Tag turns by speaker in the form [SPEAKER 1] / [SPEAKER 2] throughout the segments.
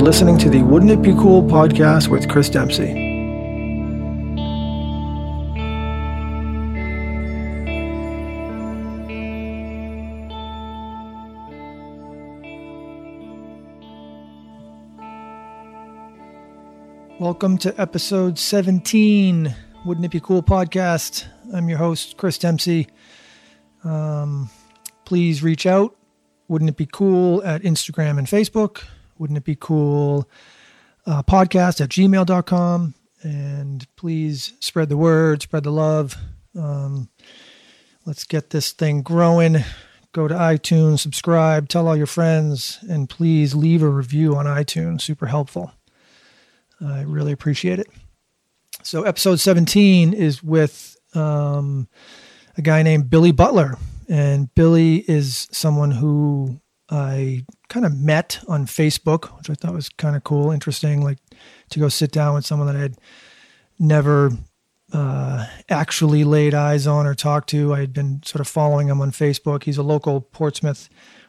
[SPEAKER 1] listening to the Wouldn't It Be Cool podcast with Chris Dempsey. Welcome to episode 17, Wouldn't It Be Cool podcast. I'm your host, Chris Dempsey. Um, please reach out. Wouldn't it be cool at Instagram and Facebook? Wouldn't it be cool uh, podcast at gmail.com? And please spread the word, spread the love. Um, let's get this thing growing. Go to iTunes, subscribe, tell all your friends, and please leave a review on iTunes. Super helpful. I really appreciate it. So, episode 17 is with um, a guy named Billy Butler. And Billy is someone who I kind of met on Facebook, which I thought was kind of cool, interesting, like to go sit down with someone that I had never uh, actually laid eyes on or talked to. I had been sort of following him on Facebook. He's a local Portsmouth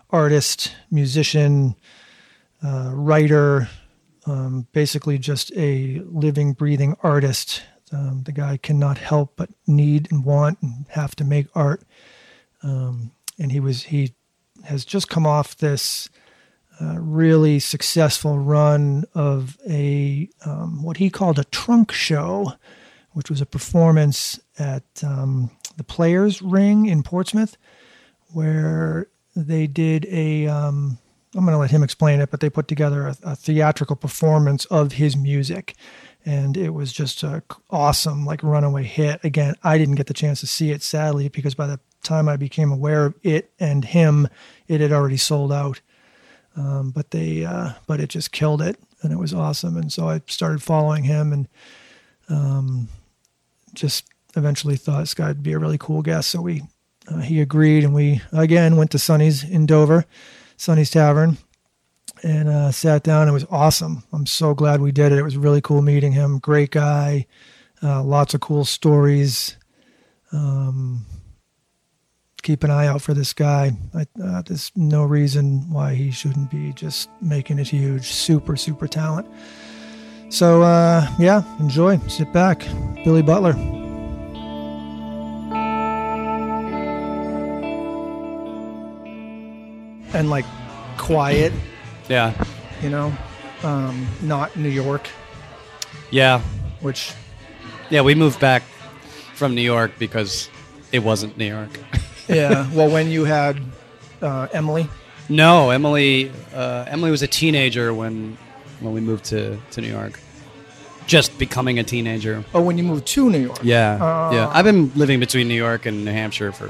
[SPEAKER 1] artist, musician, uh, writer, um, basically just a living, breathing artist. Um, the guy cannot help but need and want and have to make art. Um, and he was he has just come off this uh, really successful run of a um, what he called a trunk show, which was a performance at um, the Players Ring in Portsmouth, where they did a. Um, I'm going to let him explain it, but they put together a, a theatrical performance of his music, and it was just a c- awesome, like runaway hit. Again, I didn't get the chance to see it sadly because by the time I became aware of it and him, it had already sold out. Um, but they, uh, but it just killed it, and it was awesome. And so I started following him, and um, just eventually thought this guy would be a really cool guest. So we, uh, he agreed, and we again went to Sonny's in Dover, Sonny's Tavern, and uh, sat down. It was awesome. I'm so glad we did it. It was really cool meeting him. Great guy, uh, lots of cool stories. Um, keep an eye out for this guy. I, uh, there's no reason why he shouldn't be just making it huge. Super, super talent. So, uh, yeah, enjoy. Sit back. Billy Butler. And like quiet,
[SPEAKER 2] Yeah,
[SPEAKER 1] you know, um, not New York,
[SPEAKER 2] yeah,
[SPEAKER 1] which
[SPEAKER 2] yeah. We moved back from New York because it wasn't New York.
[SPEAKER 1] yeah. well, when you had uh, Emily,
[SPEAKER 2] no, Emily. Uh, Emily was a teenager when when we moved to to New York. Just becoming a teenager.
[SPEAKER 1] oh, when you moved to New York,
[SPEAKER 2] Yeah, yeah.
[SPEAKER 1] Oh.
[SPEAKER 2] I've been living between New York and New Hampshire for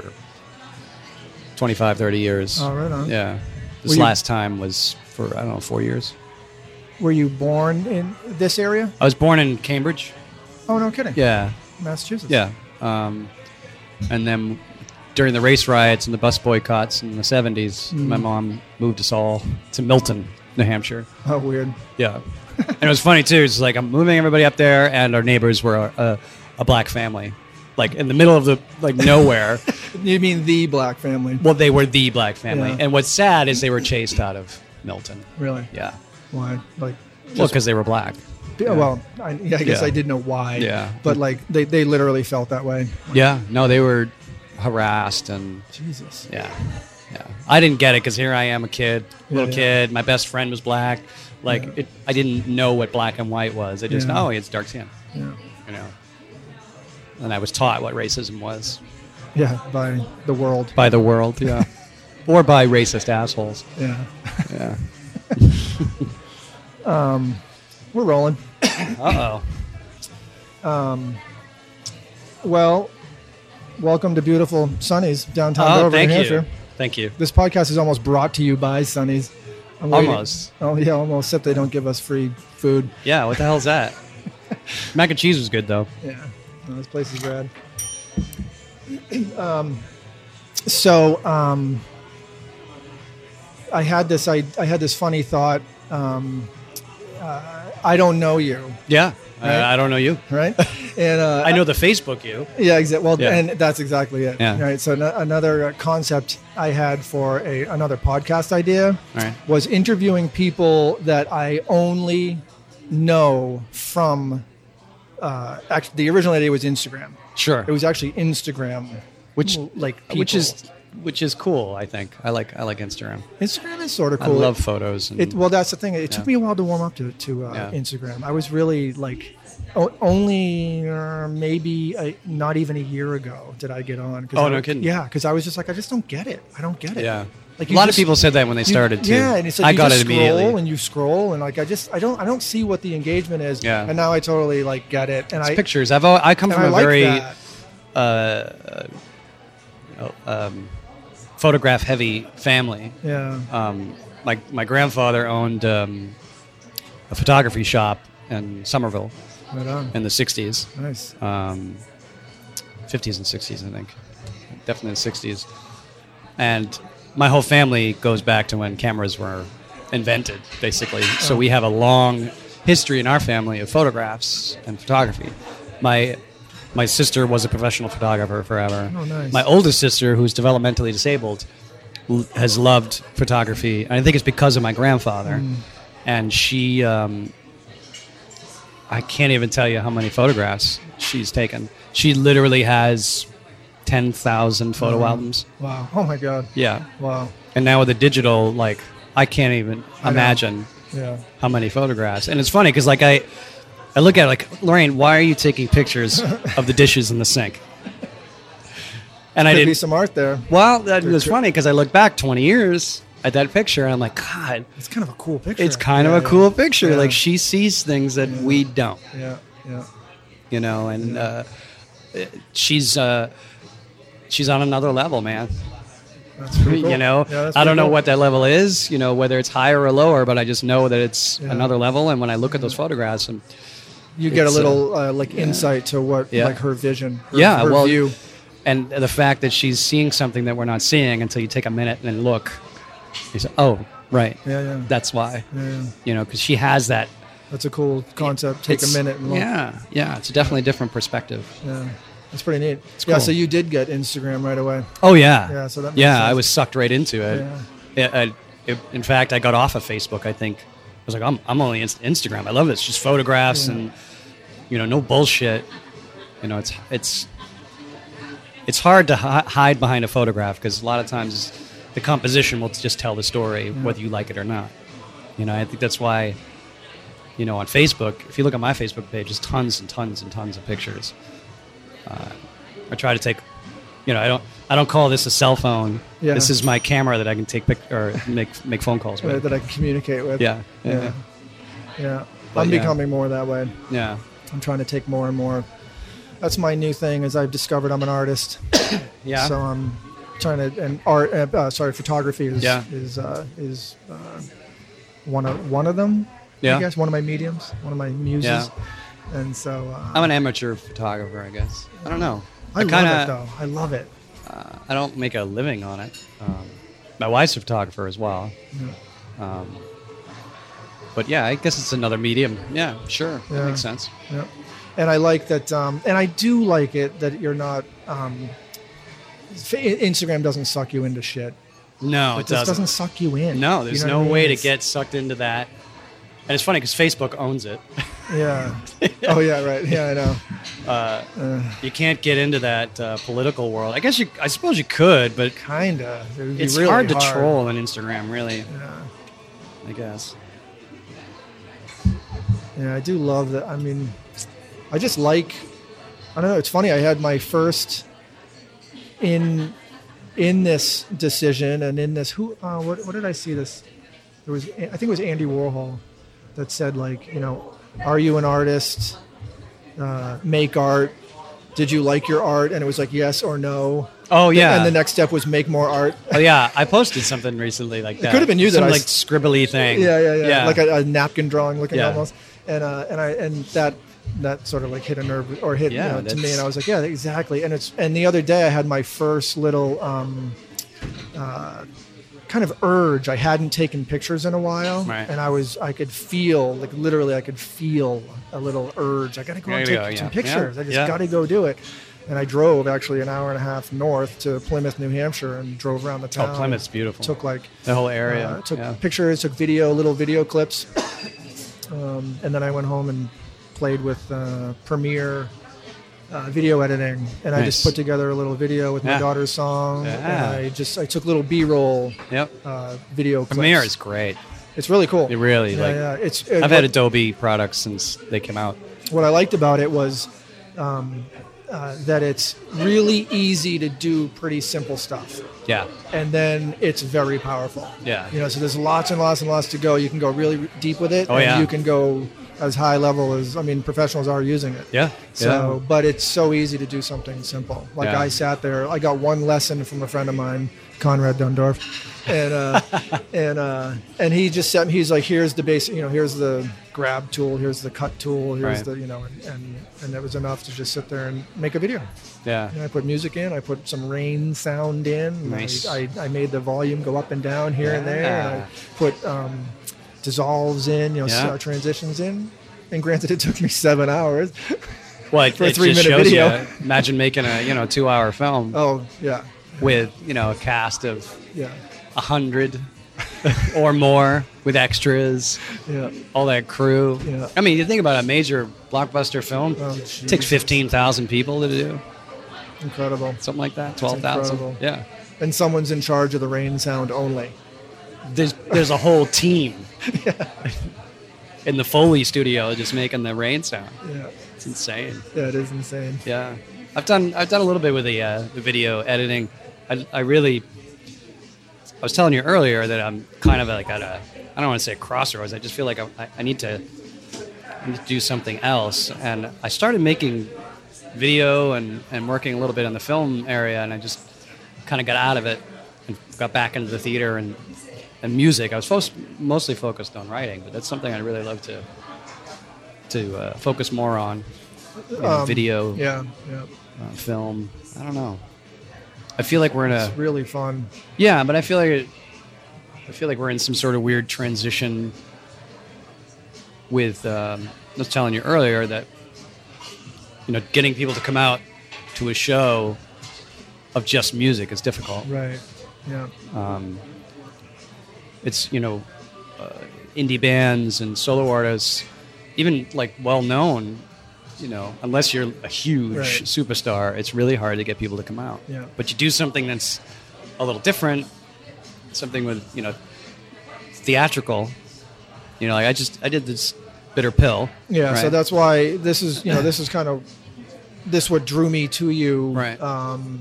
[SPEAKER 2] 25, 30 years.
[SPEAKER 1] Oh, right on.
[SPEAKER 2] Yeah.
[SPEAKER 1] Were
[SPEAKER 2] This
[SPEAKER 1] you-
[SPEAKER 2] last time was for I don't know four years.
[SPEAKER 1] Were you born in this area?
[SPEAKER 2] I was born in Cambridge.
[SPEAKER 1] Oh, no kidding.
[SPEAKER 2] Yeah,
[SPEAKER 1] Massachusetts.
[SPEAKER 2] Yeah. Um, and then during the race riots and the bus boycotts in the 70s,
[SPEAKER 1] Mm.
[SPEAKER 2] my mom moved us all to Milton, New Hampshire.
[SPEAKER 1] Oh, weird.
[SPEAKER 2] Yeah. and it was funny, too. It's like I'm moving everybody up there, and our neighbors were a, a, a black family. Like in the middle of the like nowhere.
[SPEAKER 1] You mean the black family?
[SPEAKER 2] well, they were the black family,
[SPEAKER 1] Yeah.
[SPEAKER 2] and what's sad is they were chased out of Milton.
[SPEAKER 1] Really?
[SPEAKER 2] Yeah,
[SPEAKER 1] Why? Like, just,
[SPEAKER 2] well, because they were black.
[SPEAKER 1] yeah, well, I, yeah, I guess
[SPEAKER 2] Yeah.
[SPEAKER 1] I did know why.
[SPEAKER 2] Yeah.
[SPEAKER 1] But like, they, they literally felt that way.
[SPEAKER 2] Yeah, no, they were harassed and
[SPEAKER 1] Jesus.
[SPEAKER 2] Yeah, yeah. I didn't get it because here I am, a kid, little
[SPEAKER 1] Yeah.
[SPEAKER 2] kid. My best friend was black. Like
[SPEAKER 1] Yeah.
[SPEAKER 2] it, I didn't know what black and white was. I just
[SPEAKER 1] Yeah.
[SPEAKER 2] oh, it's dark skin,
[SPEAKER 1] Yeah.
[SPEAKER 2] you know. And I was taught what racism was
[SPEAKER 1] Yeah. By the world.
[SPEAKER 2] by the world, yeah, or by racist assholes.
[SPEAKER 1] Yeah.
[SPEAKER 2] Yeah.
[SPEAKER 1] We're rolling.
[SPEAKER 2] Uh oh.
[SPEAKER 1] Well, welcome to beautiful Sunny's downtown
[SPEAKER 2] Oh,
[SPEAKER 1] Dover,
[SPEAKER 2] thank
[SPEAKER 1] New
[SPEAKER 2] you.
[SPEAKER 1] Hampshire.
[SPEAKER 2] Thank you.
[SPEAKER 1] This podcast is almost brought to you by Sunny's. I'm waiting-
[SPEAKER 2] Almost.
[SPEAKER 1] Oh yeah, almost. Except they don't give us free food.
[SPEAKER 2] Yeah. What the hell's that? Mac and cheese was good though.
[SPEAKER 1] Yeah, no, this place is rad. um, so um, I had this I, I had this funny thought. Um, uh, I don't know you,
[SPEAKER 2] Yeah.
[SPEAKER 1] Right.
[SPEAKER 2] Uh, I, I don't know you.
[SPEAKER 1] right? and uh,
[SPEAKER 2] I know the Facebook you.
[SPEAKER 1] Yeah, exactly. Well,
[SPEAKER 2] Yeah.
[SPEAKER 1] and that's exactly it.
[SPEAKER 2] Yeah.
[SPEAKER 1] Right. So ano- another uh, concept I had for a another podcast idea
[SPEAKER 2] Right.
[SPEAKER 1] was interviewing people that I only know from. Uh, actually, the original idea was Instagram.
[SPEAKER 2] Sure.
[SPEAKER 1] It was actually Instagram,
[SPEAKER 2] which
[SPEAKER 1] like
[SPEAKER 2] which
[SPEAKER 1] people.
[SPEAKER 2] is which is cool. I think I like I like Instagram.
[SPEAKER 1] Instagram is sort of
[SPEAKER 2] I
[SPEAKER 1] cool.
[SPEAKER 2] love photos. And,
[SPEAKER 1] It, well, that's the thing. It
[SPEAKER 2] Yeah.
[SPEAKER 1] took me a while to warm up to to uh,
[SPEAKER 2] Yeah.
[SPEAKER 1] Instagram. I was really like o- only uh, maybe a, not even a year ago did I get on. 'cause
[SPEAKER 2] Oh,
[SPEAKER 1] I,
[SPEAKER 2] no kidding.
[SPEAKER 1] Yeah, because I was just like, I just don't get it. I don't get it.
[SPEAKER 2] yeah.
[SPEAKER 1] Like
[SPEAKER 2] a
[SPEAKER 1] you
[SPEAKER 2] lot
[SPEAKER 1] just-
[SPEAKER 2] of people said that when they
[SPEAKER 1] you-
[SPEAKER 2] started too.
[SPEAKER 1] Yeah, and it's like
[SPEAKER 2] I
[SPEAKER 1] you
[SPEAKER 2] got
[SPEAKER 1] just
[SPEAKER 2] it
[SPEAKER 1] scroll
[SPEAKER 2] immediately.
[SPEAKER 1] and you scroll and like I just I don't I don't see what the engagement is.
[SPEAKER 2] Yeah.
[SPEAKER 1] And now I totally like get it. And
[SPEAKER 2] It's
[SPEAKER 1] I
[SPEAKER 2] pictures. I've al- I come
[SPEAKER 1] and
[SPEAKER 2] from
[SPEAKER 1] I
[SPEAKER 2] a
[SPEAKER 1] like
[SPEAKER 2] very
[SPEAKER 1] that.
[SPEAKER 2] photograph heavy family.
[SPEAKER 1] Yeah.
[SPEAKER 2] Um, my my grandfather owned um, a photography shop in Somerville
[SPEAKER 1] Right on.
[SPEAKER 2] in the '60s.
[SPEAKER 1] Nice.
[SPEAKER 2] um, 50s and 60s, I think. Definitely the 60s. And my whole family goes back to when cameras were invented, basically.
[SPEAKER 1] Oh.
[SPEAKER 2] So we have a long history in our family of photographs and photography. My my sister was a professional photographer forever.
[SPEAKER 1] Oh, nice.
[SPEAKER 2] My oldest sister, who's developmentally disabled, l- has loved photography. And I think it's because of my grandfather.
[SPEAKER 1] Mm.
[SPEAKER 2] And she um, I can't even tell you how many photographs she's taken. She literally has 10,000 photo
[SPEAKER 1] Mm-hmm.
[SPEAKER 2] albums.
[SPEAKER 1] Wow. Oh my god.
[SPEAKER 2] Yeah.
[SPEAKER 1] Wow.
[SPEAKER 2] And now with the digital, like, I can't even
[SPEAKER 1] know.
[SPEAKER 2] imagine
[SPEAKER 1] Yeah.
[SPEAKER 2] how many photographs. And it's funny because, like, I, I look at it like, Lorraine, why are you taking pictures of the dishes in the sink? And I
[SPEAKER 1] Could be
[SPEAKER 2] didn't.
[SPEAKER 1] some art there.
[SPEAKER 2] Well, that was
[SPEAKER 1] true.
[SPEAKER 2] funny because I look back 20 years at that picture and I'm like, God,
[SPEAKER 1] It's kind of a cool picture.
[SPEAKER 2] it's kind
[SPEAKER 1] Yeah,
[SPEAKER 2] of a
[SPEAKER 1] yeah.
[SPEAKER 2] cool picture.
[SPEAKER 1] Yeah.
[SPEAKER 2] Like, she sees things that we don't.
[SPEAKER 1] Yeah. Yeah.
[SPEAKER 2] you know and uh, she's uh, she's on another level man
[SPEAKER 1] That's pretty cool.
[SPEAKER 2] you know
[SPEAKER 1] Yeah, that's
[SPEAKER 2] i don't
[SPEAKER 1] pretty
[SPEAKER 2] know
[SPEAKER 1] cool.
[SPEAKER 2] what that level is you know whether it's higher or lower but i just know that it's
[SPEAKER 1] Yeah.
[SPEAKER 2] another level and when i look at those photographs and
[SPEAKER 1] you get a
[SPEAKER 2] It's,
[SPEAKER 1] little uh, like insight to what
[SPEAKER 2] Yeah.
[SPEAKER 1] like her vision her,
[SPEAKER 2] yeah
[SPEAKER 1] her
[SPEAKER 2] well
[SPEAKER 1] view.
[SPEAKER 2] and the fact that she's seeing something that we're not seeing until you take a minute and look you say oh right
[SPEAKER 1] yeah yeah.
[SPEAKER 2] that's why
[SPEAKER 1] yeah yeah.
[SPEAKER 2] you know because she has that
[SPEAKER 1] that's a cool concept take a
[SPEAKER 2] it's-
[SPEAKER 1] minute and look.
[SPEAKER 2] yeah yeah it's a definitely different perspective
[SPEAKER 1] yeah that's pretty neat
[SPEAKER 2] It's
[SPEAKER 1] yeah
[SPEAKER 2] cool.
[SPEAKER 1] so you did get instagram right away
[SPEAKER 2] Oh yeah,
[SPEAKER 1] Yeah, so that makes
[SPEAKER 2] yeah,
[SPEAKER 1] sense.
[SPEAKER 2] I was sucked right into it.
[SPEAKER 1] Yeah.
[SPEAKER 2] Yeah, I- it- in fact, I got off of Facebook. I think I was like, I'm, I'm only inst- Instagram. I love this, just photographs and you know, no bullshit. You know, it's it's it's hard to hi- hide behind a photograph because a lot of times the composition will just tell the story whether you like it or not. You know, I think that's why. You know, on Facebook, if you look at my Facebook page, there's tons and tons and tons of pictures. Uh, I try to take you know, I don't I don't call this a cell phone.
[SPEAKER 1] Yeah.
[SPEAKER 2] This is my camera that I can take pic or make make phone calls
[SPEAKER 1] uh,
[SPEAKER 2] with.
[SPEAKER 1] that i can communicate with
[SPEAKER 2] Yeah.
[SPEAKER 1] yeah
[SPEAKER 2] Yeah.
[SPEAKER 1] yeah
[SPEAKER 2] But
[SPEAKER 1] i'm
[SPEAKER 2] yeah.
[SPEAKER 1] becoming more that way
[SPEAKER 2] Yeah.
[SPEAKER 1] i'm trying to take more and more that's my new thing is i've discovered i'm an artist
[SPEAKER 2] Yeah.
[SPEAKER 1] so um, i'm trying to and art uh, uh, sorry photography is
[SPEAKER 2] Yeah.
[SPEAKER 1] is uh, is uh, one of one of them
[SPEAKER 2] Yeah.
[SPEAKER 1] i guess one of my mediums one of my muses
[SPEAKER 2] Yeah.
[SPEAKER 1] and so uh,
[SPEAKER 2] I'm an amateur photographer, I guess. I don't know.
[SPEAKER 1] I,
[SPEAKER 2] kinda,
[SPEAKER 1] love it though. I love it.
[SPEAKER 2] uh, I don't make a living on it. Um, my wife's a photographer as well. Um, but yeah, I guess it's another medium. Yeah, sure.
[SPEAKER 1] Yeah.
[SPEAKER 2] That makes sense.
[SPEAKER 1] Yeah. And I like that. Um, and I do like it that you're not. Um, fa- Instagram doesn't suck you into shit.
[SPEAKER 2] No, it,
[SPEAKER 1] It just doesn't suck you in.
[SPEAKER 2] No,
[SPEAKER 1] You
[SPEAKER 2] there's
[SPEAKER 1] know
[SPEAKER 2] no
[SPEAKER 1] what I mean?
[SPEAKER 2] way to
[SPEAKER 1] It's-
[SPEAKER 2] get sucked into that. And it's funny because Facebook owns it.
[SPEAKER 1] Yeah. oh yeah, right. Yeah, I know.
[SPEAKER 2] Uh,
[SPEAKER 1] Uh,
[SPEAKER 2] you can't get into that uh, political world. I guess you, I suppose you could, but
[SPEAKER 1] kinda. It would be
[SPEAKER 2] it's
[SPEAKER 1] really
[SPEAKER 2] hard to troll on Instagram, really.
[SPEAKER 1] Yeah.
[SPEAKER 2] I guess.
[SPEAKER 1] Yeah, I do love that. I mean, I just like. I don't know. It's funny. I had my first in in this decision and in this. Who? Uh, what? What did I see? This. There was. I think it was Andy Warhol that said like, you know, are you an artist? Uh, make art. Did you like your art? And it was like yes or no.
[SPEAKER 2] Oh yeah,
[SPEAKER 1] And the next step was make more art.
[SPEAKER 2] oh yeah. I posted something recently like that.
[SPEAKER 1] could have been you
[SPEAKER 2] Some,
[SPEAKER 1] that I
[SPEAKER 2] like
[SPEAKER 1] s-
[SPEAKER 2] scribbly thing.
[SPEAKER 1] Yeah, yeah, yeah. Like a, a napkin drawing looking
[SPEAKER 2] Yeah.
[SPEAKER 1] almost. And uh, and I and that that sort of like hit a nerve or hit
[SPEAKER 2] Yeah,
[SPEAKER 1] you know, to me,
[SPEAKER 2] that's-
[SPEAKER 1] and I was like, yeah, exactly. And it's and the other day I had my first little um, uh, kind of urge. I hadn't taken pictures in a while,
[SPEAKER 2] Right.
[SPEAKER 1] and I was I could feel like literally I could feel a little urge. I gotta go
[SPEAKER 2] There
[SPEAKER 1] and
[SPEAKER 2] you
[SPEAKER 1] take
[SPEAKER 2] go,
[SPEAKER 1] some
[SPEAKER 2] yeah.
[SPEAKER 1] pictures.
[SPEAKER 2] Yeah,
[SPEAKER 1] I just
[SPEAKER 2] yeah.
[SPEAKER 1] gotta go do it. And I drove actually an hour and a half north to Plymouth, New Hampshire, and drove around the
[SPEAKER 2] Oh,
[SPEAKER 1] town.
[SPEAKER 2] Plymouth's beautiful.
[SPEAKER 1] Took like
[SPEAKER 2] the whole area.
[SPEAKER 1] uh, took
[SPEAKER 2] yeah.
[SPEAKER 1] pictures, took video, little video clips, um, and then I went home and played with uh, Premiere uh, video editing, and I just
[SPEAKER 2] Nice.
[SPEAKER 1] put together a little video with my
[SPEAKER 2] Yeah.
[SPEAKER 1] daughter's song.
[SPEAKER 2] Yeah.
[SPEAKER 1] And I just I took little B-roll
[SPEAKER 2] Yep.
[SPEAKER 1] uh, video clips.
[SPEAKER 2] Premiere is great.
[SPEAKER 1] it's really cool.
[SPEAKER 2] It really,
[SPEAKER 1] yeah,
[SPEAKER 2] like-
[SPEAKER 1] yeah. It's uh,
[SPEAKER 2] I've
[SPEAKER 1] what,
[SPEAKER 2] had Adobe products since they came out.
[SPEAKER 1] what I liked about it was. Um, uh, that it's really easy to do pretty simple stuff
[SPEAKER 2] Yeah.
[SPEAKER 1] and then it's very powerful.
[SPEAKER 2] Yeah.
[SPEAKER 1] You know, so there's lots and lots and lots to go. You can go really deep with it.
[SPEAKER 2] Oh,
[SPEAKER 1] and
[SPEAKER 2] yeah.
[SPEAKER 1] You can go as high level as I mean, professionals are using it.
[SPEAKER 2] Yeah.
[SPEAKER 1] So, but it's so easy to do something simple. Like
[SPEAKER 2] Yeah.
[SPEAKER 1] I sat there, I got one lesson from a friend of mine, Conrad Dundorf, and uh, and uh, and he just sat. He's like, here's the basic, you know, here's the grab tool, here's the cut tool, here's
[SPEAKER 2] Right.
[SPEAKER 1] the, you know, and, and and that was enough to just sit there and make a video.
[SPEAKER 2] yeah.
[SPEAKER 1] And
[SPEAKER 2] Yeah.
[SPEAKER 1] I put music in. I put some rain sound in.
[SPEAKER 2] Nice.
[SPEAKER 1] I, I, I made the volume go up and down here and there. And I
[SPEAKER 2] Yeah.
[SPEAKER 1] put um, dissolves in, you know, s-
[SPEAKER 2] Yeah.
[SPEAKER 1] uh, transitions in. And granted, it took me seven hours.
[SPEAKER 2] Well, it,
[SPEAKER 1] For a
[SPEAKER 2] it
[SPEAKER 1] three-minute
[SPEAKER 2] just shows
[SPEAKER 1] video.
[SPEAKER 2] you. Imagine making a you know two hour film
[SPEAKER 1] oh yeah,
[SPEAKER 2] with you know a cast of
[SPEAKER 1] yeah,
[SPEAKER 2] a hundred or more with extras,
[SPEAKER 1] yeah.
[SPEAKER 2] all that crew.
[SPEAKER 1] Yeah.
[SPEAKER 2] I mean, you think about a major blockbuster film
[SPEAKER 1] Oh,
[SPEAKER 2] it takes fifteen thousand people to do
[SPEAKER 1] Incredible.
[SPEAKER 2] something like that. Twelve thousand.
[SPEAKER 1] incredible.
[SPEAKER 2] Yeah.
[SPEAKER 1] And someone's in charge of the rain sound only.
[SPEAKER 2] There's there's a whole team. In the Foley studio, just making the rain sound.
[SPEAKER 1] Yeah,
[SPEAKER 2] It's insane.
[SPEAKER 1] that is insane.
[SPEAKER 2] Yeah, I've done I've done a little bit with the, uh, the video editing. I, I really I was telling you earlier that I'm kind of like at a I don't want to say crossroads. I just feel like I, I- I need to I need to do something else. And I started making video and and working a little bit in the film area, and I just kind of got out of it and got back into the theater and and music. I was fo- mostly focused on writing, but that's something I really love to to uh, focus more on. you know,
[SPEAKER 1] Um,
[SPEAKER 2] video
[SPEAKER 1] Yeah, yeah.
[SPEAKER 2] uh, film. I don't know. I feel like we're in a
[SPEAKER 1] It's really fun.
[SPEAKER 2] yeah, but I feel like it, I feel like we're in some sort of weird transition. With um, I was telling you earlier that you know getting people to come out to a show of just music is difficult.
[SPEAKER 1] Right. Yeah.
[SPEAKER 2] Um, it's you know uh, indie bands and solo artists, even like well known. You know, unless you're a huge
[SPEAKER 1] Right.
[SPEAKER 2] superstar, it's really hard to get people to come out.
[SPEAKER 1] Yeah.
[SPEAKER 2] But you do something that's a little different, something with you know theatrical. You know, like I just I did this bitter pill.
[SPEAKER 1] Yeah, so
[SPEAKER 2] right?
[SPEAKER 1] that's why this is you know this is kind of this what drew me to you.
[SPEAKER 2] Right.
[SPEAKER 1] Um,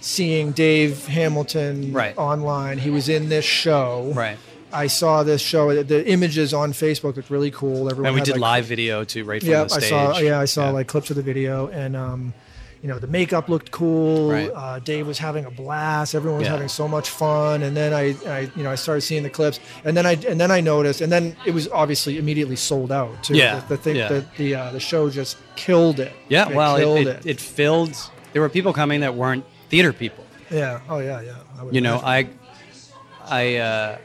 [SPEAKER 1] seeing Dave Hamilton
[SPEAKER 2] Right.
[SPEAKER 1] online, he was in this show.
[SPEAKER 2] right.
[SPEAKER 1] I saw this show. The- The images on Facebook looked really cool. Everyone
[SPEAKER 2] And we
[SPEAKER 1] had,
[SPEAKER 2] did
[SPEAKER 1] like,
[SPEAKER 2] live video too, right from
[SPEAKER 1] yeah,
[SPEAKER 2] the stage.
[SPEAKER 1] I saw. Yeah, I saw
[SPEAKER 2] Yeah.
[SPEAKER 1] like clips of the video, and um, you know the makeup looked cool.
[SPEAKER 2] Right.
[SPEAKER 1] Uh, Dave was having a blast. Everyone was
[SPEAKER 2] Yeah.
[SPEAKER 1] having so much fun. And then I, I, you know, I started seeing the clips, and then I, and then I noticed, and then it was obviously immediately sold out. Too.
[SPEAKER 2] Yeah,
[SPEAKER 1] the, the thing
[SPEAKER 2] yeah.
[SPEAKER 1] that the uh, the show just killed it.
[SPEAKER 2] Yeah,
[SPEAKER 1] It
[SPEAKER 2] well, it,
[SPEAKER 1] killed
[SPEAKER 2] it, it filled. There were people coming that weren't theater people.
[SPEAKER 1] yeah. Oh yeah, yeah. I would
[SPEAKER 2] You know,
[SPEAKER 1] imagine.
[SPEAKER 2] I, I, uh,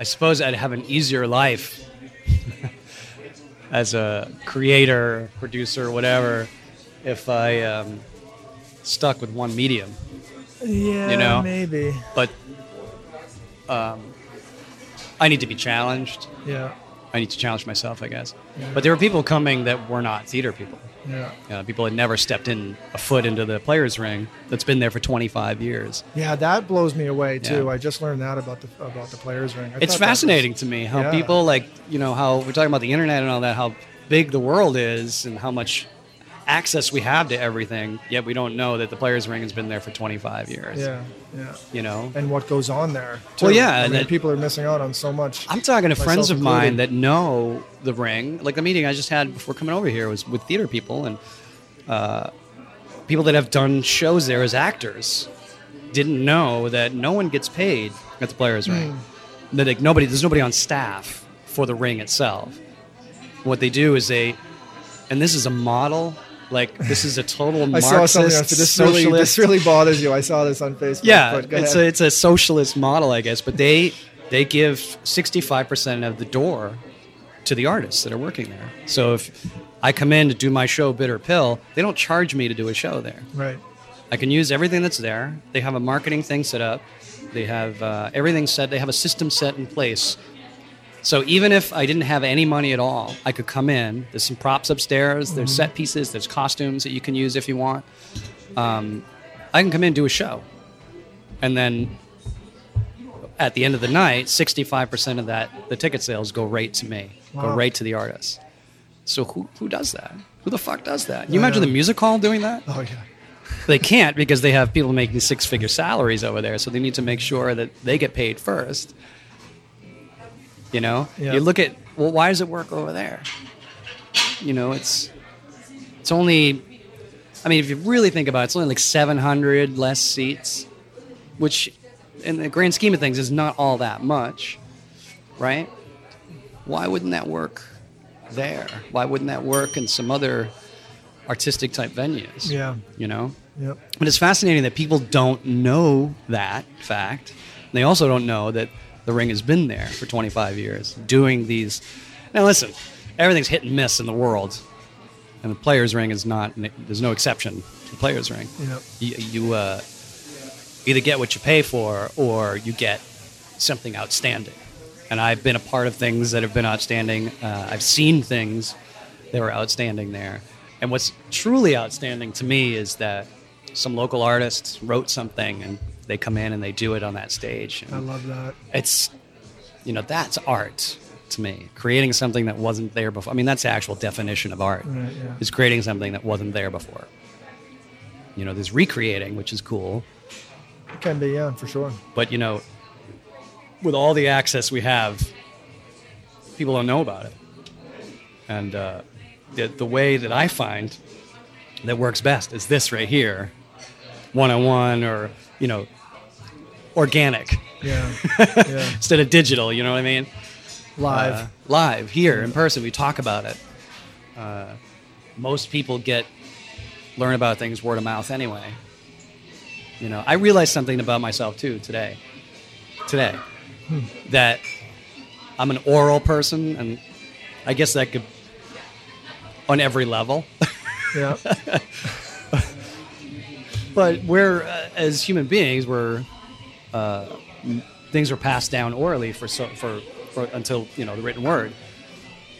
[SPEAKER 2] I suppose I'd have an easier life as a creator, producer, whatever, if I um, stuck with one medium.
[SPEAKER 1] yeah,
[SPEAKER 2] you know,
[SPEAKER 1] maybe.
[SPEAKER 2] But um, I need to be challenged.
[SPEAKER 1] Yeah,
[SPEAKER 2] I need to challenge myself, I guess.
[SPEAKER 1] Yeah.
[SPEAKER 2] But there were people coming that were not theater people.
[SPEAKER 1] yeah,
[SPEAKER 2] Uh, people had never stepped in a foot into the players' ring that's been there for 25 years.
[SPEAKER 1] yeah. That blows me away too.
[SPEAKER 2] Yeah.
[SPEAKER 1] I just learned that about the about the players ring. I
[SPEAKER 2] It's
[SPEAKER 1] thought that was-
[SPEAKER 2] fascinating to me how
[SPEAKER 1] Yeah.
[SPEAKER 2] people like, you know, how we're talking about the internet and all that, how big the world is and how much access we have to everything, yet we don't know that the players' ring has been there for 25 years.
[SPEAKER 1] Yeah, yeah.
[SPEAKER 2] You know?
[SPEAKER 1] and what goes on there. Too.
[SPEAKER 2] Well, yeah,
[SPEAKER 1] I
[SPEAKER 2] and
[SPEAKER 1] mean,
[SPEAKER 2] that-
[SPEAKER 1] people are missing out on so much.
[SPEAKER 2] I'm talking to
[SPEAKER 1] Myself
[SPEAKER 2] friends of mine
[SPEAKER 1] included.
[SPEAKER 2] that know the ring. Like the meeting I just had before coming over here was with theater people and uh, people that have done shows there as actors didn't know that no one gets paid at the players' ring.
[SPEAKER 1] Hmm.
[SPEAKER 2] That like nobody, there's nobody on staff for the ring itself. What they do is they, and this is a model Like this is a total
[SPEAKER 1] I
[SPEAKER 2] Marxist
[SPEAKER 1] saw something. I said, this
[SPEAKER 2] socialist.
[SPEAKER 1] really, this really bothers you. I saw this on Facebook.
[SPEAKER 2] yeah,
[SPEAKER 1] but go
[SPEAKER 2] it's a,
[SPEAKER 1] ahead.
[SPEAKER 2] it's a socialist model, I guess. But they they give sixty five percent of the door to the artists that are working there. So if I come in to do my show, Bitter Pill, they don't charge me to do a show there.
[SPEAKER 3] Right.
[SPEAKER 2] I can use everything that's there. They have a marketing thing set up. They have uh, everything set. They have a system set in place. So even if I didn't have any money at all, I could come in. There's some props upstairs. There's
[SPEAKER 3] Mm-hmm.
[SPEAKER 2] set pieces. There's costumes that you can use if you want. Um, I can come in and do a show, and then at the end of the night, 65% of that the ticket sales go right to me, go
[SPEAKER 3] Wow.
[SPEAKER 2] right to the artist. So who who does that? Who the fuck does that? You
[SPEAKER 3] I
[SPEAKER 2] imagine
[SPEAKER 3] know.
[SPEAKER 2] the music hall doing that?
[SPEAKER 3] Oh yeah.
[SPEAKER 2] they can't because they have people making six figure salaries over there so they need to make sure that they get paid first you know
[SPEAKER 3] Yeah.
[SPEAKER 2] you look at well why does it work over there you know it's it's only i mean if you really think about it it's only like 700 less seats which in the grand scheme of things is not all that much right why wouldn't that work there why wouldn't that work in some other artistic type venues
[SPEAKER 3] Yeah.
[SPEAKER 2] you know
[SPEAKER 3] Yep.
[SPEAKER 2] but it's fascinating that people don't know that fact. And they also don't know that the ring has been there for 25 years doing these. Now, listen, everything's hit and miss in the world. And the player's ring is not, there's no exception to the player's ring.
[SPEAKER 3] Yep.
[SPEAKER 2] You, you uh, either get what you pay for or you get something outstanding. And I've been a part of things that have been outstanding. Uh, I've seen things that were outstanding there. And what's truly outstanding to me is that some local artists wrote something and they come in and they do it on that stage.
[SPEAKER 3] I
[SPEAKER 2] And
[SPEAKER 3] love that.
[SPEAKER 2] it's, you know, that's art to me. Creating something that wasn't there before. I mean, that's the actual definition of art
[SPEAKER 3] Right, yeah.
[SPEAKER 2] is creating something that wasn't there before. You know, there's recreating, which is cool.
[SPEAKER 3] It can be yeah for sure.
[SPEAKER 2] But you know, with all the access we have, people don't know about it. And uh, the, the way that I find that works best is this right here, one on one, or you know, organic
[SPEAKER 3] Yeah. yeah.
[SPEAKER 2] instead of digital. You know what I mean?
[SPEAKER 3] Live.
[SPEAKER 2] Uh, live here in person. We talk about it. Uh, most people get learn about things word of mouth anyway. You know, I realized something about myself too today. Today, Hmm. that I'm an oral person, and I guess that could on every level.
[SPEAKER 3] yeah.
[SPEAKER 2] but we're uh, as human beings we're uh, m- things were passed down orally for so for, for until you know the written word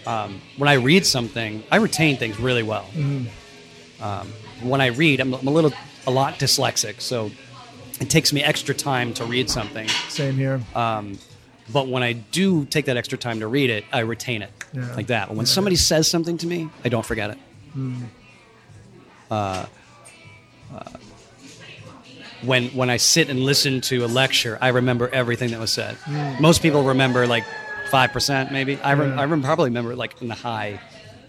[SPEAKER 2] um, when i read something i retain things really well um, when i read I'm, I'm a little a lot dyslexic so it takes me extra time to read something
[SPEAKER 3] Same here.
[SPEAKER 2] um, but when i do take that extra time to read it i retain it
[SPEAKER 3] Yeah. Hmm.
[SPEAKER 2] like that when somebody says something to me i don't forget it Uh, when when I sit and listen to a lecture, I remember everything that was said. Most people remember like five percent, maybe. I, rem-
[SPEAKER 3] Hmm. Yeah.
[SPEAKER 2] I rem- probably remember like in the high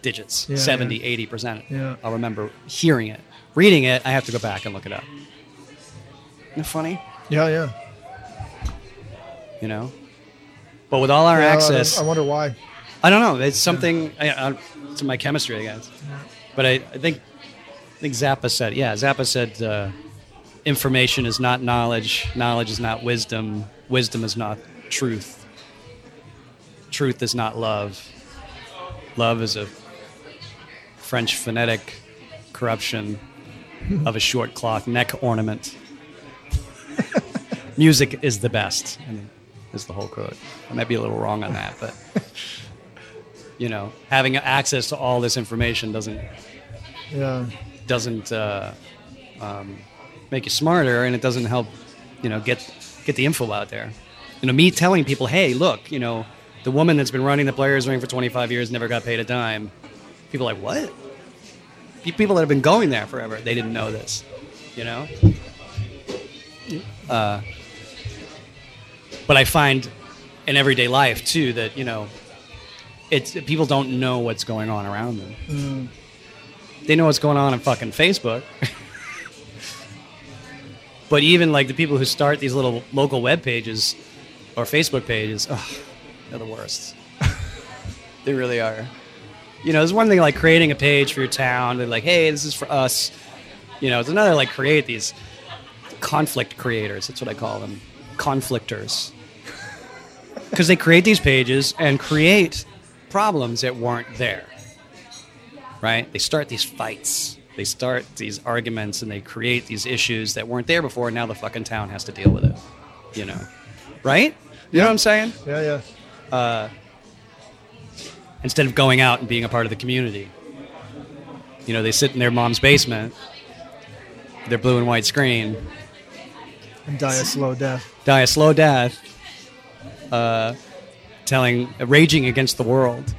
[SPEAKER 2] digits,
[SPEAKER 3] Yeah,
[SPEAKER 2] 70,
[SPEAKER 3] yeah.
[SPEAKER 2] 80 percent.
[SPEAKER 3] Yeah.
[SPEAKER 2] I'll remember hearing it, reading it. I have to go back and look it up. Isn't it funny?
[SPEAKER 3] yeah. Yeah.
[SPEAKER 2] You know. But with all our
[SPEAKER 1] Uh,
[SPEAKER 3] Yeah, I don't-
[SPEAKER 2] access,
[SPEAKER 3] I wonder why.
[SPEAKER 2] I don't know. It's something I, I, it's my chemistry, I guess. But I, I think I think Zappa said, yeah, Zappa said, uh, information is not knowledge, knowledge is not wisdom, wisdom is not truth, truth is not love, love is a French phonetic corruption of a short cloth neck ornament. Music is the best, and is the whole quote. I might be a little wrong on that, but you know, having access to all this information doesn't
[SPEAKER 3] Yeah.
[SPEAKER 2] doesn't uh, um, make you smarter, and it doesn't help, you know, get get the info out there. You know, me telling people, hey, look, you know, the woman that's been running the players ring for 25 years never got paid a dime. People are like what? Pe- People that have been going there forever, they didn't know this, you know. Uh, but I find in everyday life too that you know, it's people don't know what's going on around them they know what's going on on fucking Facebook. but even like the people who start these little local web pages or Facebook pages, ugh, they're the worst. they really are. You know, there's one thing like creating a page for your town. They're like, hey, this is for us. You know, it's another like create these conflict creators. That's what I call them, conflictors, because they create these pages and create problems that weren't there. Right? They start these fights. They start these arguments and they create these issues that weren't there before. And now the fucking town has to deal with it. You know, right? You know what I'm saying?
[SPEAKER 1] Yeah, yeah.
[SPEAKER 2] instead of going out and being a part of the community. You know, they sit in their mom's basement, their blue and white screen,
[SPEAKER 3] and die a slow death.
[SPEAKER 2] die a slow death, uh, telling, raging against the world.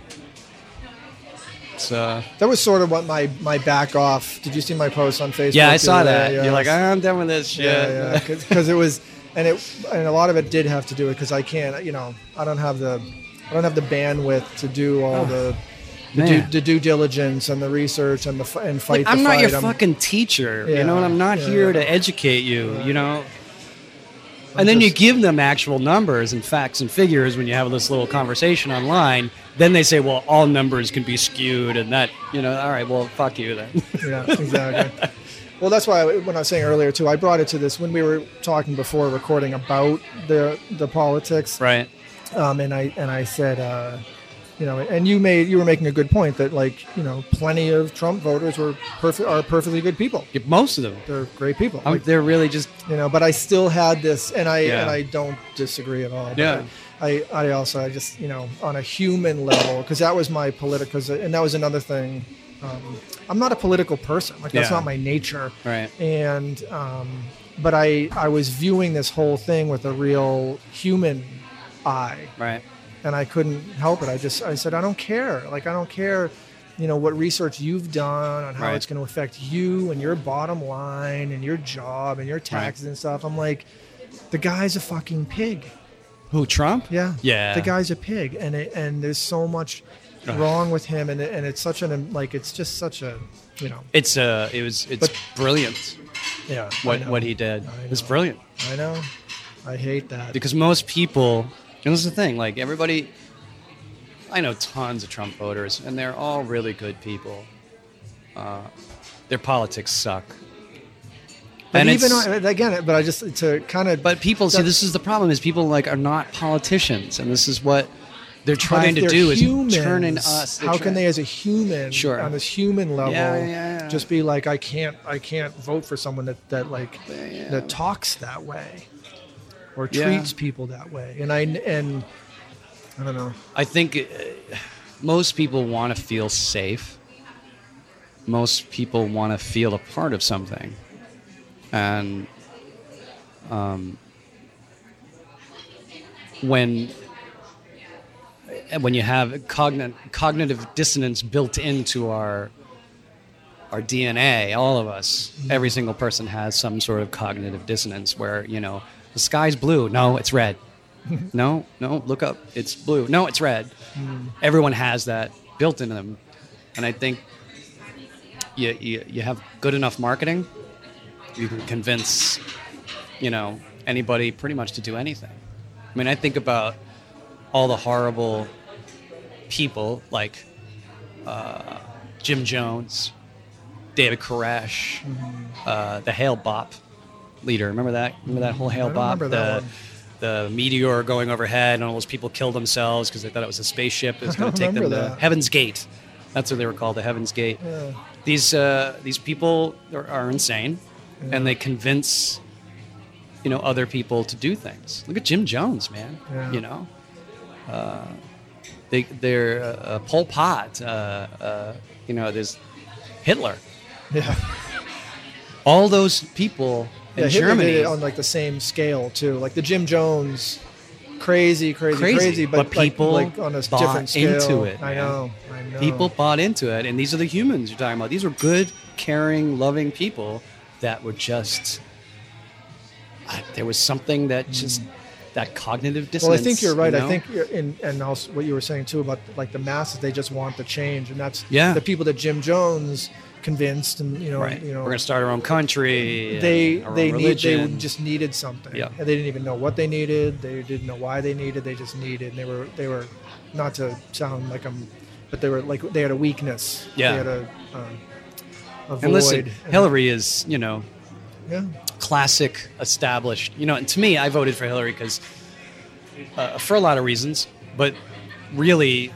[SPEAKER 2] So,
[SPEAKER 1] That was sort of what my my back off. Did you see my post on Facebook?
[SPEAKER 2] yeah, I
[SPEAKER 1] the
[SPEAKER 2] saw
[SPEAKER 1] other day?
[SPEAKER 2] that.
[SPEAKER 1] Yeah,
[SPEAKER 2] You're like, "Ah, I'm done with this shit.
[SPEAKER 1] yeah, because it was, and it, and a lot of it did have to do it because I can't, you know, I don't have the, I don't have the bandwidth to do all the, the due,
[SPEAKER 2] Oh, man.
[SPEAKER 1] the due diligence and the research and the fi- and fight.
[SPEAKER 2] Like, I'm
[SPEAKER 1] the
[SPEAKER 2] not
[SPEAKER 1] fight.
[SPEAKER 2] your
[SPEAKER 1] I'm-
[SPEAKER 2] fucking teacher,
[SPEAKER 1] Yeah,
[SPEAKER 2] you know, and I'm not
[SPEAKER 1] yeah,
[SPEAKER 2] here
[SPEAKER 1] yeah.
[SPEAKER 2] to educate you, you know.
[SPEAKER 1] I'm
[SPEAKER 2] and then
[SPEAKER 1] just-
[SPEAKER 2] you give them actual numbers and facts and figures when you have this little conversation online. Then they say, well, all numbers can be skewed, and that, you know, all right, well, fuck you then.
[SPEAKER 1] yeah, exactly. Well, that's why I- when I was saying earlier too, I brought it to this when we were talking before recording about the the politics,
[SPEAKER 2] right.
[SPEAKER 1] um, and I and I said, uh, you know, and you made you were making a good point that like you know, plenty of Trump voters were perfect are perfectly good people.
[SPEAKER 2] Yeah, Most of them.
[SPEAKER 1] They're great people.
[SPEAKER 2] I mean,
[SPEAKER 1] Like,
[SPEAKER 2] they're really just,
[SPEAKER 1] you know but i still had this and i
[SPEAKER 2] Yeah.
[SPEAKER 1] and i don't disagree at all but
[SPEAKER 2] Yeah.
[SPEAKER 1] I, I also i just you know on a human level because that was my political and that was another thing um, i'm not a political person like that's
[SPEAKER 2] Yeah.
[SPEAKER 1] not my nature
[SPEAKER 2] Right.
[SPEAKER 1] and um, but i i was viewing this whole thing with a real human eye
[SPEAKER 2] right.
[SPEAKER 1] and I couldn't help it. I just I said I don't care. Like I don't care, you know, what research you've done on how
[SPEAKER 2] Right.
[SPEAKER 1] it's going to affect you and your bottom line and your job and your taxes and stuff. I'm like, the guy's a fucking pig.
[SPEAKER 2] Who, Trump?
[SPEAKER 1] Yeah.
[SPEAKER 2] Yeah.
[SPEAKER 1] The guy's a pig, and it, and there's so much
[SPEAKER 2] Ugh.
[SPEAKER 1] wrong with him, and it, and it's such an like it's just such a you know
[SPEAKER 2] It's, uh, it was, it's
[SPEAKER 1] But-
[SPEAKER 2] brilliant
[SPEAKER 1] yeah I
[SPEAKER 2] what,
[SPEAKER 1] know.
[SPEAKER 2] what he did.
[SPEAKER 1] I
[SPEAKER 2] It's
[SPEAKER 1] know.
[SPEAKER 2] brilliant.
[SPEAKER 1] I know I hate that
[SPEAKER 2] because most people and this is the thing like everybody i know tons of trump voters and they're all really good people uh, their politics suck
[SPEAKER 1] but
[SPEAKER 2] and
[SPEAKER 1] even
[SPEAKER 2] it's-
[SPEAKER 1] on- again but I just to kind of
[SPEAKER 2] but people see
[SPEAKER 1] That-
[SPEAKER 2] this is the problem is people like are not politicians and this is what they're trying
[SPEAKER 1] But
[SPEAKER 2] to
[SPEAKER 1] if
[SPEAKER 2] do
[SPEAKER 1] they're
[SPEAKER 2] is
[SPEAKER 1] humans,
[SPEAKER 2] turn in us
[SPEAKER 1] How can
[SPEAKER 2] trying-
[SPEAKER 1] they, as a human,
[SPEAKER 2] Sure.
[SPEAKER 1] on this human level,
[SPEAKER 2] Yeah, yeah, yeah.
[SPEAKER 1] just be like, I can't, I can't vote for someone that that like that talks that way or
[SPEAKER 2] Yeah.
[SPEAKER 1] treats people that way? And I and I don't know.
[SPEAKER 2] I think uh, most people want to feel safe. Most people want to feel a part of something, and um, when and when you have cognitive cognitive dissonance built into our our DNA, all of us, every single person has some sort of cognitive dissonance where you know the sky's blue, no, it's red. No, no, look up. It's blue. No, it's red. Everyone has that built into them. And I think you, you, you have good enough marketing, you can convince, you know, anybody pretty much to do anything. I mean, I think about all the horrible people like uh, Jim Jones, David Koresh,
[SPEAKER 1] Mm-hmm.
[SPEAKER 2] uh, the Hail Bop leader. Remember that? Remember that whole Hail
[SPEAKER 1] don't
[SPEAKER 2] Bop?
[SPEAKER 1] remember that
[SPEAKER 2] the,
[SPEAKER 1] one.
[SPEAKER 2] the meteor going overhead, and all those people killed themselves because they thought it was a spaceship. It was going
[SPEAKER 1] I
[SPEAKER 2] to take them to
[SPEAKER 1] remember that.
[SPEAKER 2] Heaven's Gate. That's what they were called, the Heaven's Gate.
[SPEAKER 1] Yeah.
[SPEAKER 2] These uh, these people are, are insane, and they convince you know other people to do things. Look at Jim Jones, man.
[SPEAKER 1] Yeah.
[SPEAKER 2] You know, uh, they they're uh, Pol Pot. Uh, uh, you know, there's Hitler.
[SPEAKER 1] Yeah,
[SPEAKER 2] All those people
[SPEAKER 1] yeah
[SPEAKER 2] in
[SPEAKER 1] Hitler
[SPEAKER 2] Germany
[SPEAKER 1] did it on like the same scale too, like the Jim Jones, crazy, crazy,
[SPEAKER 2] Crazy,
[SPEAKER 1] crazy,
[SPEAKER 2] but
[SPEAKER 1] but,
[SPEAKER 2] people
[SPEAKER 1] like, like on a s-
[SPEAKER 2] bought
[SPEAKER 1] different scale.
[SPEAKER 2] into it,
[SPEAKER 1] I
[SPEAKER 2] man.
[SPEAKER 1] know, I know.
[SPEAKER 2] Oh. People bought into it, and these are the humans you're talking about. These were good, caring, loving people that were just. I, there was something that just that cognitive
[SPEAKER 1] Hmm. Well, I
[SPEAKER 2] dissonance.
[SPEAKER 1] think you're right.
[SPEAKER 2] you
[SPEAKER 1] I
[SPEAKER 2] know?
[SPEAKER 1] think, you're, and and also what you were saying too about like the masses, they just want the change, and that's
[SPEAKER 2] Yeah.
[SPEAKER 1] the people that Jim Jones convinced, and you know,
[SPEAKER 2] right.
[SPEAKER 1] you know,
[SPEAKER 2] we're gonna start our own country.
[SPEAKER 1] they
[SPEAKER 2] and our
[SPEAKER 1] they
[SPEAKER 2] own
[SPEAKER 1] need they
[SPEAKER 2] religion.
[SPEAKER 1] just needed something,
[SPEAKER 2] Yeah.
[SPEAKER 1] and they didn't even know what they needed. They didn't know why they needed. They just needed. And they were they were not to sound like I'm but they were like they had a weakness.
[SPEAKER 2] Yeah.
[SPEAKER 1] They had a, um, a void.
[SPEAKER 2] And listen,
[SPEAKER 1] And-
[SPEAKER 2] Hillary is, you know,
[SPEAKER 1] Yeah.
[SPEAKER 2] classic established. You know, and to me, I voted for Hillary because uh, for a lot of reasons, but really,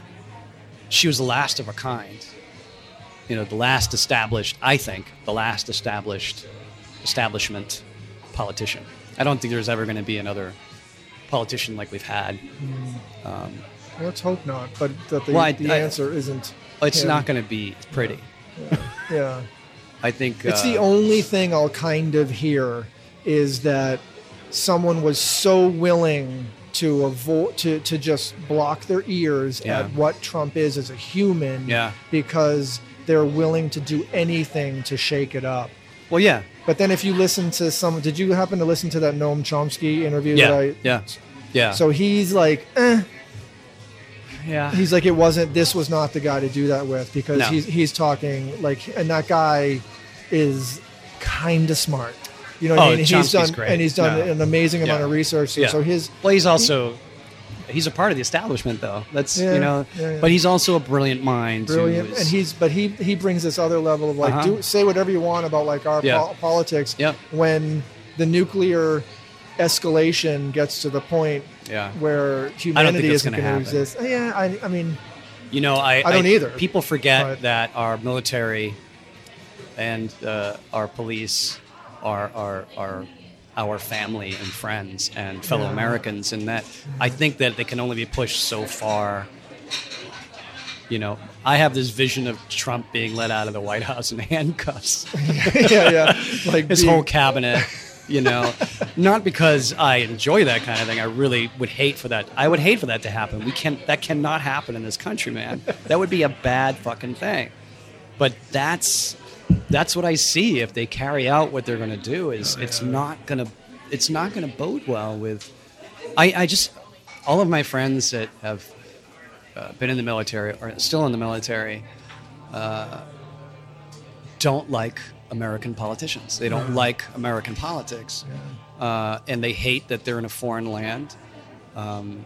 [SPEAKER 2] she was the last of her kind. You know, the last established. I think the last established establishment politician. I don't think there's ever going to be another politician like we've had.
[SPEAKER 1] Well, let's hope not. But that the,
[SPEAKER 2] Well, I-
[SPEAKER 1] the
[SPEAKER 2] I-
[SPEAKER 1] answer isn't.
[SPEAKER 2] It's
[SPEAKER 1] him.
[SPEAKER 2] not going to be pretty.
[SPEAKER 1] Yeah.
[SPEAKER 2] I think
[SPEAKER 1] It's the
[SPEAKER 2] uh,
[SPEAKER 1] only thing I'll kind of hear is that someone was so willing to avoid to, to just block their ears
[SPEAKER 2] Yeah.
[SPEAKER 1] at what Trump is as a human
[SPEAKER 2] Yeah.
[SPEAKER 1] because they're willing to do anything to shake it up.
[SPEAKER 2] Well, yeah,
[SPEAKER 1] But then if you listen to some did you happen to listen to that Noam Chomsky interview
[SPEAKER 2] yeah,
[SPEAKER 1] that I
[SPEAKER 2] yeah, yeah.
[SPEAKER 1] so he's like, eh.
[SPEAKER 2] yeah,
[SPEAKER 1] he's like, it wasn't. This was not the guy to do that with because
[SPEAKER 2] No.
[SPEAKER 1] he's he's talking like, and that guy is kind of smart. You know, what
[SPEAKER 2] Oh,
[SPEAKER 1] I mean?
[SPEAKER 2] Chomsky's
[SPEAKER 1] he's done
[SPEAKER 2] great.
[SPEAKER 1] and he's done
[SPEAKER 2] No.
[SPEAKER 1] an amazing amount
[SPEAKER 2] Yeah.
[SPEAKER 1] of research. So,
[SPEAKER 2] Yeah.
[SPEAKER 1] so his
[SPEAKER 2] Well, he's also he's a part of the establishment, though. That's
[SPEAKER 1] Yeah,
[SPEAKER 2] you know,
[SPEAKER 1] yeah, yeah.
[SPEAKER 2] but he's also a brilliant mind. who
[SPEAKER 1] brilliant,
[SPEAKER 2] is-
[SPEAKER 1] and he's but he he brings this other level of like,
[SPEAKER 2] Uh-huh.
[SPEAKER 1] do say whatever you want about like our
[SPEAKER 2] Yeah.
[SPEAKER 1] pol- politics.
[SPEAKER 2] Yeah.
[SPEAKER 1] When the nuclear escalation gets to the point
[SPEAKER 2] yeah.
[SPEAKER 1] where humanity
[SPEAKER 2] that's
[SPEAKER 1] isn't
[SPEAKER 2] gonna
[SPEAKER 1] going to
[SPEAKER 2] happen.
[SPEAKER 1] exist, yeah, I, I mean,
[SPEAKER 2] You know, I
[SPEAKER 1] I don't either,
[SPEAKER 2] People forget
[SPEAKER 1] but-
[SPEAKER 2] that our military and uh, our police are are are our family and friends and fellow
[SPEAKER 1] Yeah.
[SPEAKER 2] Americans, and that I think that they can only be pushed so far. You know, I have this vision of Trump being let out of the White House in handcuffs.
[SPEAKER 1] yeah, yeah, like
[SPEAKER 2] his
[SPEAKER 1] being-
[SPEAKER 2] whole cabinet. You know, not because I enjoy that kind of thing. I really would hate for that. I would hate for that to happen. We can that cannot happen in this country, man. That would be a bad fucking thing. But that's that's what I see. If they carry out what they're going to do, is it's not going to it's not going to bode well with. I, I just all of my friends that have uh, been in the military or still in the military don't like American politicians. They don't like American politics, uh, and they hate that they're in a foreign land. Um,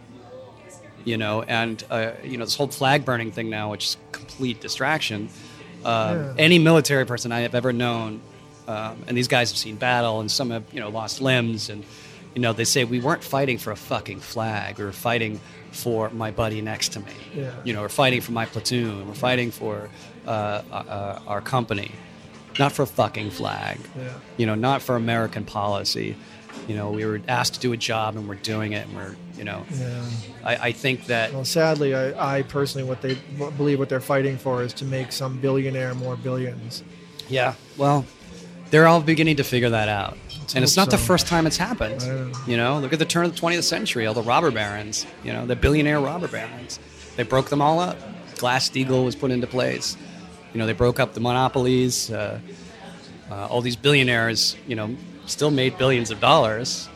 [SPEAKER 2] you know, and uh, you know this whole flag burning thing now, which is complete distraction. Uh,
[SPEAKER 1] Yeah.
[SPEAKER 2] Any military person I have ever known, um, and these guys have seen battle, and some have you know lost limbs, and you know they say we weren't fighting for a fucking flag, we were fighting for my buddy next to me.
[SPEAKER 1] Yeah.
[SPEAKER 2] You know, we're fighting for my platoon, we're fighting for uh, uh, our company, not for a fucking flag.
[SPEAKER 1] Yeah.
[SPEAKER 2] You know, not for American policy. You know, we were asked to do a job and we're doing it, and we're you know,
[SPEAKER 1] Yeah.
[SPEAKER 2] I, I think that
[SPEAKER 1] Well, sadly, I, I personally, what they what- believe what they're fighting for is to make some billionaire more billions.
[SPEAKER 2] yeah. Well, they're all beginning to figure that out, and it's
[SPEAKER 1] hope
[SPEAKER 2] not the
[SPEAKER 1] so.
[SPEAKER 2] first time it's happened.
[SPEAKER 1] I don't know.
[SPEAKER 2] You know, look at the turn of the 20th century, all the robber barons. You know, the billionaire robber barons. They broke them all up. Glass Steagall was put into place. You know, they broke up the monopolies. Uh, uh, all these billionaires, you know, still made billions of dollars,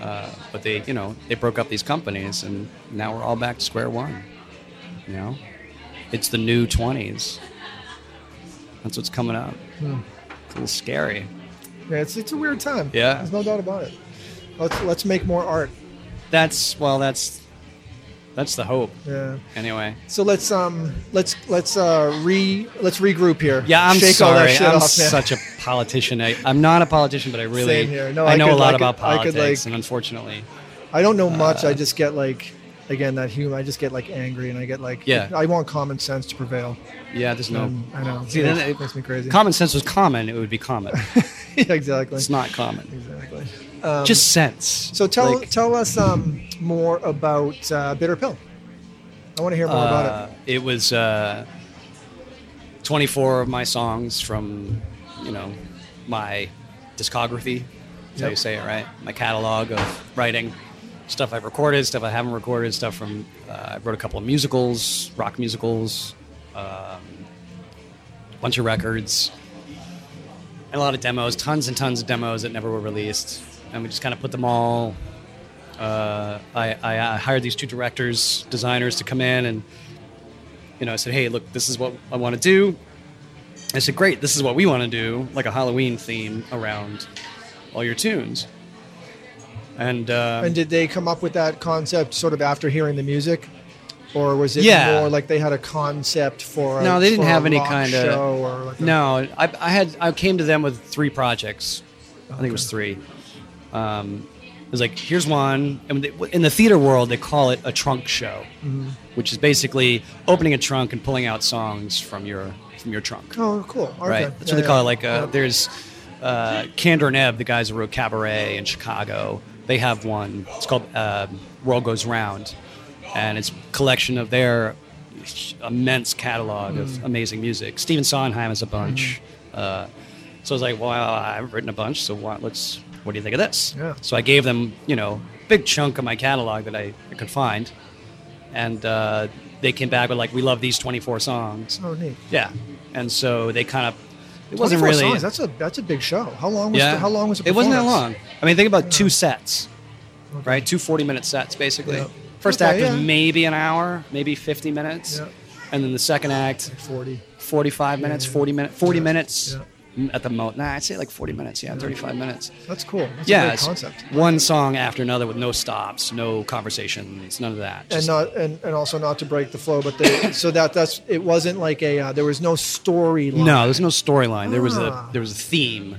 [SPEAKER 2] uh, but they, you know, they broke up these companies, and now we're all back to square one. You know, it's the new 20s. That's what's coming up. It's a little scary.
[SPEAKER 1] Yeah, it's it's a weird time.
[SPEAKER 2] Yeah.
[SPEAKER 1] there's no doubt about it. Let's let's make more art.
[SPEAKER 2] That's well, that's that's the hope.
[SPEAKER 1] Yeah.
[SPEAKER 2] Anyway,
[SPEAKER 1] So let's um let's let's uh re let's regroup here.
[SPEAKER 2] yeah, I'm
[SPEAKER 1] Shake
[SPEAKER 2] sorry.
[SPEAKER 1] All that shit
[SPEAKER 2] I'm
[SPEAKER 1] off, man.
[SPEAKER 2] such a politician. I, I'm not a politician, but I really
[SPEAKER 1] Same here. No,
[SPEAKER 2] I
[SPEAKER 1] I
[SPEAKER 2] know a
[SPEAKER 1] could-
[SPEAKER 2] lot
[SPEAKER 1] I could-
[SPEAKER 2] about
[SPEAKER 1] I could,
[SPEAKER 2] politics,
[SPEAKER 1] like-
[SPEAKER 2] and unfortunately,
[SPEAKER 1] I don't know much.
[SPEAKER 2] uh,
[SPEAKER 1] I just get like again that human. I just get like angry and I get like
[SPEAKER 2] Yeah.
[SPEAKER 1] I want common sense to prevail.
[SPEAKER 2] yeah, there's no.
[SPEAKER 1] Um, I know.
[SPEAKER 2] See,
[SPEAKER 1] it
[SPEAKER 2] then
[SPEAKER 1] makes,
[SPEAKER 2] it-
[SPEAKER 1] makes me crazy.
[SPEAKER 2] Common sense was common; it would be common.
[SPEAKER 1] Yeah, exactly.
[SPEAKER 2] It's not common.
[SPEAKER 1] Exactly.
[SPEAKER 2] Just sense.
[SPEAKER 1] Um, So tell
[SPEAKER 2] Like,
[SPEAKER 1] tell us um, more about uh, Bitter Pill. I want to hear more
[SPEAKER 2] uh,
[SPEAKER 1] about it.
[SPEAKER 2] it was uh, 24 of my songs from, you know, my discography. That's how
[SPEAKER 1] Yep.
[SPEAKER 2] you say it, right? My catalog of writing, stuff I've recorded, stuff I haven't recorded, stuff from. Uh, I wrote a couple of musicals, rock musicals, um, bunch of records, and a lot of demos, tons and tons of demos that never were released, and we just kind of put them all uh, I, I, I hired these two directors, designers to come in and, you know, I said, hey, look, this is what I want to do. I said, great, this is what we want to do, like a Halloween theme around all your tunes. And, uh,
[SPEAKER 1] And did they come up with that concept sort of after hearing the music? or was it
[SPEAKER 2] Yeah.
[SPEAKER 1] more like they had a concept for? A,
[SPEAKER 2] No, they didn't
[SPEAKER 1] for a
[SPEAKER 2] have any
[SPEAKER 1] rock
[SPEAKER 2] kinda-
[SPEAKER 1] show or like a-
[SPEAKER 2] No, I, I had I came to them with three projects. I think it was three. Um, it was like here's one, and they, in the theater world they call it a trunk show, which is basically opening a trunk and pulling out songs from your from your trunk.
[SPEAKER 1] Oh, cool. Okay.
[SPEAKER 2] Right, that's
[SPEAKER 1] Yeah,
[SPEAKER 2] what they call it.
[SPEAKER 1] yeah.
[SPEAKER 2] Like uh, there's uh, Candor and Ebb, the guys who wrote Cabaret in Chicago. They have one. It's called uh, World Goes Round, and it's a collection of their immense catalog of
[SPEAKER 1] Hmm.
[SPEAKER 2] amazing music. Steven Sondheim is a bunch. Uh, so I was like, well, I've written a bunch, so why, let's. What do you think of this?
[SPEAKER 1] Yeah.
[SPEAKER 2] So I gave them, you know, a big chunk of my catalog that I, I could find, and uh, they came back with like, we love these 24 songs.
[SPEAKER 1] Oh, neat.
[SPEAKER 2] Yeah, and so they kind of it wasn't
[SPEAKER 1] 24
[SPEAKER 2] really
[SPEAKER 1] songs. That's a that's a big show. How long was
[SPEAKER 2] yeah.
[SPEAKER 1] the, how long was the
[SPEAKER 2] it? Wasn't that long.
[SPEAKER 1] performance?
[SPEAKER 2] I mean, think about two sets,
[SPEAKER 1] Okay.
[SPEAKER 2] right? Two 40 minute sets basically.
[SPEAKER 1] Yeah.
[SPEAKER 2] First
[SPEAKER 1] Okay,
[SPEAKER 2] act
[SPEAKER 1] yeah.
[SPEAKER 2] was maybe an hour, maybe 50 minutes,
[SPEAKER 1] Yeah.
[SPEAKER 2] and then the second act,
[SPEAKER 1] Forty.
[SPEAKER 2] 45 minutes,
[SPEAKER 1] yeah.
[SPEAKER 2] 40 minutes, 40
[SPEAKER 1] Yeah.
[SPEAKER 2] minutes
[SPEAKER 1] Yeah.
[SPEAKER 2] m- at the most. Nah, I'd say like 40 minutes. Yeah, 35 minutes.
[SPEAKER 1] That's cool. That's
[SPEAKER 2] yeah,
[SPEAKER 1] a great
[SPEAKER 2] it's
[SPEAKER 1] concept.
[SPEAKER 2] one song after another with no stops, no conversations, none of that.
[SPEAKER 1] And
[SPEAKER 2] Just-
[SPEAKER 1] not and, and also not to break the flow, but they, so that that's it wasn't like a uh, there was no storyline.
[SPEAKER 2] No, there's no storyline. There was a
[SPEAKER 1] Ah.
[SPEAKER 2] there was a theme,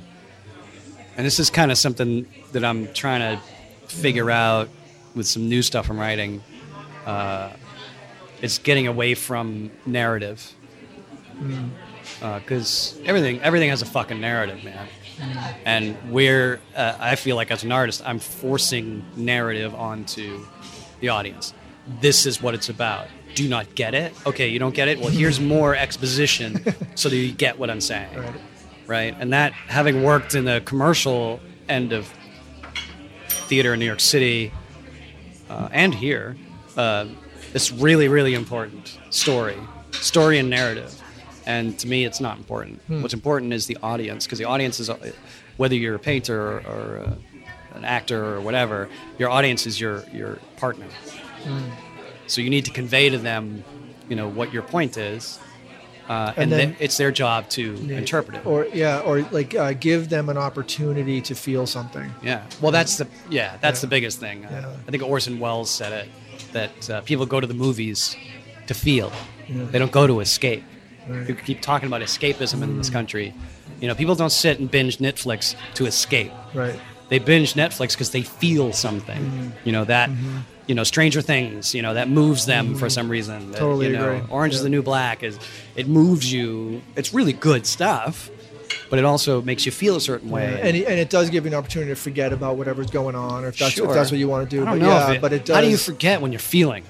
[SPEAKER 2] and this is kind of something that I'm trying to figure out with some new stuff I'm writing. Uh, it's getting away from narrative because everything everything has a fucking narrative, man. And we're uh, I feel like as an artist, I'm forcing narrative onto the audience. This is what it's about. Do not get it? Okay, you don't get it. Well, here's more exposition so that you get what I'm saying,
[SPEAKER 1] Right.
[SPEAKER 2] right? And that having worked in the commercial end of theater in New York City uh, and here, uh, it's really really important story, story and narrative. And to me, it's not important.
[SPEAKER 1] Hmm.
[SPEAKER 2] What's important is the audience, because the audience is, uh, whether you're a painter or, or uh, an actor or whatever, your audience is your your partner.
[SPEAKER 1] Hmm.
[SPEAKER 2] So you need to convey to them, you know, what your point is, uh, and,
[SPEAKER 1] then-
[SPEAKER 2] then, it's their job to interpret it.
[SPEAKER 1] Or yeah, or like uh, give them an opportunity to feel something.
[SPEAKER 2] yeah. Well, that's the yeah, that's the biggest thing. Uh,
[SPEAKER 1] Yeah.
[SPEAKER 2] I think Orson Welles said it that uh, people go to the movies to feel.
[SPEAKER 1] Yeah.
[SPEAKER 2] They don't go to escape.
[SPEAKER 1] Right. Mm.
[SPEAKER 2] We keep talking about escapism in this country. You know, people don't sit and binge Netflix to escape.
[SPEAKER 1] Right.
[SPEAKER 2] they binge Netflix because they feel something.
[SPEAKER 1] Mm-hmm.
[SPEAKER 2] You know that. You know, Stranger Things. You know that moves them for some reason. That,
[SPEAKER 1] Mm-hmm. Totally
[SPEAKER 2] you know,
[SPEAKER 1] agree.
[SPEAKER 2] Orange is
[SPEAKER 1] Yeah.
[SPEAKER 2] the New Black is it moves you. It's really good stuff, but it also makes you feel a certain way.
[SPEAKER 1] And, it- and it does give you an opportunity to forget about whatever's going on, or if that's,
[SPEAKER 2] Sure.
[SPEAKER 1] if that's what you want to do.
[SPEAKER 2] I don't
[SPEAKER 1] but
[SPEAKER 2] know
[SPEAKER 1] yeah,
[SPEAKER 2] if it,
[SPEAKER 1] but it does.
[SPEAKER 2] How do you forget when you're feeling?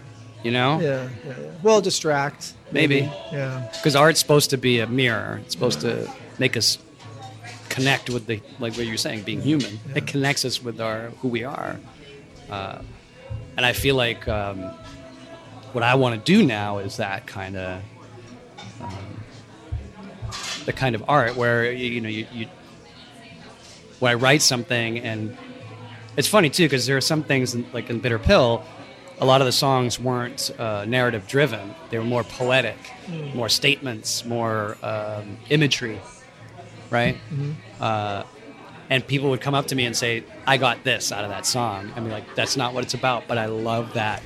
[SPEAKER 2] You know,
[SPEAKER 1] Yeah, yeah, yeah. Well, distract.
[SPEAKER 2] Maybe.
[SPEAKER 1] Yeah.
[SPEAKER 2] because art's supposed to be a mirror. It's supposed to make us connect with the like what you're saying, being human. It connects us with our who we are. Uh, and I feel like um, what I want to do now is that kind of um, the kind of art where you, you know you, you where I write something and it's funny too because there are some things in, like in Bitter Pill, a lot of the songs weren't uh, narrative driven. They were more poetic, more statements, more um, imagery, right? Uh, and people would come up to me and say, "I got this out of that song." I mean, like that's not what it's about, but I love that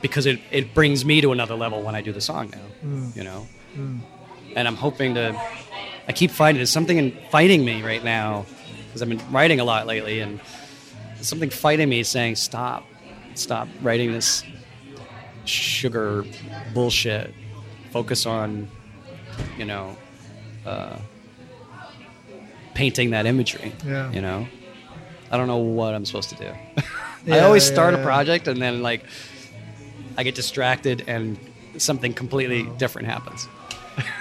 [SPEAKER 2] because it, it brings me to another level when I do the song now, you know. And I'm hoping to. I keep fighting. There's something in fighting me right now because I've been writing a lot lately, and something fighting me saying, "Stop, stop writing this sugar bullshit. Focus on, you know, uh, painting that imagery.
[SPEAKER 1] Yeah.
[SPEAKER 2] You know, I don't know what I'm supposed to do. I
[SPEAKER 1] Yeah,
[SPEAKER 2] always
[SPEAKER 1] yeah,
[SPEAKER 2] start
[SPEAKER 1] yeah.
[SPEAKER 2] a project and then like I get distracted and something
[SPEAKER 1] Oh.
[SPEAKER 2] completely different happens.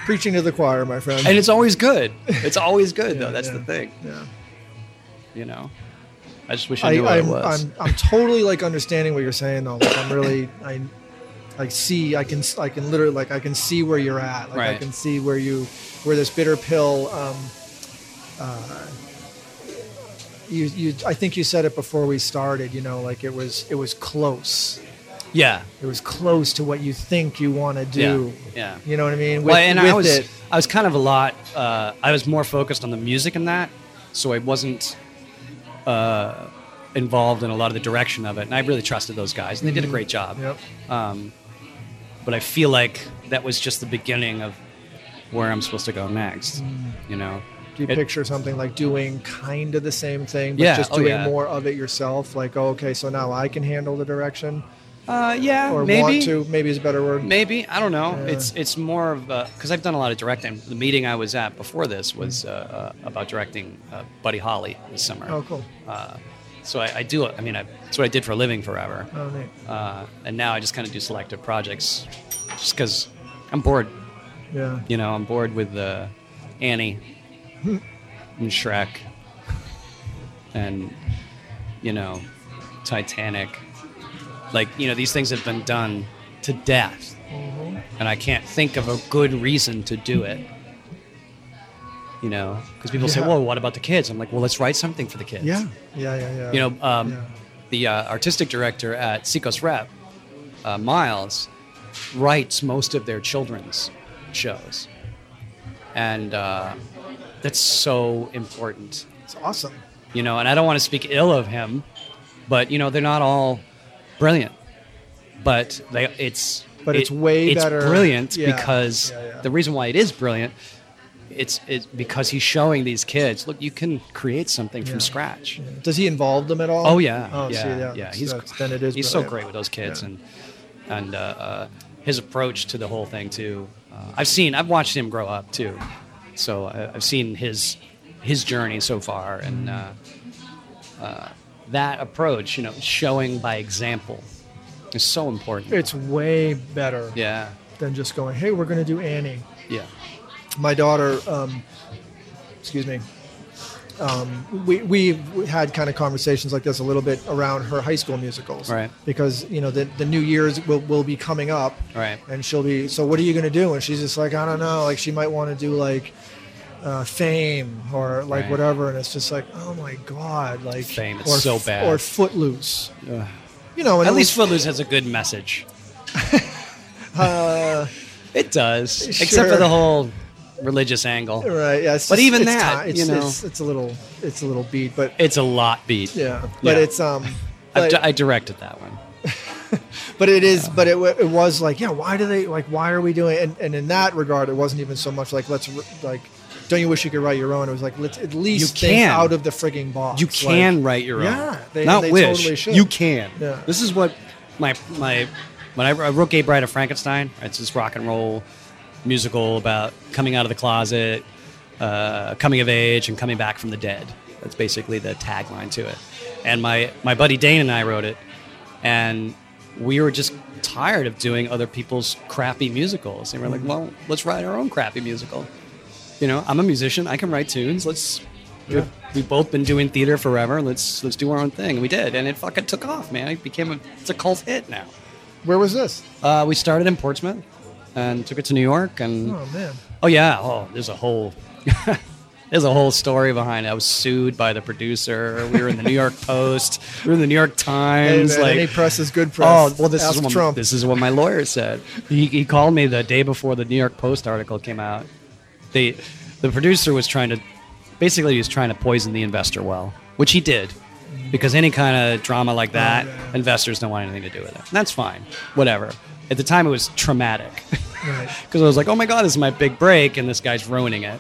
[SPEAKER 1] Preaching to the choir, my friend.
[SPEAKER 2] And it's always good. It's always good
[SPEAKER 1] Yeah,
[SPEAKER 2] though. That's
[SPEAKER 1] yeah,
[SPEAKER 2] the thing.
[SPEAKER 1] Yeah.
[SPEAKER 2] You know. I just wish I
[SPEAKER 1] I,
[SPEAKER 2] knew what it
[SPEAKER 1] I'm,
[SPEAKER 2] was.
[SPEAKER 1] I'm, I'm totally like understanding what you're saying though. Like, I'm really, I, I see, I can, I can literally like, I can see where you're at. Like I
[SPEAKER 2] Right.
[SPEAKER 1] can see where you, where this bitter pill, um, uh, you, you, I think you said it before we started, you know, like it was, it was close.
[SPEAKER 2] yeah.
[SPEAKER 1] It was close to what you think you want to do.
[SPEAKER 2] Yeah, yeah.
[SPEAKER 1] You know what I mean? With,
[SPEAKER 2] well, and I
[SPEAKER 1] with
[SPEAKER 2] was
[SPEAKER 1] it.
[SPEAKER 2] I was kind of a lot. Uh, I was more focused on the music and that, so I wasn't uh,
[SPEAKER 1] Mm-hmm.
[SPEAKER 2] involved in a lot of the direction of it. And I really trusted those guys, and they did a great job.
[SPEAKER 1] Yep.
[SPEAKER 2] Um, but I feel like that was just the beginning of where I'm supposed to go next.
[SPEAKER 1] Mm.
[SPEAKER 2] You know,
[SPEAKER 1] Do you
[SPEAKER 2] It-
[SPEAKER 1] picture something like doing kind of the same thing, but
[SPEAKER 2] Yeah,
[SPEAKER 1] just
[SPEAKER 2] oh,
[SPEAKER 1] doing
[SPEAKER 2] yeah.
[SPEAKER 1] more of it yourself? Like, oh, okay, so now I can handle the direction
[SPEAKER 2] uh, yeah,
[SPEAKER 1] or
[SPEAKER 2] maybe.
[SPEAKER 1] want to, maybe is a better word.
[SPEAKER 2] Maybe I don't know. It's it's more of because I've done a lot of directing. The meeting I was at before this was uh, uh, about directing uh, Buddy Holly this summer.
[SPEAKER 1] Oh, cool.
[SPEAKER 2] Uh, so I, I do. I mean, I, it's what I did for a living forever.
[SPEAKER 1] Oh, neat.
[SPEAKER 2] Uh, and now I just kind of do selective projects, just because I'm bored.
[SPEAKER 1] Yeah.
[SPEAKER 2] You know, I'm bored with uh, Annie and Shrek, and you know, Titanic. Like you know, these things have been done to death
[SPEAKER 1] Mm-hmm.
[SPEAKER 2] and I can't think of a good reason to do it. You know, because people say,
[SPEAKER 1] Yeah.
[SPEAKER 2] "Well, what about the kids?" I'm like, "Well, let's write something for the kids."
[SPEAKER 1] Yeah. Yeah. Yeah. Yeah.
[SPEAKER 2] You know, um,
[SPEAKER 1] Yeah.
[SPEAKER 2] the uh, artistic director at Seacoast Rep, uh, Miles, writes most of their children's shows, and uh, that's so important.
[SPEAKER 1] it's awesome.
[SPEAKER 2] You know, and I don't want to speak ill of him, but you know, they're not all brilliant. But they, it's
[SPEAKER 1] But it's way
[SPEAKER 2] it's
[SPEAKER 1] better.
[SPEAKER 2] brilliant
[SPEAKER 1] Yeah.
[SPEAKER 2] because
[SPEAKER 1] Yeah, yeah.
[SPEAKER 2] the reason why it is brilliant, it's it's because he's showing these kids, look, you can create something from scratch.
[SPEAKER 1] Does he involve them at all?
[SPEAKER 2] Oh yeah,
[SPEAKER 1] Oh,
[SPEAKER 2] yeah,
[SPEAKER 1] see,
[SPEAKER 2] yeah.
[SPEAKER 1] yeah.
[SPEAKER 2] He's
[SPEAKER 1] So that's- then it is.
[SPEAKER 2] he's so
[SPEAKER 1] brilliant.
[SPEAKER 2] great with those kids
[SPEAKER 1] Yeah.
[SPEAKER 2] and and uh, uh, his approach to the whole thing too. Uh, I've seen, I've watched him grow up too, so I, I've seen his his journey so far and uh,
[SPEAKER 1] Mm.
[SPEAKER 2] uh, that approach, you know, showing by example, is so important.
[SPEAKER 1] It's way better
[SPEAKER 2] yeah,
[SPEAKER 1] than just going, "Hey, we're going to do Annie."
[SPEAKER 2] yeah,
[SPEAKER 1] my daughter, um, excuse me, um, we we had kind of conversations like this a little bit around her high school musicals,
[SPEAKER 2] Right.
[SPEAKER 1] Because you know the the new years will will be coming up,
[SPEAKER 2] Right.
[SPEAKER 1] And she'll be so. What are you going to do? And she's just like, I don't know. Like she might want to do like. Uh, fame or like
[SPEAKER 2] Right.
[SPEAKER 1] whatever, and it's just like, oh my god, like
[SPEAKER 2] Fame, it's
[SPEAKER 1] or
[SPEAKER 2] so
[SPEAKER 1] f-
[SPEAKER 2] bad.
[SPEAKER 1] or Footloose, you know. And
[SPEAKER 2] At
[SPEAKER 1] it was-
[SPEAKER 2] least Footloose has a good message. it does, except for
[SPEAKER 1] Uh, sure.
[SPEAKER 2] the whole religious angle.
[SPEAKER 1] right, yeah. It's
[SPEAKER 2] But
[SPEAKER 1] just-
[SPEAKER 2] even
[SPEAKER 1] it's
[SPEAKER 2] that,
[SPEAKER 1] ti- it's,
[SPEAKER 2] you know.
[SPEAKER 1] it's, it's a little, it's a little beat, but
[SPEAKER 2] It's a lot beat.
[SPEAKER 1] yeah, but
[SPEAKER 2] Yeah.
[SPEAKER 1] it's um, but-
[SPEAKER 2] I've di- I directed that one.
[SPEAKER 1] but it is but it, wa- it was like yeah why do they like why are we doing and, and in that regard it wasn't even so much like let's r- like don't you wish you could write your own it was like let's at least think
[SPEAKER 2] can.
[SPEAKER 1] out of the frigging box
[SPEAKER 2] You
[SPEAKER 1] Like,
[SPEAKER 2] can write your own.
[SPEAKER 1] Yeah, they-
[SPEAKER 2] not
[SPEAKER 1] they
[SPEAKER 2] wish.
[SPEAKER 1] totally should.
[SPEAKER 2] You can.
[SPEAKER 1] Yeah.
[SPEAKER 2] This is what my my when I, I wrote "Gay Bride of Frankenstein." It's this rock and roll musical about coming out of the closet, uh, coming of age, and coming back from the dead. That's basically the tagline to it. And my my buddy Dane and I wrote it, and we were just tired of doing other people's crappy musicals. And we're
[SPEAKER 1] Mm-hmm.
[SPEAKER 2] like, well, let's write our own crappy musical. You know, I'm a musician. I can write tunes. Let's
[SPEAKER 1] Yeah.
[SPEAKER 2] we've both been doing theater forever. Let's let's do our own thing. And we did, and it fucking took off, man. It became a it's a cult hit now.
[SPEAKER 1] where was this
[SPEAKER 2] Uh, we started in Portsmouth and took it to New York, and
[SPEAKER 1] oh
[SPEAKER 2] oh,
[SPEAKER 1] man
[SPEAKER 2] yeah, oh there's a whole there's a whole story behind it. I was sued by the producer. We were in the New York Post. We were in the New York
[SPEAKER 1] hey,
[SPEAKER 2] Times.
[SPEAKER 1] man,
[SPEAKER 2] like
[SPEAKER 1] any press is good press
[SPEAKER 2] Oh well, this
[SPEAKER 1] Ask
[SPEAKER 2] is what
[SPEAKER 1] Trump
[SPEAKER 2] this is what my lawyer said. He, he called me the day before the New York Post article came out. They, the producer was trying to, basically, he was trying to poison the investor well, which he did, because any kind of drama like that,
[SPEAKER 1] yeah, Oh, yeah.
[SPEAKER 2] investors don't want anything to do with it. And that's fine, whatever. At the time, it was traumatic.
[SPEAKER 1] right.
[SPEAKER 2] because I was like, oh my god, this is my big break, and this guy's ruining it.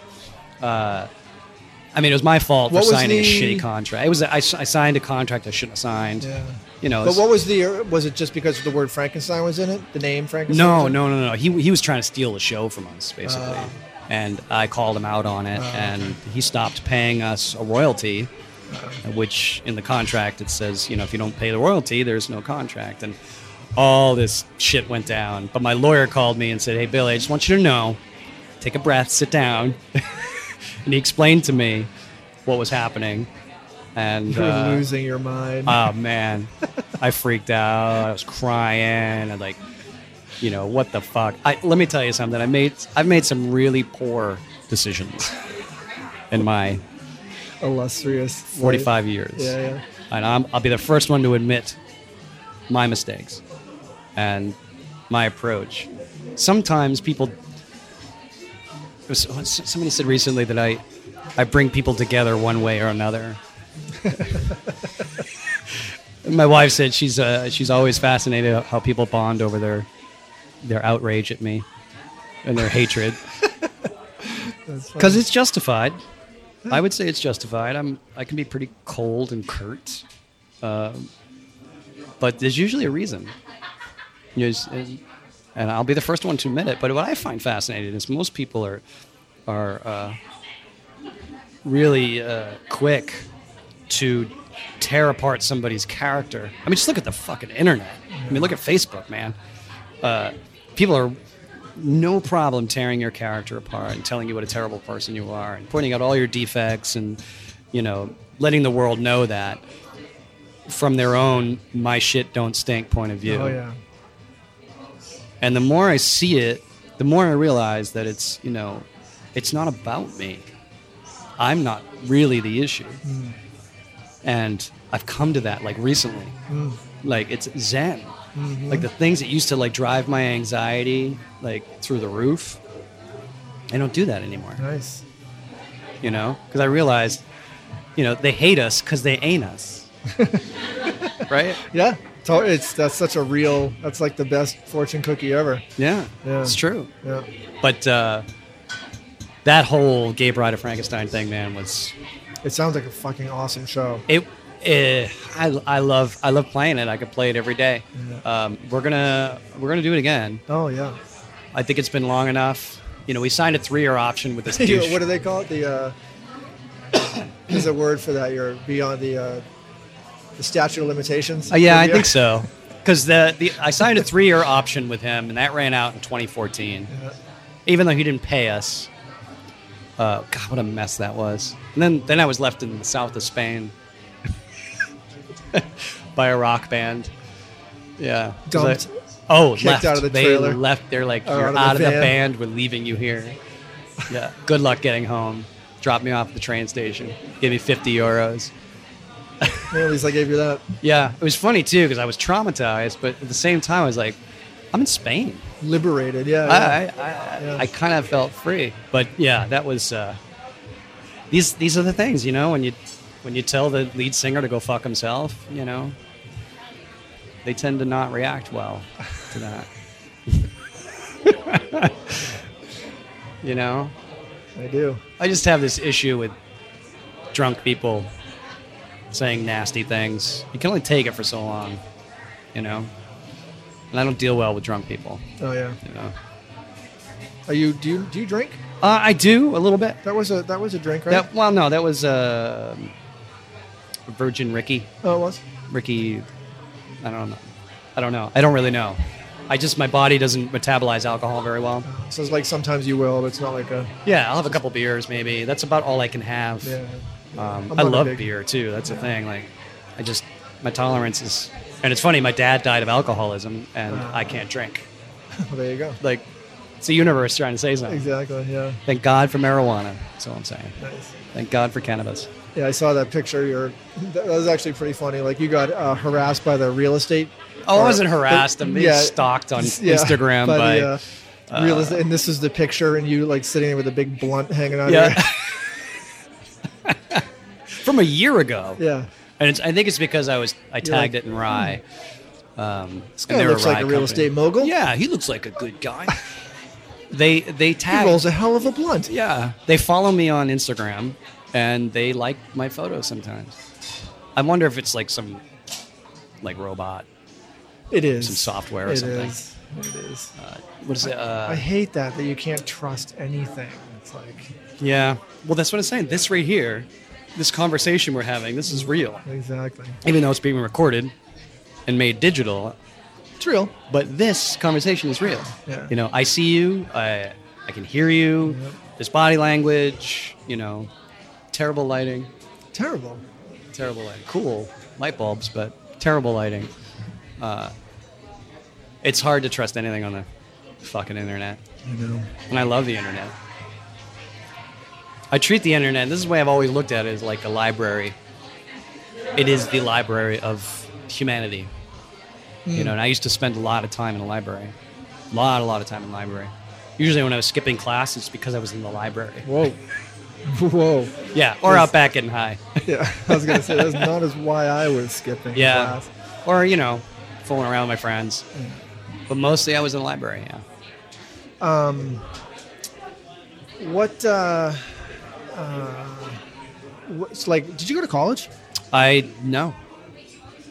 [SPEAKER 2] Uh, I mean, it was my fault
[SPEAKER 1] What
[SPEAKER 2] for
[SPEAKER 1] was
[SPEAKER 2] signing a
[SPEAKER 1] the-
[SPEAKER 2] shitty contract. It was I, I signed a contract I shouldn't have signed.
[SPEAKER 1] Yeah.
[SPEAKER 2] You know,
[SPEAKER 1] but
[SPEAKER 2] it's-
[SPEAKER 1] what was the was it just because the word frankenstein was in it the name frankenstein
[SPEAKER 2] no,
[SPEAKER 1] was in it?
[SPEAKER 2] no, no, no. He he was trying to steal the show from us, basically.
[SPEAKER 1] Oh.
[SPEAKER 2] and I called him out on it, and he stopped paying us a royalty,
[SPEAKER 1] Oh.
[SPEAKER 2] which in the contract it says, you know, if you don't pay the royalty, there's no contract. And all this shit went down. But my lawyer called me and said, "Hey, Billy, I just want you to know. Take a breath, sit down." and he explained to me what was happening, and
[SPEAKER 1] you're
[SPEAKER 2] uh,
[SPEAKER 1] losing your mind
[SPEAKER 2] Oh man, I freaked out. I was crying and like, you know, what the fuck? I, let me tell you something. I made I've made some really poor decisions in my
[SPEAKER 1] illustrious life.
[SPEAKER 2] 45 years,
[SPEAKER 1] yeah yeah
[SPEAKER 2] and I'm, I'll be the first one to admit my mistakes and my approach. Sometimes people. it was- oh, Somebody said recently that I, I bring people together one way or another. My wife said she's uh, she's always fascinated how people bond over their their outrage at me and their hatred because it's justified. I would say it's justified. I'm I can be pretty cold and curt, uh, but there's usually a reason. You know, it's- it's- and I'll be the first one to admit it. But what I find fascinating is most people are are uh, really uh, quick to tear apart somebody's character. I mean, just look at the fucking internet. I mean, look at Facebook, man. Uh, people are no problem tearing your character apart and telling you what a terrible person you are and pointing out all your defects and you know letting the world know that from their own my shit don't stink point of view
[SPEAKER 1] Oh yeah.
[SPEAKER 2] and the more i see it the more i realize that it's you know it's not about me i'm not really the issue and i've come to that like recently like it's zen like the things that used to like drive my anxiety like through the roof i don't do that anymore
[SPEAKER 1] Nice.
[SPEAKER 2] you know because i realized you know they hate us because they ain't us right
[SPEAKER 1] Yeah. So it's that's such a real. That's like the best fortune cookie ever.
[SPEAKER 2] yeah,
[SPEAKER 1] Yeah.
[SPEAKER 2] it's true
[SPEAKER 1] Yeah.
[SPEAKER 2] but uh, that whole gay bride of frankenstein thing man was
[SPEAKER 1] It sounds like a fucking awesome show.
[SPEAKER 2] it eh, I, I love I love playing it. I could play it every day. Um, we're gonna we're gonna do it again.
[SPEAKER 1] Oh yeah.
[SPEAKER 2] I think it's been long enough. You know, we signed a three-year option with this
[SPEAKER 1] You-
[SPEAKER 2] douche.
[SPEAKER 1] what do they call it? The uh, there's a word for that. You're beyond the uh, the statute of limitations.
[SPEAKER 2] Uh, yeah, I
[SPEAKER 1] Yeah.
[SPEAKER 2] think so. Because the, the I signed a three year option with him, and that ran out in 2014. Even though he didn't pay us. Uh, God, what a mess that was. And then then I was left in the south of Spain by a rock band. Yeah, 'Cause I-
[SPEAKER 1] Dumped.
[SPEAKER 2] oh,
[SPEAKER 1] Kicked
[SPEAKER 2] left.
[SPEAKER 1] out of the
[SPEAKER 2] they
[SPEAKER 1] trailer.
[SPEAKER 2] left. They're like,
[SPEAKER 1] Or
[SPEAKER 2] you're
[SPEAKER 1] out of the
[SPEAKER 2] out of the
[SPEAKER 1] van."
[SPEAKER 2] band. We're leaving you here. Yeah. Good luck getting home. Drop me off at the train station. Give me 50 euros.
[SPEAKER 1] Well, at least I gave you that.
[SPEAKER 2] Yeah, it was funny too because I was traumatized, but at the same time, I was like, I'm in Spain.
[SPEAKER 1] Liberated. Oh, Yeah. yeah.
[SPEAKER 2] I I, I,
[SPEAKER 1] Yeah.
[SPEAKER 2] I kind of felt free, but yeah, that was uh, these these are the things you know when you when you tell the lead singer to go fuck himself, you know, they tend to not react well to that. you know,
[SPEAKER 1] I do.
[SPEAKER 2] I just have this issue with drunk people saying nasty things. You can only take it for so long, you know. And I don't deal well with drunk people,
[SPEAKER 1] Oh yeah.
[SPEAKER 2] you know.
[SPEAKER 1] Are you? Do you? Do you drink?
[SPEAKER 2] Uh, I do a little bit.
[SPEAKER 1] That was a that was a drink, right?
[SPEAKER 2] That, well, no, that was uh, Virgin Ricky.
[SPEAKER 1] Oh, it was.
[SPEAKER 2] Ricky, I don't know. I don't know. I don't really know. I just my body doesn't metabolize alcohol very well.
[SPEAKER 1] So it's like sometimes you will, but it's not like a.
[SPEAKER 2] Yeah, I'll have a couple beers maybe. That's about all I can have.
[SPEAKER 1] Yeah. I'm
[SPEAKER 2] Um, I
[SPEAKER 1] not a
[SPEAKER 2] love
[SPEAKER 1] big-
[SPEAKER 2] beer too. That's the thing. Like, I just my tolerance is, and it's funny. My dad died of alcoholism, and
[SPEAKER 1] Ah.
[SPEAKER 2] I can't drink.
[SPEAKER 1] Well, there you go.
[SPEAKER 2] Like, it's the universe trying to say something.
[SPEAKER 1] Exactly. Yeah.
[SPEAKER 2] Thank God for marijuana. That's all I'm saying.
[SPEAKER 1] Nice.
[SPEAKER 2] Thank God for cannabis.
[SPEAKER 1] Yeah, I saw that picture. You're that was actually pretty funny. Like you got uh, harassed by the real estate.
[SPEAKER 2] Oh,
[SPEAKER 1] or-
[SPEAKER 2] I wasn't harassed. I'm being
[SPEAKER 1] yeah,
[SPEAKER 2] stalked on
[SPEAKER 1] yeah,
[SPEAKER 2] Instagram by.
[SPEAKER 1] the, uh, real estate. And this is the picture, and you like sitting there with a big blunt hanging out.
[SPEAKER 2] yeah.
[SPEAKER 1] Your,
[SPEAKER 2] From a year ago.
[SPEAKER 1] yeah.
[SPEAKER 2] And it's, I think it's because I was I tagged
[SPEAKER 1] like, hmm.
[SPEAKER 2] it in rye. Um, this
[SPEAKER 1] guy looks like a real estate mogul.
[SPEAKER 2] Yeah, he looks like a good guy. they they
[SPEAKER 1] He
[SPEAKER 2] tagged.
[SPEAKER 1] rolls a hell of a blunt.
[SPEAKER 2] yeah, they follow me on Instagram, and they like my photos sometimes. I wonder if it's like some like robot.
[SPEAKER 1] It is
[SPEAKER 2] Some software or
[SPEAKER 1] It
[SPEAKER 2] something.
[SPEAKER 1] is. It is.
[SPEAKER 2] Uh, what is
[SPEAKER 1] I
[SPEAKER 2] it? Uh,
[SPEAKER 1] hate that that you can't trust anything. It's like
[SPEAKER 2] yeah. Well, that's what I'm saying. This right here, this conversation we're having, this is real,
[SPEAKER 1] exactly.
[SPEAKER 2] even though it's being recorded and made digital.
[SPEAKER 1] It's real.
[SPEAKER 2] but this conversation is real.
[SPEAKER 1] Yeah.
[SPEAKER 2] You know, I see you, I I can hear you.
[SPEAKER 1] Yep.
[SPEAKER 2] There's body language, you know, terrible lighting,
[SPEAKER 1] Terrible.
[SPEAKER 2] terrible lighting. Cool light bulbs, but terrible lighting. Uh, it's hard to trust anything on the fucking internet,
[SPEAKER 1] You know.
[SPEAKER 2] and I love the internet. I treat the internet. This is the way I've always looked at it, is like a library. It is the library of humanity you know
[SPEAKER 1] Hmm.
[SPEAKER 2] and i used to spend a lot of time in the library a lot a lot of time in the library usually when i was skipping class it's because i was in the library
[SPEAKER 1] Whoa. Whoa.
[SPEAKER 2] yeah or out back getting high
[SPEAKER 1] Yeah, I was gonna say that's not as why I was skipping.
[SPEAKER 2] yeah
[SPEAKER 1] class. Hmm.
[SPEAKER 2] or you know fooling around with my friends But mostly I was in the library, yeah.
[SPEAKER 1] What? Uh, uh, what's like? Did you go to college?
[SPEAKER 2] I, no.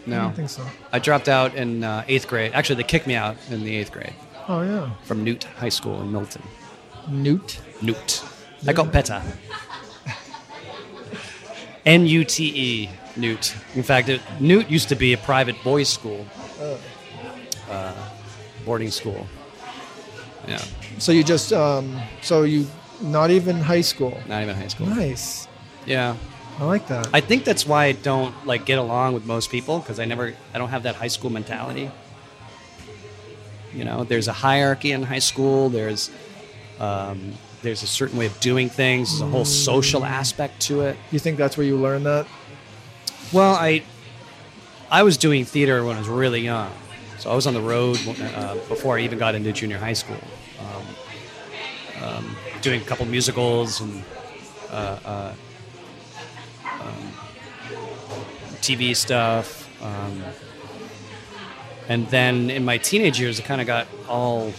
[SPEAKER 2] No.
[SPEAKER 1] I don't think so.
[SPEAKER 2] I dropped out in uh, eighth grade. Actually, they kicked me out in the eighth grade
[SPEAKER 1] Oh yeah,
[SPEAKER 2] from Newt High School in Milton.
[SPEAKER 1] Newt.
[SPEAKER 2] Newt. I got better. N U T E, Newt. In fact, it, Newt used to be a private boys' school, uh, boarding school. Yeah,
[SPEAKER 1] So you just um, so you not even high school.
[SPEAKER 2] not even high school.
[SPEAKER 1] Nice.
[SPEAKER 2] Yeah,
[SPEAKER 1] I like that.
[SPEAKER 2] I think that's why I don't like get along with most people because I never, I don't have that high school mentality. You know, there's a hierarchy in high school. There's, um, there's a certain way of doing things. There's a whole social aspect to it.
[SPEAKER 1] you think that's where you learned that?
[SPEAKER 2] Well, I I was doing theater when I was really young, so I was on the road uh, before I even got into junior high school, um, um, doing a couple musicals and uh, uh, um, TV stuff. Um, and then in my teenage years, it kind of got all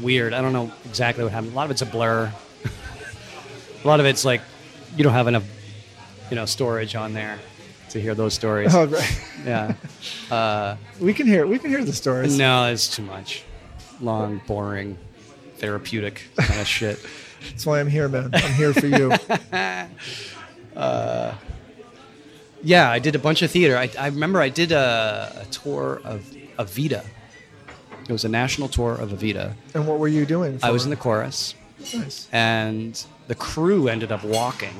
[SPEAKER 2] weird. I don't know exactly what happened. A lot of it's a blur. a lot of it's like you don't have enough, you know, storage on there to hear those stories.
[SPEAKER 1] Oh, right.
[SPEAKER 2] Yeah. Uh,
[SPEAKER 1] We can hear we can hear the stories.
[SPEAKER 2] no, it's too much. Long, boring, therapeutic kind of shit.
[SPEAKER 1] That's why I'm here, man. I'm here for you.
[SPEAKER 2] Yeah, I did a bunch of theater. I, I remember I did a, a tour of Avita. It was a national tour of Avita.
[SPEAKER 1] and what were you doing?
[SPEAKER 2] I was in
[SPEAKER 1] for-
[SPEAKER 2] the chorus,
[SPEAKER 1] Nice.
[SPEAKER 2] and the crew ended up walking.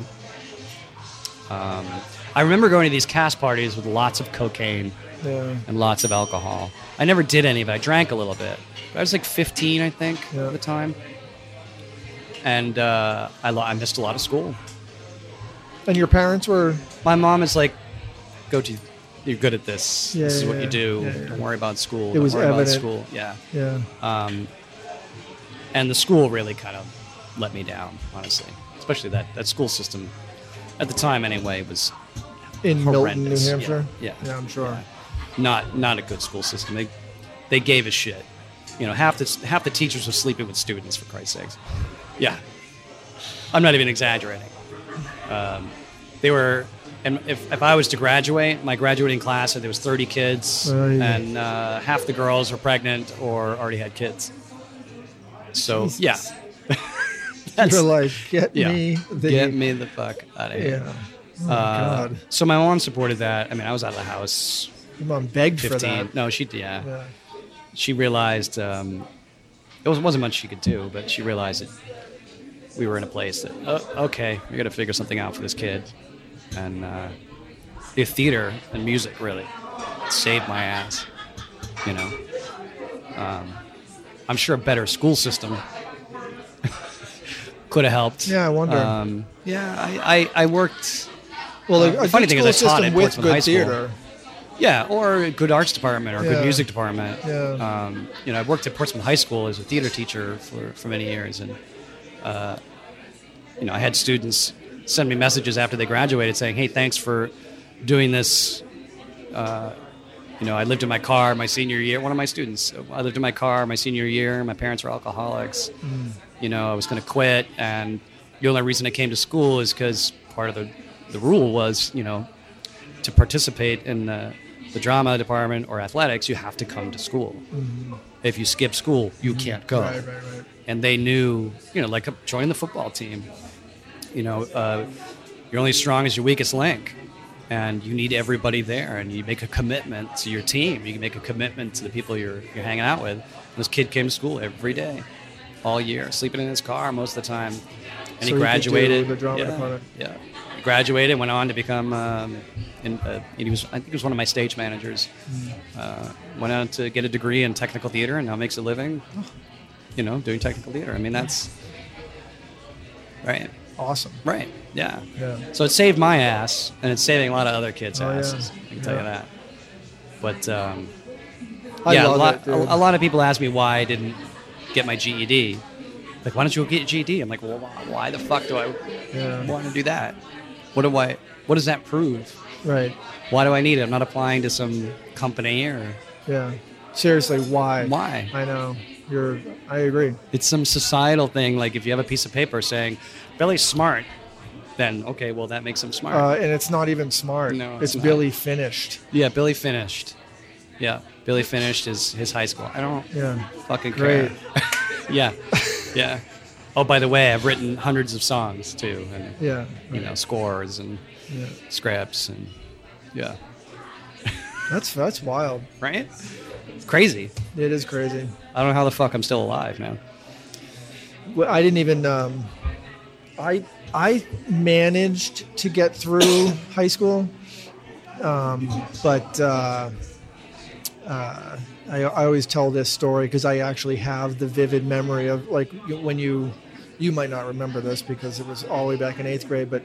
[SPEAKER 2] Um, I remember going to these cast parties with lots of cocaine
[SPEAKER 1] Yeah.
[SPEAKER 2] and lots of alcohol. I never did any of it. I drank a little bit. I was like 15, I think,
[SPEAKER 1] Yeah.
[SPEAKER 2] at the time. And uh, I, lo- I missed a lot of school.
[SPEAKER 1] And your parents were
[SPEAKER 2] My mom is like, go to, you're good at this.
[SPEAKER 1] Yeah,
[SPEAKER 2] this is
[SPEAKER 1] yeah,
[SPEAKER 2] what
[SPEAKER 1] yeah.
[SPEAKER 2] you do.
[SPEAKER 1] Yeah, yeah.
[SPEAKER 2] Don't worry about school.
[SPEAKER 1] It
[SPEAKER 2] Don't
[SPEAKER 1] was
[SPEAKER 2] worry
[SPEAKER 1] evident.
[SPEAKER 2] about school. Yeah.
[SPEAKER 1] yeah.
[SPEAKER 2] Um, and the school really kind of let me down, honestly. Especially that, that school system, at the time anyway, was
[SPEAKER 1] in Milton, New
[SPEAKER 2] horrendous. Yeah,
[SPEAKER 1] Hampshire.
[SPEAKER 2] yeah.
[SPEAKER 1] yeah, I'm sure.
[SPEAKER 2] not not a good school system. They they gave a shit. You know, half the half the teachers were sleeping with students for Christ's sakes. Yeah, I'm not even exaggerating. Um, they were, and if, if I was to graduate, my graduating class, there was 30 kids,
[SPEAKER 1] Oh, yeah.
[SPEAKER 2] and uh, half the girls were pregnant or already had kids. So
[SPEAKER 1] Jesus.
[SPEAKER 2] yeah, That's-
[SPEAKER 1] You're like, get
[SPEAKER 2] yeah.
[SPEAKER 1] me the
[SPEAKER 2] Get me the fuck out of here.
[SPEAKER 1] Yeah. Oh,
[SPEAKER 2] Uh,
[SPEAKER 1] God.
[SPEAKER 2] so my mom supported that. I mean, I was out of the house
[SPEAKER 1] Your mom begged for
[SPEAKER 2] 15.
[SPEAKER 1] that.
[SPEAKER 2] No, she yeah.
[SPEAKER 1] Yeah.
[SPEAKER 2] she realized um, it wasn't, wasn't much she could do, but she realized that we were in a place that oh, okay, we got to figure something out for this kid, and uh, the theater and music really saved my ass. You know, um, I'm sure a better school system could have helped.
[SPEAKER 1] Yeah, I wonder.
[SPEAKER 2] Um, yeah, I, I, I worked.
[SPEAKER 1] Well,
[SPEAKER 2] Uh,
[SPEAKER 1] like,
[SPEAKER 2] the
[SPEAKER 1] a
[SPEAKER 2] funny
[SPEAKER 1] good
[SPEAKER 2] thing is
[SPEAKER 1] school
[SPEAKER 2] I taught
[SPEAKER 1] system
[SPEAKER 2] at
[SPEAKER 1] with
[SPEAKER 2] Portsmouth
[SPEAKER 1] good
[SPEAKER 2] High School.
[SPEAKER 1] theater.
[SPEAKER 2] Yeah, or a good arts department or a
[SPEAKER 1] Yeah.
[SPEAKER 2] good music department.
[SPEAKER 1] Yeah.
[SPEAKER 2] Um, you know, I worked at Portsmouth High School as a theater teacher for, for many years, and uh, you know, I had students send me messages after they graduated saying, "Hey, thanks for doing this." Uh, you know, I lived in my car my senior year. One of my students, I lived in my car my senior year. My parents were alcoholics.
[SPEAKER 1] Mm.
[SPEAKER 2] You know, I was going to quit, and the only reason I came to school is because part of the the rule was, you know, to participate in the, the drama department or athletics, you have to come to school. If you skip school, you can't go.
[SPEAKER 1] Mm-hmm. Right, right, right.
[SPEAKER 2] And they knew, you know, like join the football team. You know, uh, you're only as strong as your weakest link, and you need everybody there. And you make a commitment to your team. You can make a commitment to the people you're you're hanging out with. And this kid came to school every day, all year, sleeping in his car most of the time. And
[SPEAKER 1] So he could
[SPEAKER 2] he
[SPEAKER 1] do
[SPEAKER 2] graduated.
[SPEAKER 1] the drama
[SPEAKER 2] yeah,
[SPEAKER 1] department.
[SPEAKER 2] yeah. He graduated, went on to become, um, in, uh, and he was, I think he was one of my stage managers.
[SPEAKER 1] Hmm.
[SPEAKER 2] Uh, went on to get a degree in technical theater and now makes a living, you know, doing technical theater. I mean, that's, right,
[SPEAKER 1] Awesome.
[SPEAKER 2] right, yeah.
[SPEAKER 1] Yeah.
[SPEAKER 2] So it saved my ass, and it's saving a lot of other kids'
[SPEAKER 1] Oh, yeah.
[SPEAKER 2] asses, I can tell
[SPEAKER 1] Yeah.
[SPEAKER 2] you that. But, um,
[SPEAKER 1] I
[SPEAKER 2] yeah,
[SPEAKER 1] love
[SPEAKER 2] a lot,
[SPEAKER 1] it, dude.
[SPEAKER 2] a, a lot of people ask me why I didn't get my GED. Like, why don't you go get your GED? I'm like, well, why- why the fuck do I
[SPEAKER 1] Yeah.
[SPEAKER 2] want to do that? What do I? What does that prove?
[SPEAKER 1] Right.
[SPEAKER 2] Why do I need it? I'm not applying to some company or
[SPEAKER 1] Yeah. Seriously, why?
[SPEAKER 2] Why?
[SPEAKER 1] I know. You're. I agree.
[SPEAKER 2] It's some societal thing. Like if you have a piece of paper saying Billy's smart, then okay, well that makes him smart.
[SPEAKER 1] Uh, and it's not even smart.
[SPEAKER 2] No,
[SPEAKER 1] it's
[SPEAKER 2] it's not.
[SPEAKER 1] Billy finished.
[SPEAKER 2] yeah, Billy finished. Yeah, Billy finished his his high school. I don't
[SPEAKER 1] Yeah.
[SPEAKER 2] fucking
[SPEAKER 1] Great.
[SPEAKER 2] care. yeah, yeah. Oh, by the way, I've written hundreds of songs too, and
[SPEAKER 1] Yeah.
[SPEAKER 2] you know scores and
[SPEAKER 1] yeah.
[SPEAKER 2] scripts and yeah,
[SPEAKER 1] That's that's wild.
[SPEAKER 2] right? It's crazy.
[SPEAKER 1] It is crazy.
[SPEAKER 2] I don't know how the fuck I'm still alive, man.
[SPEAKER 1] Well, I didn't even. Um, I I managed to get through high school, um, but uh, uh, I, I always tell this story because I actually have the vivid memory of like when you you might not remember this because it was all the way back in eighth grade, but.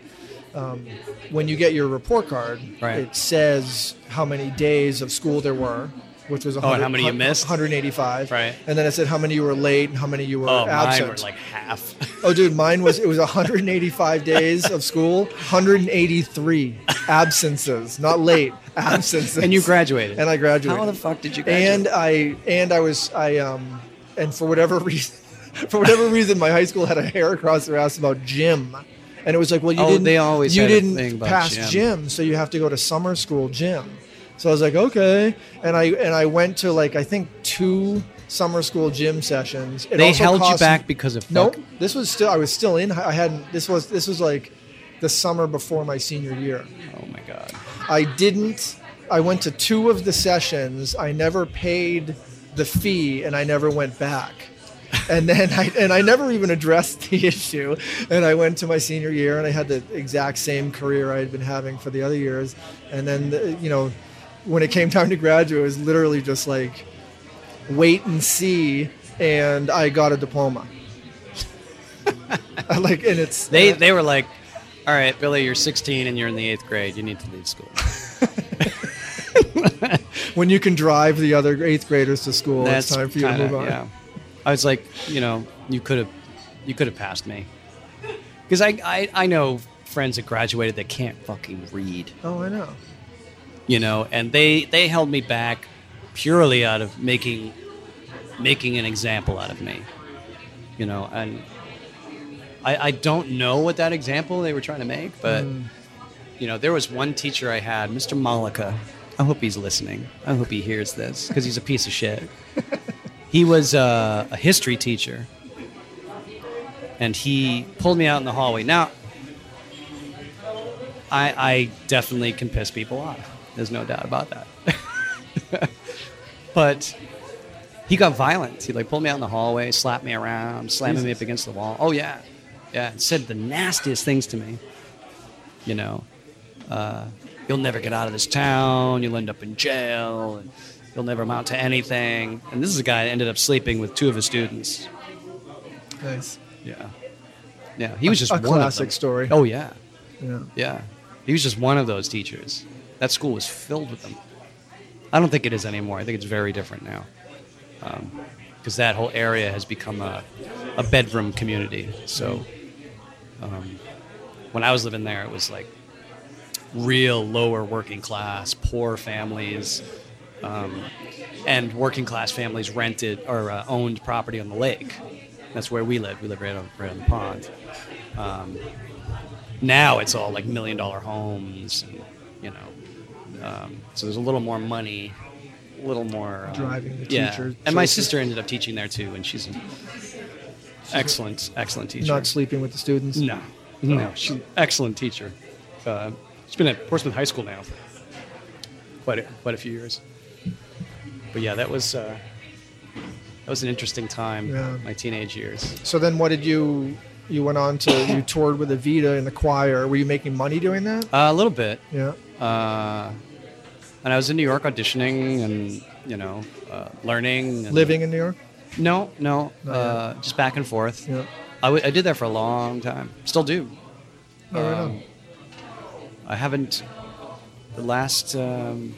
[SPEAKER 1] Um, when you get your report card,
[SPEAKER 2] Right.
[SPEAKER 1] it says how many days of school there were, which was
[SPEAKER 2] Oh, and how many you missed?
[SPEAKER 1] 185.
[SPEAKER 2] Right.
[SPEAKER 1] And then it said how many you were late and how many you were
[SPEAKER 2] Oh,
[SPEAKER 1] absent.
[SPEAKER 2] mine were like half.
[SPEAKER 1] Oh, dude, mine was it was 185 days of school, 183 absences, not late absences.
[SPEAKER 2] and you graduated.
[SPEAKER 1] And I graduated.
[SPEAKER 2] How the fuck did you graduate?
[SPEAKER 1] And I and I was I um and for whatever reason, for whatever reason, my high school had a hair across their ass about gym, and it was like, well, you
[SPEAKER 2] Oh,
[SPEAKER 1] didn't
[SPEAKER 2] they always
[SPEAKER 1] you
[SPEAKER 2] had a
[SPEAKER 1] didn't
[SPEAKER 2] thing about
[SPEAKER 1] pass
[SPEAKER 2] gym.
[SPEAKER 1] gym, so you have to go to summer school gym. So I was like, okay, and I and I went to like I think two summer school gym sessions. It
[SPEAKER 2] they
[SPEAKER 1] also
[SPEAKER 2] held you
[SPEAKER 1] cost-
[SPEAKER 2] back because of
[SPEAKER 1] Nope.
[SPEAKER 2] fuck-
[SPEAKER 1] This was still. I was still in. I hadn't. This was. This was like the summer before my senior year.
[SPEAKER 2] Oh my god.
[SPEAKER 1] I didn't. I went to two of the sessions. I never paid the fee, and I never went back. And then I and I never even addressed the issue. And I went to my senior year, and I had the exact same career I had been having for the other years. And then the- you know, when it came time to graduate, it was literally just like wait and see. And I got a diploma. I like, and it's
[SPEAKER 2] They they were like, all right, Billy, you're 16 and you're in the eighth grade. You need to leave school.
[SPEAKER 1] when you can drive the other eighth graders to school, it's time for you
[SPEAKER 2] kinda-
[SPEAKER 1] to move on.
[SPEAKER 2] Yeah. I was like, you know, you could have, you could have passed me, because I, I I know friends that graduated that can't fucking read,
[SPEAKER 1] Oh, I know.
[SPEAKER 2] you know, and they they held me back purely out of making making an example out of me, you know, and I I don't know what that example they were trying to make, but. You know, there was one teacher I had, Mr. Malika. I hope he's listening. I hope he hears this because he's a piece of shit. he was uh, a history teacher, and he pulled me out in the hallway. Now, I, I definitely can piss people off. There's no doubt about that. but he got violent. He like pulled me out in the hallway, slapped me around, slamming me up against the wall. Oh yeah, yeah. And said the nastiest things to me you know, uh, you'll never get out of this town. You'll end up in jail. And you'll never amount to anything. And this is a guy that ended up sleeping with two of his students.
[SPEAKER 1] Nice.
[SPEAKER 2] Yeah, yeah. He was just
[SPEAKER 1] a
[SPEAKER 2] one
[SPEAKER 1] classic
[SPEAKER 2] of them.
[SPEAKER 1] story.
[SPEAKER 2] Oh yeah,
[SPEAKER 1] Yeah.
[SPEAKER 2] yeah. He was just one of those teachers. That school was filled with them. I don't think it is anymore. I think it's very different now, because that whole area has become a, a bedroom community. So, um, when I was living there, it was like real lower working class, poor families, um, and working class families rented or uh, owned property on the lake. That's where we lived. We lived right on, right on the pond. Um, now it's all like million dollar homes, and, you know. Um, so there's a little more money, a little more um,
[SPEAKER 1] Driving the
[SPEAKER 2] yeah.
[SPEAKER 1] teacher
[SPEAKER 2] And my
[SPEAKER 1] choices.
[SPEAKER 2] sister ended up teaching there too, and she's an excellent, excellent teacher.
[SPEAKER 1] Not sleeping with the students.
[SPEAKER 2] No, no, she's an excellent teacher. Uh, she's been at Portsmouth High School now for quite a, quite a few years. But yeah, that was uh, that was an interesting time.
[SPEAKER 1] Yeah.
[SPEAKER 2] My teenage years.
[SPEAKER 1] So then, what did you? You went on to you toured with Evita in the choir. Were you making money doing that?
[SPEAKER 2] Uh, a little bit.
[SPEAKER 1] Yeah.
[SPEAKER 2] Uh, and I was in New York auditioning and you know uh, learning. And
[SPEAKER 1] Living in New York.
[SPEAKER 2] No, no,
[SPEAKER 1] Not
[SPEAKER 2] uh, just back and forth.
[SPEAKER 1] Yeah.
[SPEAKER 2] I, w- I did that for a long time. Still do.
[SPEAKER 1] Oh, right on.
[SPEAKER 2] Um, I haven't. The last um,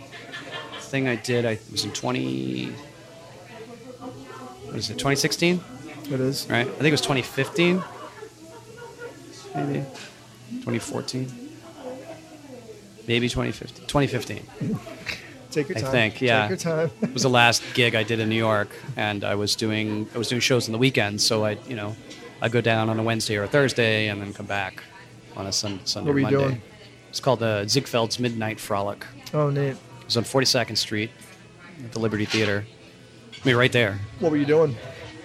[SPEAKER 2] thing I did I was in 20. What is it? 2016,
[SPEAKER 1] It is.
[SPEAKER 2] right? I think it was 2015, maybe 2014, maybe 2015. 2015.
[SPEAKER 1] Take your
[SPEAKER 2] I
[SPEAKER 1] time.
[SPEAKER 2] think, yeah.
[SPEAKER 1] Take your time.
[SPEAKER 2] It was the last gig I did in New York, and I was doing I was doing shows on the weekends. So I, you know, I'd go down on a Wednesday or a Thursday, and then come back on a sun, Sunday.
[SPEAKER 1] What were
[SPEAKER 2] or
[SPEAKER 1] you
[SPEAKER 2] Monday.
[SPEAKER 1] doing?
[SPEAKER 2] It's called the Ziegfeld's Midnight Frolic.
[SPEAKER 1] oh, neat.
[SPEAKER 2] It was on 42nd Street at the Liberty Theater. I mean, right there.
[SPEAKER 1] What were you doing?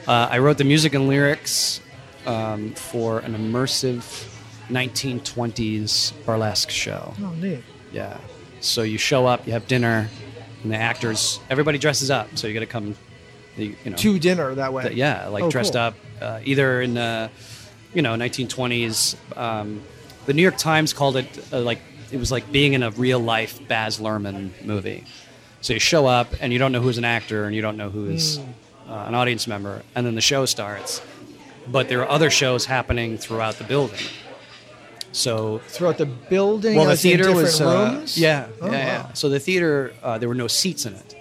[SPEAKER 2] Uh, I wrote the music and lyrics um, for an immersive 1920s burlesque show.
[SPEAKER 1] Oh, neat.
[SPEAKER 2] Yeah. So you show up, you have dinner, and the actors, everybody dresses up. So you got to come, you, you know,
[SPEAKER 1] To dinner that way.
[SPEAKER 2] that- yeah, like
[SPEAKER 1] Oh,
[SPEAKER 2] dressed
[SPEAKER 1] cool.
[SPEAKER 2] up, uh, either in the, you know, 1920s. Um, the New York Times called it uh, like it was like being in a real life Baz Luhrmann movie. So you show up and you don't know who's an actor and you don't know who is
[SPEAKER 1] Hmm.
[SPEAKER 2] uh, an audience member, and then the show starts. But there are other shows happening throughout the building. So
[SPEAKER 1] Throughout the building.
[SPEAKER 2] well, the
[SPEAKER 1] as in
[SPEAKER 2] theater
[SPEAKER 1] different
[SPEAKER 2] was uh,
[SPEAKER 1] rooms.
[SPEAKER 2] yeah,
[SPEAKER 1] Oh,
[SPEAKER 2] yeah, yeah.
[SPEAKER 1] wow.
[SPEAKER 2] So the theater, uh, there were no seats in it.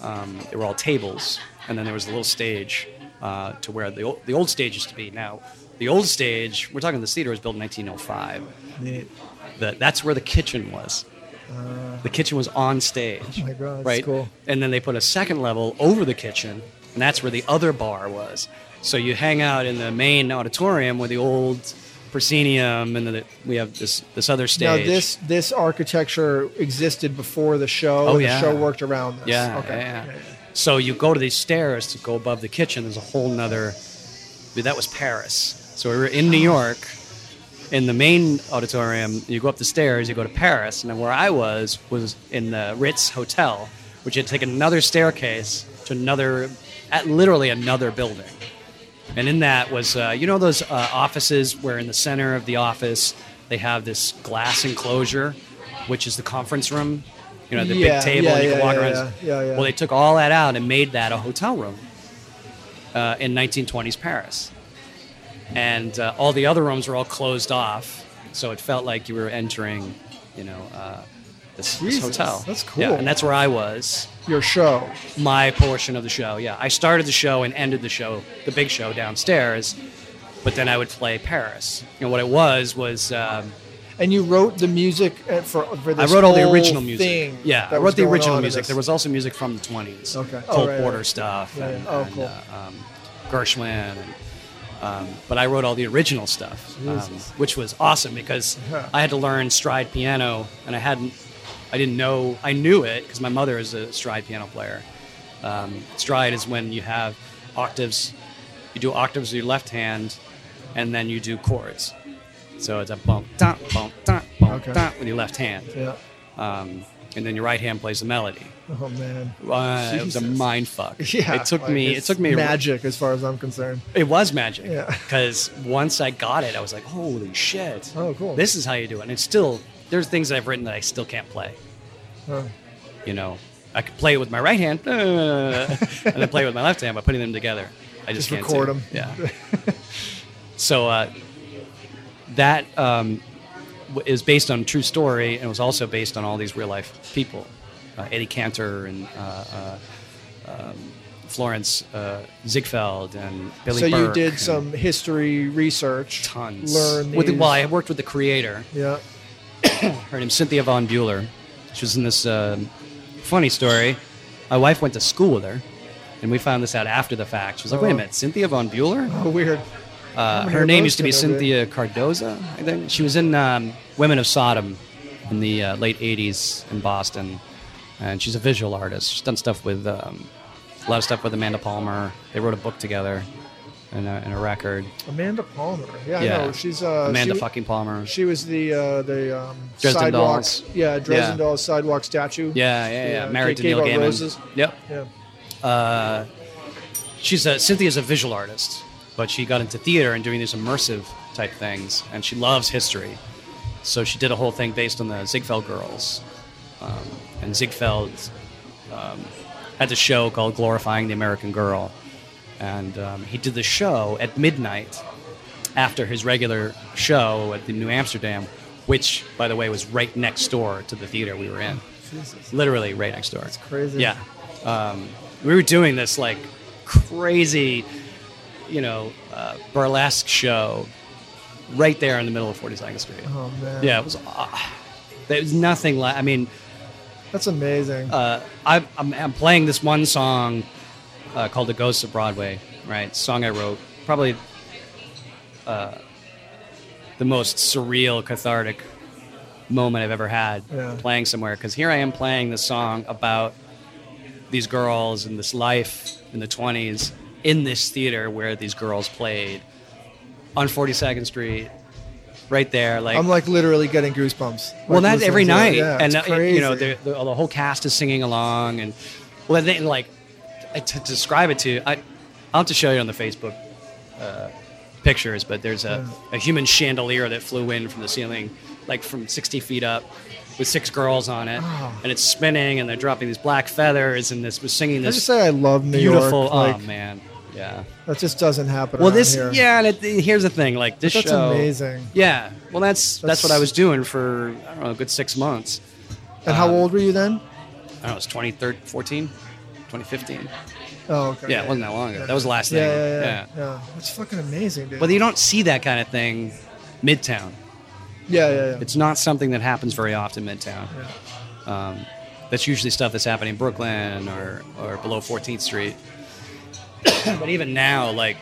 [SPEAKER 2] Um, they were all tables, and then there was a little stage uh, to where the old, the old stage used to be. Now, the old stage, we're talking this theater was built in 1905.
[SPEAKER 1] Neat.
[SPEAKER 2] The, that's where the kitchen was. the kitchen was on stage.
[SPEAKER 1] Oh my God, that's
[SPEAKER 2] right?
[SPEAKER 1] cool.
[SPEAKER 2] And then they put a second level over the kitchen, and that's where the other bar was. So you hang out in the main auditorium with the old proscenium, and then the, we have this this other
[SPEAKER 1] Now
[SPEAKER 2] stage.
[SPEAKER 1] this this architecture existed before the show.
[SPEAKER 2] Oh,
[SPEAKER 1] and
[SPEAKER 2] yeah.
[SPEAKER 1] The show worked around this.
[SPEAKER 2] Yeah,
[SPEAKER 1] Okay.
[SPEAKER 2] yeah, yeah. So you go to these stairs to go above the kitchen. There's a whole nother. dude, That was Paris. So we were in New York, in the main auditorium. You go up the stairs. You go to Paris, and then where I was was in the Ritz Hotel, which had taken another staircase to another, at literally another building. And in that was, uh, you know, those uh, offices where in the center of the office they have this glass enclosure, which is the conference room. You know, the
[SPEAKER 1] Yeah,
[SPEAKER 2] big table,
[SPEAKER 1] yeah,
[SPEAKER 2] and you
[SPEAKER 1] yeah,
[SPEAKER 2] can walk
[SPEAKER 1] yeah,
[SPEAKER 2] around.
[SPEAKER 1] yeah, yeah, yeah.
[SPEAKER 2] Well, they took all that out and made that a hotel room uh, in 1920s Paris. And uh, all the other rooms were all closed off, so it felt like you were entering, you know, uh, this, this
[SPEAKER 1] Jesus,
[SPEAKER 2] hotel.
[SPEAKER 1] that's
[SPEAKER 2] Yeah,
[SPEAKER 1] cool.
[SPEAKER 2] and that's where I was
[SPEAKER 1] Your show.
[SPEAKER 2] my portion of the show. Yeah, I started the show and ended the show, the big show downstairs. But then I would play Paris. And what it was was um,
[SPEAKER 1] And you wrote the music uh, for, for
[SPEAKER 2] I
[SPEAKER 1] this
[SPEAKER 2] wrote all the
[SPEAKER 1] whole
[SPEAKER 2] original music.
[SPEAKER 1] Thing
[SPEAKER 2] yeah,
[SPEAKER 1] that
[SPEAKER 2] I
[SPEAKER 1] was
[SPEAKER 2] wrote the
[SPEAKER 1] going on
[SPEAKER 2] original
[SPEAKER 1] in
[SPEAKER 2] music.
[SPEAKER 1] this.
[SPEAKER 2] There was also music from the twenties.
[SPEAKER 1] Okay. Oh,
[SPEAKER 2] Cole
[SPEAKER 1] right,
[SPEAKER 2] Porter
[SPEAKER 1] right.
[SPEAKER 2] stuff.
[SPEAKER 1] Yeah,
[SPEAKER 2] and,
[SPEAKER 1] yeah. Oh,
[SPEAKER 2] and,
[SPEAKER 1] cool.
[SPEAKER 2] uh, um, Gershwin. And, um, but I wrote all the original stuff, um,
[SPEAKER 1] Jesus.
[SPEAKER 2] which was awesome because I had to learn stride piano, and I hadn't, I didn't know, I knew it because my mother is a stride piano player. Um, stride is when you have octaves, you do octaves with your left hand, and then you do chords. So it's a bump, dun, bump, dun, bump,
[SPEAKER 1] Okay.
[SPEAKER 2] dun with your left hand
[SPEAKER 1] Yeah.
[SPEAKER 2] um, and then your right hand plays the melody.
[SPEAKER 1] Oh man.
[SPEAKER 2] Uh, it was a
[SPEAKER 1] Jesus.
[SPEAKER 2] mind fuck.
[SPEAKER 1] Yeah.
[SPEAKER 2] it took
[SPEAKER 1] like,
[SPEAKER 2] me. It
[SPEAKER 1] it's
[SPEAKER 2] took me.
[SPEAKER 1] magic, as far as I'm concerned.
[SPEAKER 2] It was magic.
[SPEAKER 1] Yeah.
[SPEAKER 2] Because once I got it, I was like, holy shit.
[SPEAKER 1] Oh, cool.
[SPEAKER 2] This is how you do it. And it's still there's things that I've written that I still can't play.
[SPEAKER 1] Huh.
[SPEAKER 2] You know, I could play it with my right hand, uh, and then play it with my left hand by putting them together. I
[SPEAKER 1] Just
[SPEAKER 2] just, can't
[SPEAKER 1] record
[SPEAKER 2] do it.
[SPEAKER 1] 'em.
[SPEAKER 2] Yeah. so uh, that um, w- is based on a true story and was also based on all these real life people uh, Eddie Cantor and uh, uh, um, Florence uh, Ziegfeld and Billy
[SPEAKER 1] so you
[SPEAKER 2] Burke
[SPEAKER 1] did
[SPEAKER 2] and
[SPEAKER 1] some history research.
[SPEAKER 2] tons.
[SPEAKER 1] Learn
[SPEAKER 2] With the,
[SPEAKER 1] these-
[SPEAKER 2] well, I worked with the creator.
[SPEAKER 1] Yeah.
[SPEAKER 2] Her name's Cynthia Von Bueller. She was in this uh, funny story. My wife went to school with her, and we found this out after the fact. She was like, wait a
[SPEAKER 1] Oh.
[SPEAKER 2] minute, Cynthia Von Bueller?
[SPEAKER 1] Oh, weird.
[SPEAKER 2] Uh,
[SPEAKER 1] many
[SPEAKER 2] her
[SPEAKER 1] of
[SPEAKER 2] name
[SPEAKER 1] those
[SPEAKER 2] used to be
[SPEAKER 1] did I do?
[SPEAKER 2] Cynthia Cardoza, I think. She was in um, Women of Sodom in the uh, late 80s in Boston, and she's a visual artist. She's done stuff with um, a lot of stuff with Amanda Palmer. They wrote a book together and a, and a record.
[SPEAKER 1] Amanda Palmer. Yeah,
[SPEAKER 2] Yeah.
[SPEAKER 1] I know. She's uh,
[SPEAKER 2] Amanda
[SPEAKER 1] she,
[SPEAKER 2] fucking Palmer.
[SPEAKER 1] She was the uh, the um,
[SPEAKER 2] Dresden
[SPEAKER 1] sidewalk.
[SPEAKER 2] Dolls.
[SPEAKER 1] Yeah, Dresden
[SPEAKER 2] Yeah.
[SPEAKER 1] Dolls sidewalk statue.
[SPEAKER 2] yeah, yeah, yeah.
[SPEAKER 1] Yeah, gave-
[SPEAKER 2] Married to Neil
[SPEAKER 1] gave out
[SPEAKER 2] Gaiman.
[SPEAKER 1] roses.
[SPEAKER 2] Yep.
[SPEAKER 1] Yeah.
[SPEAKER 2] she's a Cynthia's a visual artist, but she got into theater and doing these immersive type things, and she loves history. So she did a whole thing based on the Ziegfeld girls, um, and Ziegfeld um, had this show called "Glorifying the American Girl," and um, he did the show at midnight after his regular show at the New Amsterdam, which, by the way, was right next door to the theater we were in
[SPEAKER 1] Jesus.
[SPEAKER 2] literally right next door. It's
[SPEAKER 1] crazy.
[SPEAKER 2] Yeah, um, we were doing this like crazy, you know, uh, burlesque show right there in the middle of 42nd Street.
[SPEAKER 1] Oh man.
[SPEAKER 2] ah, Yeah, it was. Uh, there was nothing like. I mean,
[SPEAKER 1] That's amazing.
[SPEAKER 2] uh, I, I'm, I'm playing this one song uh, called "The Ghosts of Broadway," right? Song I wrote, probably uh, the most surreal, cathartic moment I've ever had
[SPEAKER 1] Yeah.
[SPEAKER 2] playing somewhere. Because here I am playing this song about these girls and this life in the 20s in this theater where these girls played on 42nd Street, right there. Like
[SPEAKER 1] I'm like literally getting goosebumps.
[SPEAKER 2] well,
[SPEAKER 1] Like,
[SPEAKER 2] that's every
[SPEAKER 1] listening to
[SPEAKER 2] night,
[SPEAKER 1] it. Yeah,
[SPEAKER 2] and
[SPEAKER 1] it's
[SPEAKER 2] uh, you know
[SPEAKER 1] crazy.
[SPEAKER 2] the, the, the whole cast is singing along, and well, then like t- to describe it to you, I, I'll have to show you on the Facebook uh, pictures, but there's a, a human chandelier that flew in from the ceiling, like from 60 feet up, with six girls on it,
[SPEAKER 1] Oh.
[SPEAKER 2] and it's spinning, and they're dropping these black feathers, and this was singing
[SPEAKER 1] I just
[SPEAKER 2] this
[SPEAKER 1] say I love New
[SPEAKER 2] beautiful.
[SPEAKER 1] York.
[SPEAKER 2] oh
[SPEAKER 1] Like,
[SPEAKER 2] man, yeah.
[SPEAKER 1] that just doesn't happen.
[SPEAKER 2] Well,
[SPEAKER 1] around
[SPEAKER 2] this
[SPEAKER 1] here.
[SPEAKER 2] yeah, and it, here's the thing, like this
[SPEAKER 1] that's
[SPEAKER 2] show,
[SPEAKER 1] amazing.
[SPEAKER 2] Yeah, well, that's,
[SPEAKER 1] That's-
[SPEAKER 2] that's what I was doing for I don't know, a good six months.
[SPEAKER 1] And how old were you then?
[SPEAKER 2] I don't know, it was 2014, 2015.
[SPEAKER 1] Oh, okay.
[SPEAKER 2] Yeah, it wasn't that long ago. That was the last
[SPEAKER 1] Yeah,
[SPEAKER 2] thing.
[SPEAKER 1] yeah, yeah, yeah. That's fucking amazing, dude.
[SPEAKER 2] But you don't see that kind of thing midtown.
[SPEAKER 1] yeah, yeah, yeah.
[SPEAKER 2] It's not something that happens very often midtown.
[SPEAKER 1] Yeah.
[SPEAKER 2] Um, that's usually stuff that's happening in Brooklyn or, or below 14th Street. but even now, like,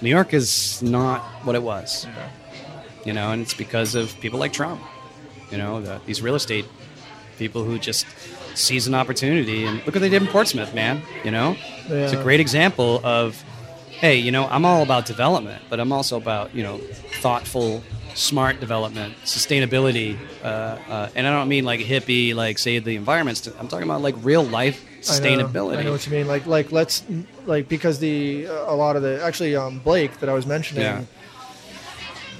[SPEAKER 2] New York is not what it was. You know, and it's because of people like Trump. You know, the, these real estate people who just seize an opportunity. And look what they did in Portsmouth, man. You know, it's a
[SPEAKER 1] Yeah.
[SPEAKER 2] great example of, hey, you know, I'm all about development, but I'm also about, you know, thoughtful, smart development, sustainability. Uh, uh, and I don't mean like hippie, like save the environment. st- I'm talking about like real life
[SPEAKER 1] I know.
[SPEAKER 2] sustainability.
[SPEAKER 1] I know what you mean. Like, like let's like because the a lot of the actually um, Blake that I was mentioning.
[SPEAKER 2] Yeah.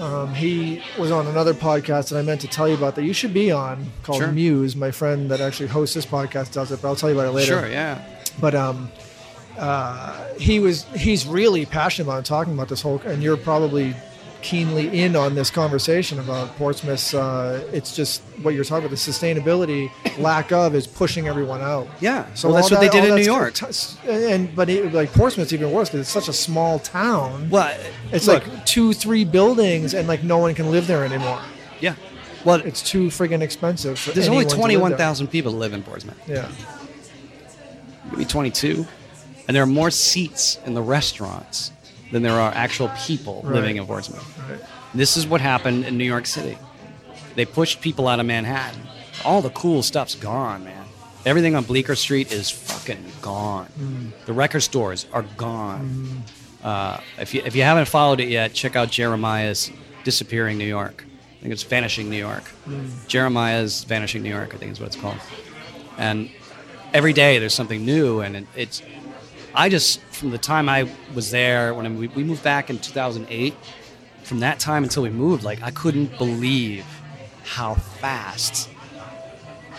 [SPEAKER 1] Um, he was on another podcast that I meant to tell you about that you should be on called
[SPEAKER 2] Sure.
[SPEAKER 1] Muse. My friend that actually hosts this podcast does it, but I'll tell you about it later.
[SPEAKER 2] Sure, yeah.
[SPEAKER 1] but um, uh, he was he's really passionate about talking about this whole, and you're probably keenly in on this conversation about Portsmouth's. Uh, it's just what you're talking about. The sustainability lack of is pushing everyone out.
[SPEAKER 2] Yeah.
[SPEAKER 1] So
[SPEAKER 2] well, that's
[SPEAKER 1] all
[SPEAKER 2] what they
[SPEAKER 1] that-
[SPEAKER 2] did
[SPEAKER 1] all
[SPEAKER 2] in New
[SPEAKER 1] that's-
[SPEAKER 2] York.
[SPEAKER 1] t- and but it, like Portsmouth's even worse because it's such a small town.
[SPEAKER 2] Well,
[SPEAKER 1] it's
[SPEAKER 2] look,
[SPEAKER 1] like two, three buildings, and like no one can live there anymore.
[SPEAKER 2] yeah. Well,
[SPEAKER 1] It's too friggin' expensive. For
[SPEAKER 2] there's only
[SPEAKER 1] anyone to live there.
[SPEAKER 2] 21,000 people that live in Portsmouth,
[SPEAKER 1] Yeah.
[SPEAKER 2] maybe 22. And there are more seats in the restaurants than there are actual people
[SPEAKER 1] Right.
[SPEAKER 2] living in Portsmouth.
[SPEAKER 1] Right.
[SPEAKER 2] This is what happened in New York City. They pushed people out of Manhattan. All the cool stuff's gone, man. Everything on Bleecker Street is fucking gone. The record stores are gone. Uh, if, you, if you haven't followed it yet, check out Jeremiah's Disappearing New York. I think it's Vanishing New York. Jeremiah's Vanishing New York, I think is what it's called. And every day there's something new, and it, it's. I just from the time I was there when I, we, we moved back in 2008 from that time until we moved, like I couldn't believe how fast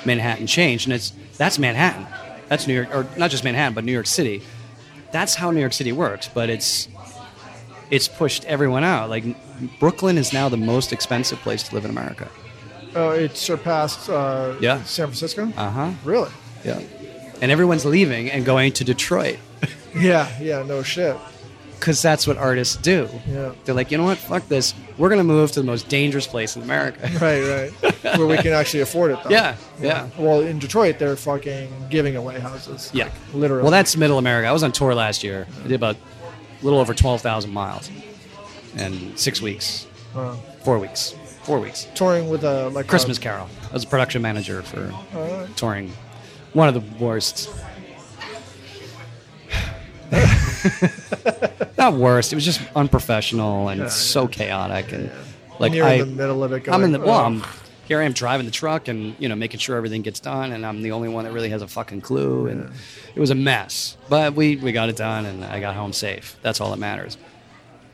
[SPEAKER 2] Manhattan changed. And it's that's Manhattan. That's New York or not just Manhattan, but New York City. That's how New York City works, but it's it's pushed everyone out. Like Brooklyn is now the most expensive place to live in America.
[SPEAKER 1] Oh, it surpassed uh,
[SPEAKER 2] Yeah.
[SPEAKER 1] San Francisco.
[SPEAKER 2] Uh-huh.
[SPEAKER 1] Really?
[SPEAKER 2] Yeah. And everyone's leaving and going to Detroit
[SPEAKER 1] Yeah. Yeah. No shit.
[SPEAKER 2] cuz that's what artists do.
[SPEAKER 1] Yeah.
[SPEAKER 2] They're like, "You know what? Fuck this. We're going to move to the most dangerous place in America."
[SPEAKER 1] Right. Right. Where we can actually afford it. Though.
[SPEAKER 2] Yeah, yeah.
[SPEAKER 1] Well, in Detroit, they're fucking giving away houses.
[SPEAKER 2] Yeah,
[SPEAKER 1] Like, literally.
[SPEAKER 2] Well, that's Middle America. I was on tour last year. I did about a little over twelve thousand miles, and six weeks,
[SPEAKER 1] Uh,
[SPEAKER 2] four weeks, four weeks.
[SPEAKER 1] touring with uh, a like a-
[SPEAKER 2] Christmas Carol. I was a production manager for
[SPEAKER 1] Uh,
[SPEAKER 2] touring. One of the worst. Not worst. It was just unprofessional and
[SPEAKER 1] Yeah,
[SPEAKER 2] so chaotic and like
[SPEAKER 1] and you're
[SPEAKER 2] I.
[SPEAKER 1] in the middle of it. Going,
[SPEAKER 2] I'm in the well.
[SPEAKER 1] uh,
[SPEAKER 2] I'm, here I am driving the truck and you know making sure everything gets done, and I'm the only one that really has a fucking clue. And it was a mess, but we we got it done, and I got home safe. That's all that matters.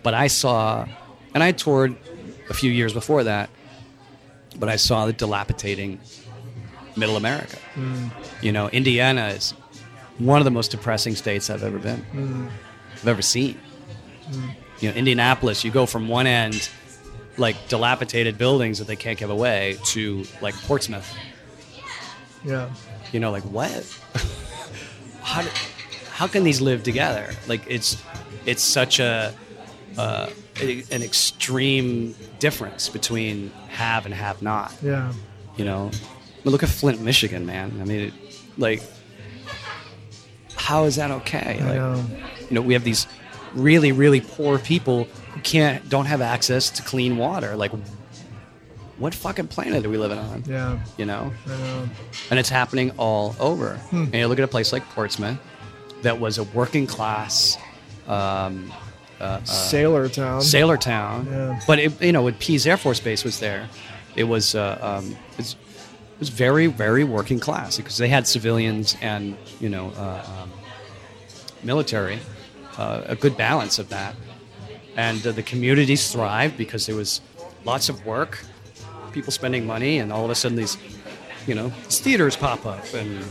[SPEAKER 2] But I saw, and I toured a few years before that, but I saw the dilapidating Middle America.
[SPEAKER 1] Hmm.
[SPEAKER 2] You know, Indiana is one of the most depressing states I've ever been,
[SPEAKER 1] Hmm.
[SPEAKER 2] I've ever seen. You know, Indianapolis, you go from one end like dilapidated buildings that they can't give away to like Portsmouth.
[SPEAKER 1] yeah.
[SPEAKER 2] You know, like what? how, do- how can these live together? Like it's it's such a uh, a- an extreme difference between have and have not.
[SPEAKER 1] Yeah.
[SPEAKER 2] You know, But look at Flint, Michigan, man. I mean, it, like, how is that okay?
[SPEAKER 3] I
[SPEAKER 2] Like,
[SPEAKER 3] know.
[SPEAKER 2] you know, we have these really, really poor people who can't, don't have access to clean water. Like, what fucking planet are we living on?
[SPEAKER 3] Yeah.
[SPEAKER 2] You know,
[SPEAKER 3] I know.
[SPEAKER 2] and it's happening all over. And you look at a place like Portsmouth, that was a working class um,
[SPEAKER 1] Sailor Town.
[SPEAKER 2] sailor town,
[SPEAKER 1] Yeah.
[SPEAKER 2] but it, you know, when Pease Air Force Base was there, it was uh, um, it's, it was very, very working class because they had civilians and you know, uh, um, military, uh, a good balance of that, and uh, the communities thrived because there was lots of work, people spending money, and all of a sudden these, you know, these theaters pop up and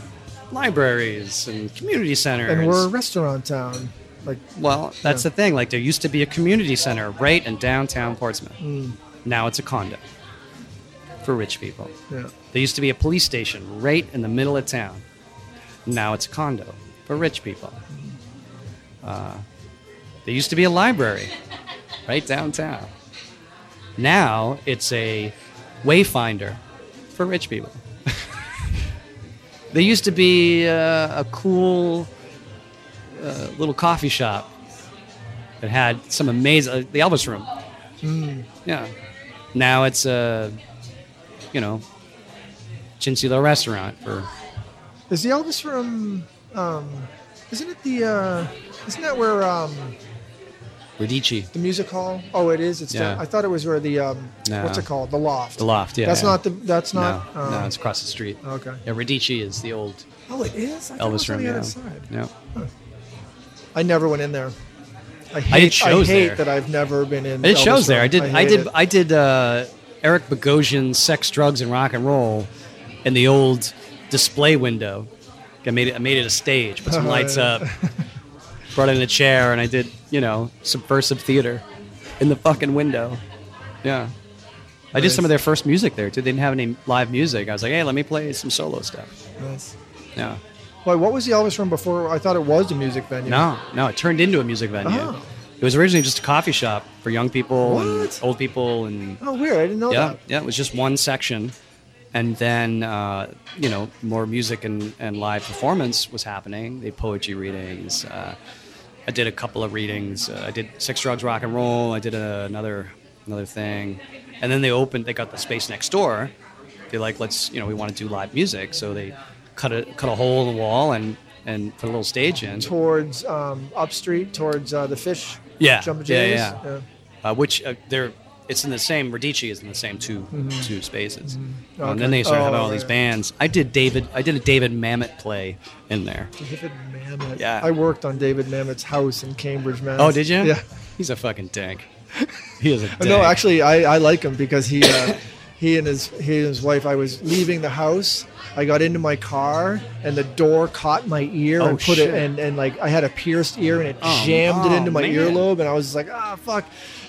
[SPEAKER 2] libraries and community centers
[SPEAKER 1] and we're a restaurant town. Like
[SPEAKER 2] well, that's
[SPEAKER 1] Yeah.
[SPEAKER 2] the thing. Like there used to be a community center right in downtown Portsmouth.
[SPEAKER 1] Mm.
[SPEAKER 2] Now it's a condo for rich people.
[SPEAKER 1] yeah.
[SPEAKER 2] There used to be a police station right in the middle of town. Now it's a condo for rich people. Uh, there used to be a library right downtown. Now it's a wayfinder for rich people. there used to be uh, a cool uh, little coffee shop that had some amazing, uh, the Elvis Room. Yeah. Now it's a, you know, Chinchilla restaurant for
[SPEAKER 1] Is the Elvis Room? Um, isn't it the? Uh, isn't that where um,
[SPEAKER 2] Radici.
[SPEAKER 1] the music hall? Oh, it is. It's. down-
[SPEAKER 2] Yeah.
[SPEAKER 1] I thought it was where the. Um,
[SPEAKER 2] No.
[SPEAKER 1] What's it called? The loft.
[SPEAKER 2] The loft, yeah,
[SPEAKER 1] That's
[SPEAKER 2] yeah.
[SPEAKER 1] not the. That's not.
[SPEAKER 2] no,
[SPEAKER 1] um,
[SPEAKER 2] no, it's across the street.
[SPEAKER 1] okay.
[SPEAKER 2] Yeah, Radici is the old
[SPEAKER 1] Oh, it is. I thought it was
[SPEAKER 2] Elvis
[SPEAKER 1] on
[SPEAKER 2] room.
[SPEAKER 1] the other
[SPEAKER 2] Yeah.
[SPEAKER 1] side.
[SPEAKER 2] yeah.
[SPEAKER 1] I never went in there. I hate. I,
[SPEAKER 2] shows
[SPEAKER 1] hate
[SPEAKER 2] there.
[SPEAKER 1] that I've never been in.
[SPEAKER 2] And it
[SPEAKER 1] Elvis
[SPEAKER 2] shows there.
[SPEAKER 1] Room.
[SPEAKER 2] I did. I,
[SPEAKER 1] hate
[SPEAKER 2] did.
[SPEAKER 1] it.
[SPEAKER 2] I did. Uh, Eric Bogosian's "Sex, Drugs, and Rock and Roll" in the old display window. I made it. I made it a stage. Put
[SPEAKER 1] Oh,
[SPEAKER 2] some lights up. Brought in a chair, and I did. You know, subversive theater in the fucking window. Yeah. I did
[SPEAKER 1] Nice.
[SPEAKER 2] some of their first music there too. They didn't have any live music. I was like, "Hey, let me play some solo stuff."
[SPEAKER 1] Nice.
[SPEAKER 2] Yeah.
[SPEAKER 1] Wait, what was the Elvis Room before? I thought it was the music venue.
[SPEAKER 2] No, no, it turned into a music venue.
[SPEAKER 1] Oh.
[SPEAKER 2] It was originally just a coffee shop for young people and
[SPEAKER 1] What?
[SPEAKER 2] old people, and
[SPEAKER 1] Oh, weird. I didn't know
[SPEAKER 2] yeah,
[SPEAKER 1] that.
[SPEAKER 2] yeah, it was just one section, and then uh, you know more music and, and live performance was happening. They had poetry readings. Uh, I did a couple of readings. Uh, I did Six Drugs Rock and Roll. I did a, another another thing, and then they opened. They got the space next door. They like let's you know we want to do live music, so they cut a cut a hole in the wall and and put a little stage in.
[SPEAKER 1] Towards um, upstreet, towards uh, the fish.
[SPEAKER 2] Yeah,
[SPEAKER 1] Jumba
[SPEAKER 2] yeah,
[SPEAKER 1] Jays.
[SPEAKER 2] yeah. uh, which uh, they're it's in the same Radici is in the same 2 two spaces, and then
[SPEAKER 1] Mm-hmm. Okay.
[SPEAKER 2] they started having
[SPEAKER 1] Oh,
[SPEAKER 2] all these
[SPEAKER 1] right.
[SPEAKER 2] bands. I did David, I did a David Mamet play in there.
[SPEAKER 1] David Mamet.
[SPEAKER 2] Yeah.
[SPEAKER 1] I worked on David Mamet's house in Cambridge, Mass.
[SPEAKER 2] Oh, did you?
[SPEAKER 1] Yeah.
[SPEAKER 2] he's a fucking dank. He is a dank.
[SPEAKER 1] No, actually, I, I like him because he uh, he and his he and his wife. I was leaving the house. I got into my car and the door caught my ear
[SPEAKER 2] Oh,
[SPEAKER 1] and put
[SPEAKER 2] shit.
[SPEAKER 1] it and, and like I had a pierced ear and it
[SPEAKER 2] Oh,
[SPEAKER 1] jammed
[SPEAKER 2] oh,
[SPEAKER 1] it into my
[SPEAKER 2] man.
[SPEAKER 1] earlobe and I was just like ah fuck.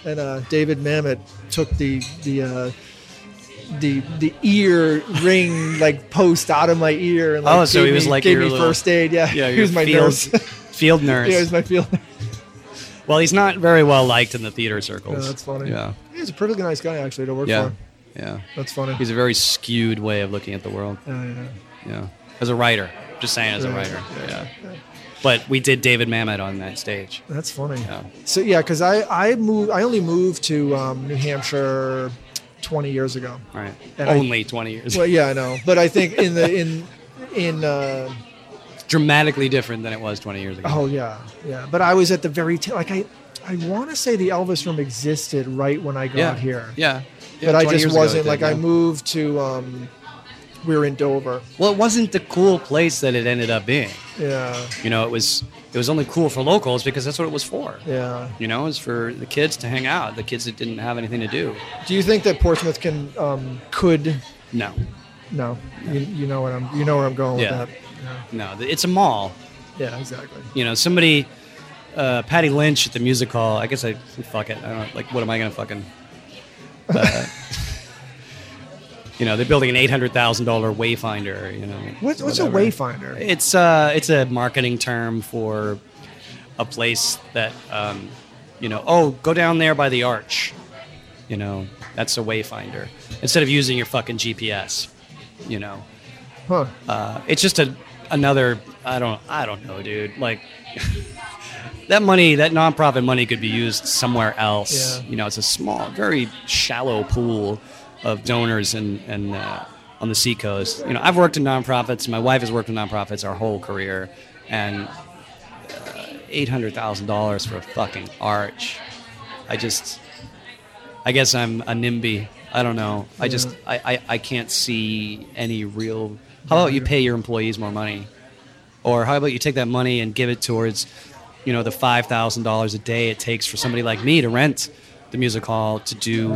[SPEAKER 1] And uh, David Mamet took the the. Uh, the the ear ring like post out of my ear and like
[SPEAKER 2] Oh, so
[SPEAKER 1] gave
[SPEAKER 2] he was
[SPEAKER 1] me,
[SPEAKER 2] like
[SPEAKER 1] gave
[SPEAKER 2] your
[SPEAKER 1] me
[SPEAKER 2] little-
[SPEAKER 1] first aid yeah,
[SPEAKER 2] yeah,
[SPEAKER 1] he
[SPEAKER 2] you're
[SPEAKER 1] was my
[SPEAKER 2] field,
[SPEAKER 1] nurse
[SPEAKER 2] field nurse.
[SPEAKER 1] yeah he was my field nurse
[SPEAKER 2] well, he's not very well liked in the theater circles.
[SPEAKER 1] Yeah, that's funny.
[SPEAKER 2] Yeah,
[SPEAKER 1] He's a perfectly nice guy, actually, to work
[SPEAKER 2] yeah,
[SPEAKER 1] for.
[SPEAKER 2] yeah.
[SPEAKER 1] That's funny.
[SPEAKER 2] He's a very skewed way of looking at the world.
[SPEAKER 1] Yeah, yeah.
[SPEAKER 2] Yeah, as a writer, just saying, as a
[SPEAKER 1] Right.
[SPEAKER 2] writer. Yeah, but we did David Mamet on that stage.
[SPEAKER 1] That's funny.
[SPEAKER 2] Yeah.
[SPEAKER 1] So yeah, because I I moved I only moved to um, New Hampshire twenty years ago.
[SPEAKER 2] Right,
[SPEAKER 1] And I-
[SPEAKER 2] only twenty years.
[SPEAKER 1] Well, yeah, I know, but I think in the in in uh,
[SPEAKER 2] dramatically different than it was 20 years ago.
[SPEAKER 1] oh yeah yeah, but I was at the very t- like I I want to say the Elvis Room existed right when I got
[SPEAKER 2] yeah,
[SPEAKER 1] here.
[SPEAKER 2] Yeah. Yeah,
[SPEAKER 1] But I
[SPEAKER 2] 20 years
[SPEAKER 1] just
[SPEAKER 2] ago it
[SPEAKER 1] wasn't
[SPEAKER 2] did,
[SPEAKER 1] like I
[SPEAKER 2] yeah.
[SPEAKER 1] moved to um, we were in Dover.
[SPEAKER 2] Well, it wasn't the cool place that it ended up being.
[SPEAKER 1] Yeah,
[SPEAKER 2] You know, it was it was only cool for locals because that's what it was for.
[SPEAKER 1] yeah.
[SPEAKER 2] You know, it was for the kids to hang out, the kids that didn't have anything to do.
[SPEAKER 1] Do you think that Portsmouth can um, could
[SPEAKER 2] No.
[SPEAKER 1] No, you, you know what I'm you know where I'm going
[SPEAKER 2] Yeah.
[SPEAKER 1] with that.
[SPEAKER 2] No, th- it's a mall.
[SPEAKER 1] Yeah, yeah exactly.
[SPEAKER 2] You know, somebody uh, Patty Lynch at the music hall. I guess I fuck it. I don't know, like what am I going to fucking uh, You know, they're building an $800,000 wayfinder, you know.
[SPEAKER 1] What, what's a
[SPEAKER 2] whatever.
[SPEAKER 1] wayfinder?
[SPEAKER 2] It's uh, it's a marketing term for a place that um, you know. Oh, go down there by the arch. You know, that's a wayfinder. Instead of using your fucking GPS, you know,
[SPEAKER 1] Huh.
[SPEAKER 2] Uh, it's just a another. I don't. I don't know, dude. Like that money, that nonprofit money, could be used somewhere else.
[SPEAKER 1] Yeah.
[SPEAKER 2] You know, it's a small, very shallow pool of donors and and uh, on the seacoast. You know, I've worked in nonprofits. My wife has worked in nonprofits our whole career, and uh, eight hundred thousand dollars for a fucking arch. I just, I guess I'm a NIMBY. I don't know. I just, I, I, I can't see any real. How about you pay your employees more money, or how about you take that money and give it towards, you know, the five thousand dollars a day it takes for somebody like me to rent the music hall to do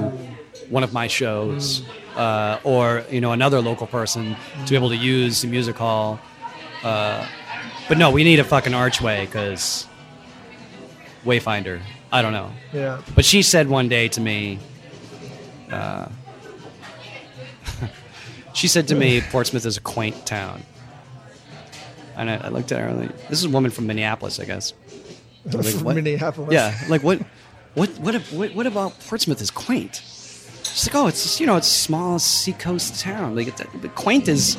[SPEAKER 2] one of my shows, uh, or you know, another local person to be able to use the music hall. Uh, But no, we need a fucking archway because Wayfinder. I don't know.
[SPEAKER 1] Yeah.
[SPEAKER 2] But she said one day to me, uh, she said to me, Portsmouth is a quaint town. And I, I looked at her, like, this is a woman from Minneapolis, I guess. I was like,
[SPEAKER 1] From
[SPEAKER 2] "What?"
[SPEAKER 1] Minneapolis.
[SPEAKER 2] Yeah, like what, what, what, what, what about Portsmouth is quaint? She's like, oh, it's just, you know, it's a small seacoast town. Like, it's, but quaint is,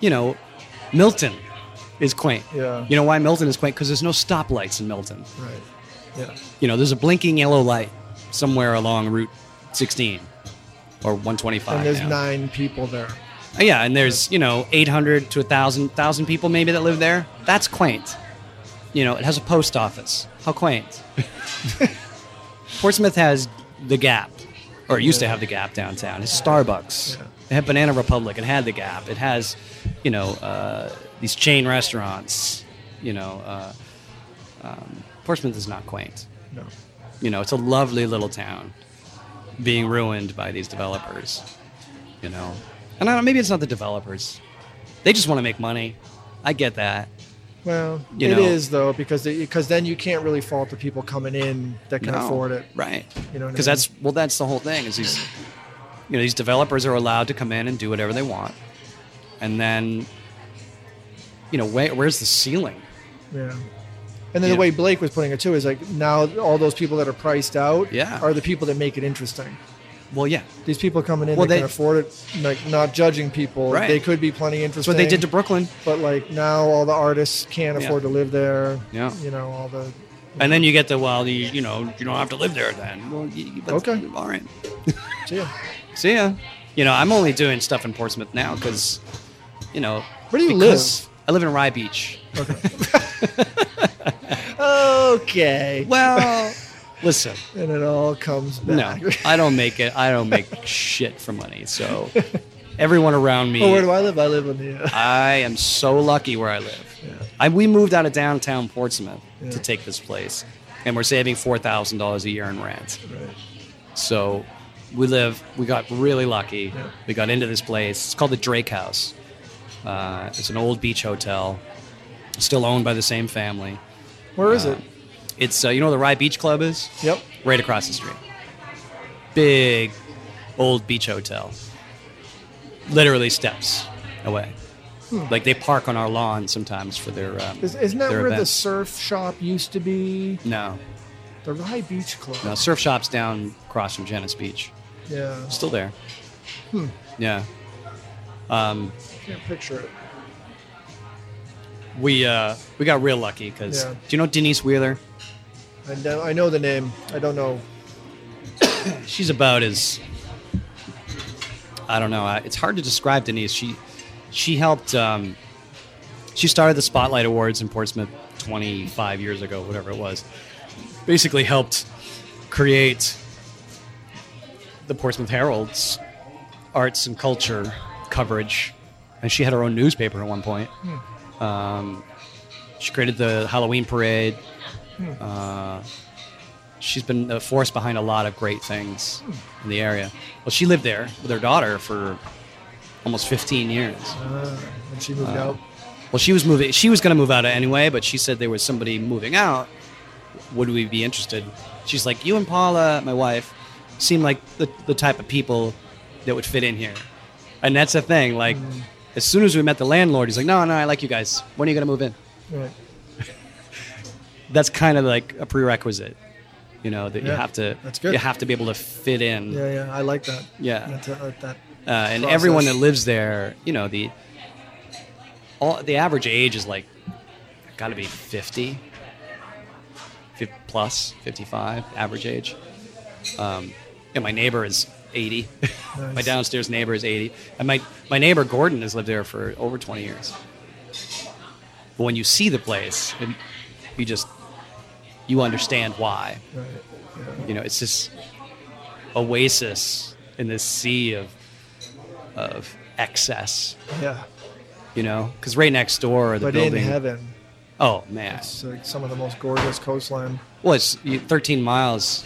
[SPEAKER 2] you know, Milton is quaint.
[SPEAKER 1] Yeah.
[SPEAKER 2] You know why Milton is quaint? Because there's no stoplights in Milton.
[SPEAKER 1] Right. Yeah.
[SPEAKER 2] You know, there's a blinking yellow light somewhere along Route 16 or 125.
[SPEAKER 1] And there's
[SPEAKER 2] now. Uh,
[SPEAKER 1] nine people there.
[SPEAKER 2] Yeah, and there's you know 800 to 1,000 1,000 people maybe that live there. That's quaint. You know, it has a post office. How quaint. Portsmouth has the Gap, or it used to have the Gap downtown. It's Starbucks. It had Banana Republic. It had the Gap. It has, you know, uh, these chain restaurants. You know, uh, um, Portsmouth is not quaint.
[SPEAKER 1] No.
[SPEAKER 2] You know, it's a lovely little town being ruined by these developers. You know, and I don't, maybe it's not the developers; they just want to make money. I get that.
[SPEAKER 1] Well, it
[SPEAKER 2] You
[SPEAKER 1] is
[SPEAKER 2] know.
[SPEAKER 1] though because because then you can't really fault the people coming in that can
[SPEAKER 2] No.
[SPEAKER 1] afford it.
[SPEAKER 2] right?
[SPEAKER 1] You know what I
[SPEAKER 2] because
[SPEAKER 1] mean?
[SPEAKER 2] that's well, that's the whole thing. Is these, you know, these developers are allowed to come in and do whatever they want, and then, you know, where, where's the ceiling?
[SPEAKER 1] Yeah. And then
[SPEAKER 2] Yeah.
[SPEAKER 1] the way Blake was putting it too is like now all those people that are priced out
[SPEAKER 2] Yeah.
[SPEAKER 1] are the people that make it interesting.
[SPEAKER 2] Well, yeah,
[SPEAKER 1] These people coming in
[SPEAKER 2] Well,
[SPEAKER 1] that
[SPEAKER 2] they-
[SPEAKER 1] can afford it, like not judging people.
[SPEAKER 2] Right.
[SPEAKER 1] They could be plenty interesting.
[SPEAKER 2] that's what they did to Brooklyn.
[SPEAKER 1] but like now all the artists can't
[SPEAKER 2] Yeah.
[SPEAKER 1] afford to live there.
[SPEAKER 2] Yeah.
[SPEAKER 1] You know, all the
[SPEAKER 2] And then you get the well, you, you know, you don't have to live there then. Well, you, you- but-
[SPEAKER 1] Okay.
[SPEAKER 2] all right.
[SPEAKER 1] so, yeah.
[SPEAKER 2] See ya. You know, I'm only doing stuff in Portsmouth now because, you know,
[SPEAKER 1] Where do you
[SPEAKER 2] because- I live in Rye Beach.
[SPEAKER 1] Okay.
[SPEAKER 2] Well, listen,
[SPEAKER 1] And it all comes
[SPEAKER 2] no,
[SPEAKER 1] back.
[SPEAKER 2] I don't make it. I don't make shit for money. So everyone around me,
[SPEAKER 1] oh, where do I live? I live on the uh,
[SPEAKER 2] I am so lucky where I live.
[SPEAKER 1] Yeah.
[SPEAKER 2] I, we moved out of downtown Portsmouth
[SPEAKER 1] Yeah.
[SPEAKER 2] to take this place, and we're saving four thousand dollars a year in rent.
[SPEAKER 1] right.
[SPEAKER 2] So we live, we got really lucky.
[SPEAKER 1] Yeah.
[SPEAKER 2] We got into this place. It's called the Drake House. Uh, it's an old beach hotel, still owned by the same family.
[SPEAKER 1] Where is
[SPEAKER 2] Uh,
[SPEAKER 1] it?
[SPEAKER 2] It's, uh, you know where the Rye Beach Club is?
[SPEAKER 1] Yep.
[SPEAKER 2] Right across the street. Big old beach hotel. Literally steps away. Like they park on our lawn sometimes for their. Um,
[SPEAKER 1] Hmm. Is, isn't that
[SPEAKER 2] their
[SPEAKER 1] where the
[SPEAKER 2] events.
[SPEAKER 1] surf shop used to be?
[SPEAKER 2] No,
[SPEAKER 1] The Rye Beach Club.
[SPEAKER 2] no. Surf shop's down across from Janice Beach.
[SPEAKER 1] Yeah.
[SPEAKER 2] Still there.
[SPEAKER 1] Hmm.
[SPEAKER 2] Yeah.
[SPEAKER 1] Can't picture it.
[SPEAKER 2] we uh, we got real lucky because
[SPEAKER 1] Yeah.
[SPEAKER 2] do you know Denise Wheeler?
[SPEAKER 1] I know, I know the name. I don't know.
[SPEAKER 2] She's about as I don't know. I- It's hard to describe Denise. She she helped. Um, she started the Spotlight Awards in Portsmouth 25 years ago, whatever it was. Basically, helped create the Portsmouth Herald's arts and culture coverage, and she had her own newspaper at one point. Um, she created the Halloween parade. Uh, she's been a force behind a lot of great things in the area. Well, she lived there with her daughter for almost 15 years.
[SPEAKER 1] Uh, when she moved out.
[SPEAKER 2] Well, she was moving. She was going to move out anyway, but she said there was somebody moving out. Would we be interested? She's like, you and Paula, my wife, seem like the, the type of people that would fit in here. And that's the thing. Like,
[SPEAKER 1] Mm.
[SPEAKER 2] as soon as we met the landlord, he's like, no, no, I like you guys. When are you going to move in?
[SPEAKER 1] Right.
[SPEAKER 2] That's kind of like a prerequisite, you know, that you
[SPEAKER 1] Yeah,
[SPEAKER 2] have to.
[SPEAKER 1] that's good.
[SPEAKER 2] You have to be able to fit in.
[SPEAKER 1] Yeah, yeah. I like that.
[SPEAKER 2] Yeah.
[SPEAKER 1] That's, uh, that.
[SPEAKER 2] uh, and
[SPEAKER 1] process.
[SPEAKER 2] everyone that lives there, you know, the all, the average age is like got to be 50, 50 plus 55 average age um, and my neighbor is 80 my
[SPEAKER 1] Nice.
[SPEAKER 2] downstairs neighbor is 80 and my, my neighbor gordon has lived there for over 20 years but when you see the place it, you just you understand why
[SPEAKER 1] Right.
[SPEAKER 2] you know it's this oasis in this sea of of excess
[SPEAKER 1] Yeah.
[SPEAKER 2] you know because right next door are the
[SPEAKER 1] But
[SPEAKER 2] building
[SPEAKER 1] in heaven,
[SPEAKER 2] oh man
[SPEAKER 1] it's like some of the most gorgeous coastline.
[SPEAKER 2] Well, it's you- 13 miles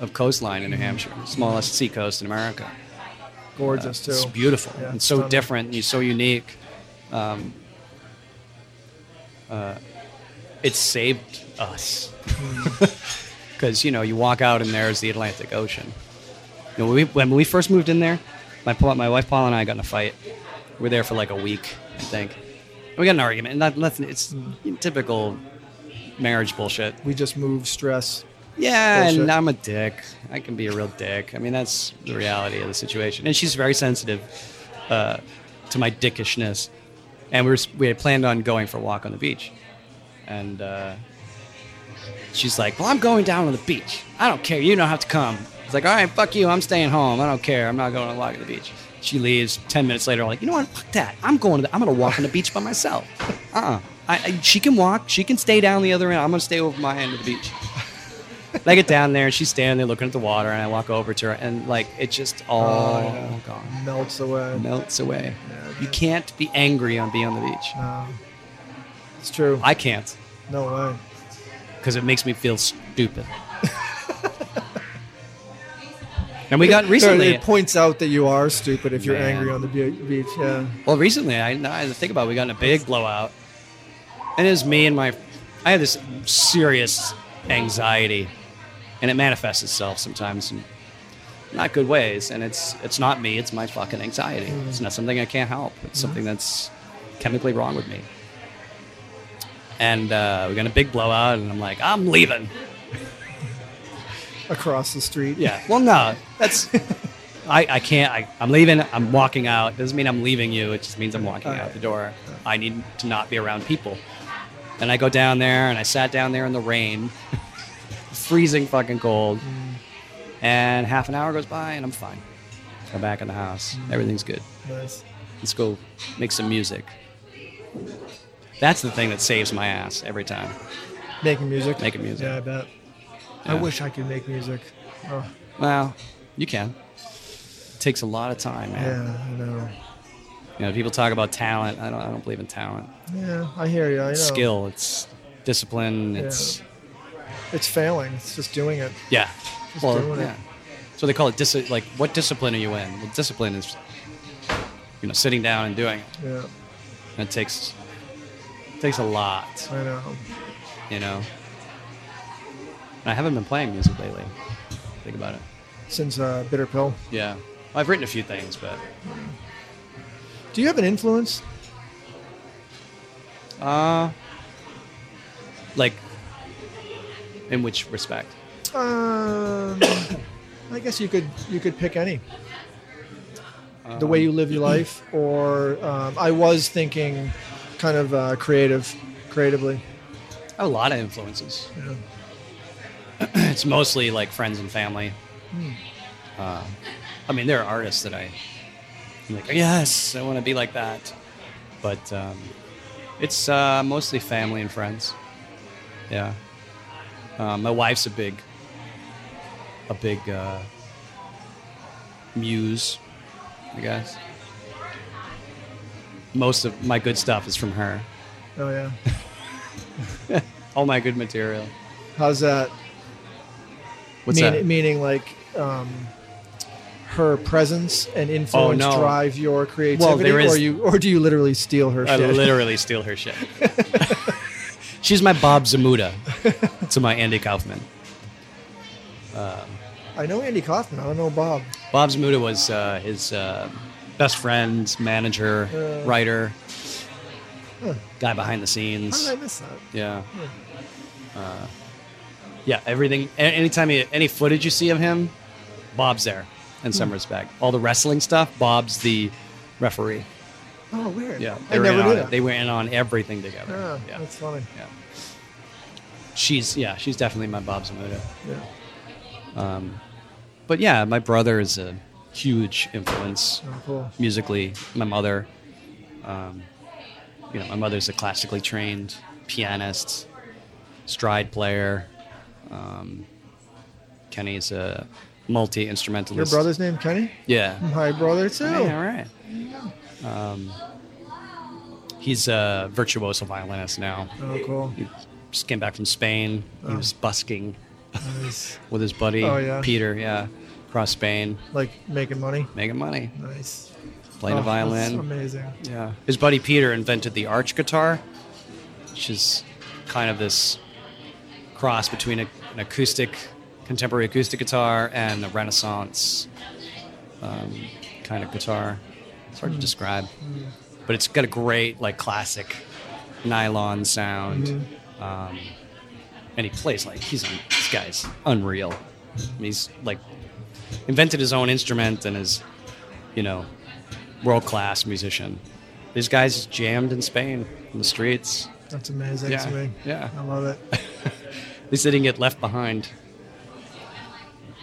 [SPEAKER 2] of coastline in New Hampshire, smallest seacoast in America.
[SPEAKER 1] Gorgeous too.
[SPEAKER 2] Uh, It's beautiful
[SPEAKER 1] Yeah,
[SPEAKER 2] and so
[SPEAKER 1] stunning.
[SPEAKER 2] different and so unique. Um, uh, it saved us because you know you walk out and there's the Atlantic Ocean. You know, when, we, when we first moved in there, my pa- my wife Paul and I got in a fight. We were there for like a week, I think. We got in an argument, and not, nothing. It's
[SPEAKER 1] Mm.
[SPEAKER 2] typical marriage bullshit.
[SPEAKER 1] We just move stress.
[SPEAKER 2] Yeah,
[SPEAKER 1] Bullshit.
[SPEAKER 2] and I'm a dick. I can be a real dick. I mean, that's the reality of the situation. And she's very sensitive uh, to my dickishness. And we, were, we had planned on going for a walk on the beach. And uh, she's like, Well, I'm going down to the beach. I don't care. You don't have to come. It's like, All right, fuck you. I'm staying home. I don't care. I'm not going to walk on the beach. She leaves. 10 minutes later, I'm like, You know what? Fuck that. I'm going to the, I'm going to walk on the beach by myself. Uh uh I, I, she can walk. She can stay down the other end. I'm going to stay over my end of the beach. And I get down there and she's standing there looking at the water, and I walk over to her, and like it just all
[SPEAKER 1] Oh, yeah.
[SPEAKER 2] gone,
[SPEAKER 1] Melts away.
[SPEAKER 2] melts away.
[SPEAKER 1] Yeah,
[SPEAKER 2] you
[SPEAKER 1] yeah.
[SPEAKER 2] can't be angry on being on the beach.
[SPEAKER 1] No. Um, It's true.
[SPEAKER 2] I can't
[SPEAKER 1] no way.
[SPEAKER 2] because it makes me feel stupid. and we got recently.
[SPEAKER 1] It points out that you are stupid if you're
[SPEAKER 2] Man.
[SPEAKER 1] angry on the be- beach. Yeah.
[SPEAKER 2] Well, recently, I, now I think about it, we got in a big blowout. And it was me and my. I had this serious anxiety, and it manifests itself sometimes in not good ways. And it's it's not me, it's my fucking anxiety. It's not something I can't help, it's something that's chemically wrong with me. And uh, we got in a big blowout, and I'm like, I'm leaving.
[SPEAKER 1] Across the street.
[SPEAKER 2] Yeah. Well, no, that's. I, I can't. I, I'm leaving. I'm walking out. Doesn't mean I'm leaving you. It just means I'm walking out the door. I need to not be around people. And I go down there and I sat down there in the rain, freezing fucking cold. And half an hour goes by and I'm fine. Come back in the house. Everything's good.
[SPEAKER 1] Nice.
[SPEAKER 2] Let's go make some music. That's the thing that saves my ass every time.
[SPEAKER 1] Making music.
[SPEAKER 2] Making music.
[SPEAKER 1] Yeah, I bet. I
[SPEAKER 2] Yeah.
[SPEAKER 1] wish I could make music. Oh,
[SPEAKER 2] Well, you can. It takes a lot of time, man.
[SPEAKER 1] yeah, I know.
[SPEAKER 2] You know, people talk about talent. I don't, I don't believe in talent.
[SPEAKER 1] Yeah, I hear you. I know.
[SPEAKER 2] It's skill. It's discipline. It's
[SPEAKER 1] It's failing. It's just doing it.
[SPEAKER 2] yeah.
[SPEAKER 1] Just
[SPEAKER 2] Well,
[SPEAKER 1] doing it.
[SPEAKER 2] yeah. So they call it dis- like what discipline are you in? Well, discipline is you know sitting down and doing it.
[SPEAKER 1] Yeah,
[SPEAKER 2] And it takes it takes a lot.
[SPEAKER 1] I know.
[SPEAKER 2] You know. And I haven't been playing music lately. Think about it.
[SPEAKER 1] Since uh, Bitter Pill.
[SPEAKER 2] Yeah. I've written a few things, but
[SPEAKER 1] Do you have an influence?
[SPEAKER 2] uh, like in which respect?
[SPEAKER 1] Um, I guess you could you could pick any. The way you live your
[SPEAKER 2] Um,
[SPEAKER 1] life, or um, I was thinking, kind of uh, creative, creatively.
[SPEAKER 2] I have a lot of influences.
[SPEAKER 1] Yeah.
[SPEAKER 2] it's mostly like friends and family. Uh, I mean, there are artists that I, I'm like, yes, I want to be like that. But um, it's uh, mostly family and friends. Yeah. Uh, my wife's a big, a big uh, muse, I guess. Most of my good stuff is from her.
[SPEAKER 1] Oh yeah.
[SPEAKER 2] All my good material.
[SPEAKER 1] How's that?
[SPEAKER 2] What's
[SPEAKER 1] Mean-
[SPEAKER 2] that?
[SPEAKER 1] Meaning like um, her presence and influence
[SPEAKER 2] Oh, no.
[SPEAKER 1] drive your creativity,
[SPEAKER 2] there is-
[SPEAKER 1] or you or do you literally steal her
[SPEAKER 2] I
[SPEAKER 1] shit?
[SPEAKER 2] literally steal her shit. She's my Bob Zamuda to my Andy Kaufman.
[SPEAKER 1] I know Andy Kaufman. I don't know Bob.
[SPEAKER 2] Bob Zamuda was uh, his uh, best friend, manager,
[SPEAKER 1] Uh.
[SPEAKER 2] writer, guy behind the
[SPEAKER 1] How
[SPEAKER 2] scenes.
[SPEAKER 1] did I miss that?
[SPEAKER 2] Yeah. Uh, yeah, everything. a- Anytime you, any footage you see of him,
[SPEAKER 1] Hmm.
[SPEAKER 2] Bob's there in some respect. All the wrestling stuff, Bob's the referee.
[SPEAKER 1] Oh, weird.
[SPEAKER 2] Yeah,
[SPEAKER 1] I
[SPEAKER 2] were in
[SPEAKER 1] never knew
[SPEAKER 2] on
[SPEAKER 1] that.
[SPEAKER 2] It. They were in on everything together.
[SPEAKER 1] yeah,
[SPEAKER 2] yeah,
[SPEAKER 1] that's funny.
[SPEAKER 2] yeah. She's yeah, she's definitely my Bob Zamuda.
[SPEAKER 1] Yeah.
[SPEAKER 2] Um, but yeah, my brother is a huge influence
[SPEAKER 1] Oh, cool.
[SPEAKER 2] musically. My mother, um, you know, my mother's a classically trained pianist, stride player. Um, Kenny's a multi
[SPEAKER 1] Your
[SPEAKER 2] instrumentalist.
[SPEAKER 1] brother's name Kenny?
[SPEAKER 2] Yeah.
[SPEAKER 1] My brother too.
[SPEAKER 2] Hey, all right. Um, he's a virtuoso violinist now.
[SPEAKER 1] Oh, cool.
[SPEAKER 2] He just came back from Spain. He
[SPEAKER 1] Oh.
[SPEAKER 2] was busking
[SPEAKER 1] Nice.
[SPEAKER 2] with his buddy
[SPEAKER 1] Oh, yeah.
[SPEAKER 2] Peter, yeah, across Spain,
[SPEAKER 1] Like making money.
[SPEAKER 2] making money,
[SPEAKER 1] Nice.
[SPEAKER 2] playing
[SPEAKER 1] Oh,
[SPEAKER 2] the violin.
[SPEAKER 1] That's amazing.
[SPEAKER 2] Yeah. His buddy Peter invented the arch guitar, which is kind of this cross between a, an acoustic, contemporary acoustic guitar and a Renaissance um, kind of guitar. It's hard to describe, but it's got a great, like, classic nylon sound. Um, and he plays like he's un- this guy's unreal. And he's like invented his own instrument and is, you know, world class musician. These guys jammed in Spain in the streets.
[SPEAKER 1] That's amazing
[SPEAKER 2] Yeah,
[SPEAKER 1] to me.
[SPEAKER 2] yeah.
[SPEAKER 1] I love it.
[SPEAKER 2] At least they didn't get left behind.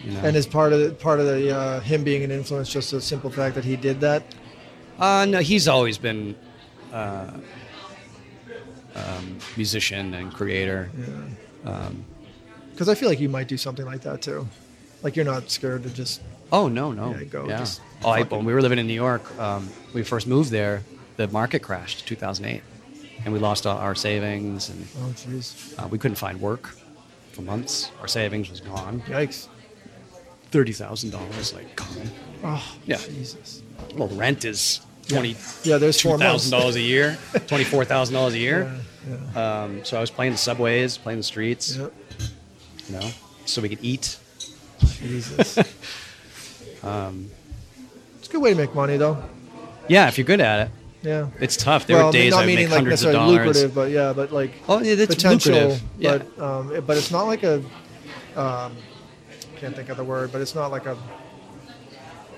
[SPEAKER 2] You know.
[SPEAKER 1] And is part of the, part of the uh, him being an influence just the simple fact that he did that?
[SPEAKER 2] uh, no, he's always been uh, um, musician and creator.
[SPEAKER 1] Yeah.
[SPEAKER 2] Um,
[SPEAKER 1] Because I feel like you might do something like that too. Like you're not scared to just
[SPEAKER 2] Oh no, no.
[SPEAKER 1] Yeah, go, just
[SPEAKER 2] oh, I,
[SPEAKER 1] fucking-
[SPEAKER 2] when we were living in New York, um, we first moved there. The market crashed, 2008, and we lost all our savings, and
[SPEAKER 1] oh jeez,
[SPEAKER 2] uh, we couldn't find work for months. Our savings was gone.
[SPEAKER 1] yikes.
[SPEAKER 2] Thirty thousand dollars, like gone.
[SPEAKER 1] Oh
[SPEAKER 2] Yeah.
[SPEAKER 1] Jesus.
[SPEAKER 2] Well, rent is twenty
[SPEAKER 1] Yeah, there's
[SPEAKER 2] two
[SPEAKER 1] four months.
[SPEAKER 2] thousand dollars a year, twenty four thousand dollars a
[SPEAKER 1] Yeah,
[SPEAKER 2] year.
[SPEAKER 1] yeah,
[SPEAKER 2] Um, so I was playing the subways, playing the streets,
[SPEAKER 1] yeah.
[SPEAKER 2] you know, so we could eat.
[SPEAKER 1] Jesus.
[SPEAKER 2] Um,
[SPEAKER 1] it's a good way to make money though.
[SPEAKER 2] Yeah, if you're good at it,
[SPEAKER 1] Yeah.
[SPEAKER 2] it's tough. There
[SPEAKER 1] well,
[SPEAKER 2] were days
[SPEAKER 1] not
[SPEAKER 2] I would
[SPEAKER 1] meaning
[SPEAKER 2] make
[SPEAKER 1] like
[SPEAKER 2] hundreds of
[SPEAKER 1] necessarily
[SPEAKER 2] dollars.
[SPEAKER 1] lucrative, but yeah, but like
[SPEAKER 2] Oh, yeah, that's
[SPEAKER 1] potential.
[SPEAKER 2] lucrative. Yeah.
[SPEAKER 1] But um, it, but it's not like a um, can't think of the word, but it's not like a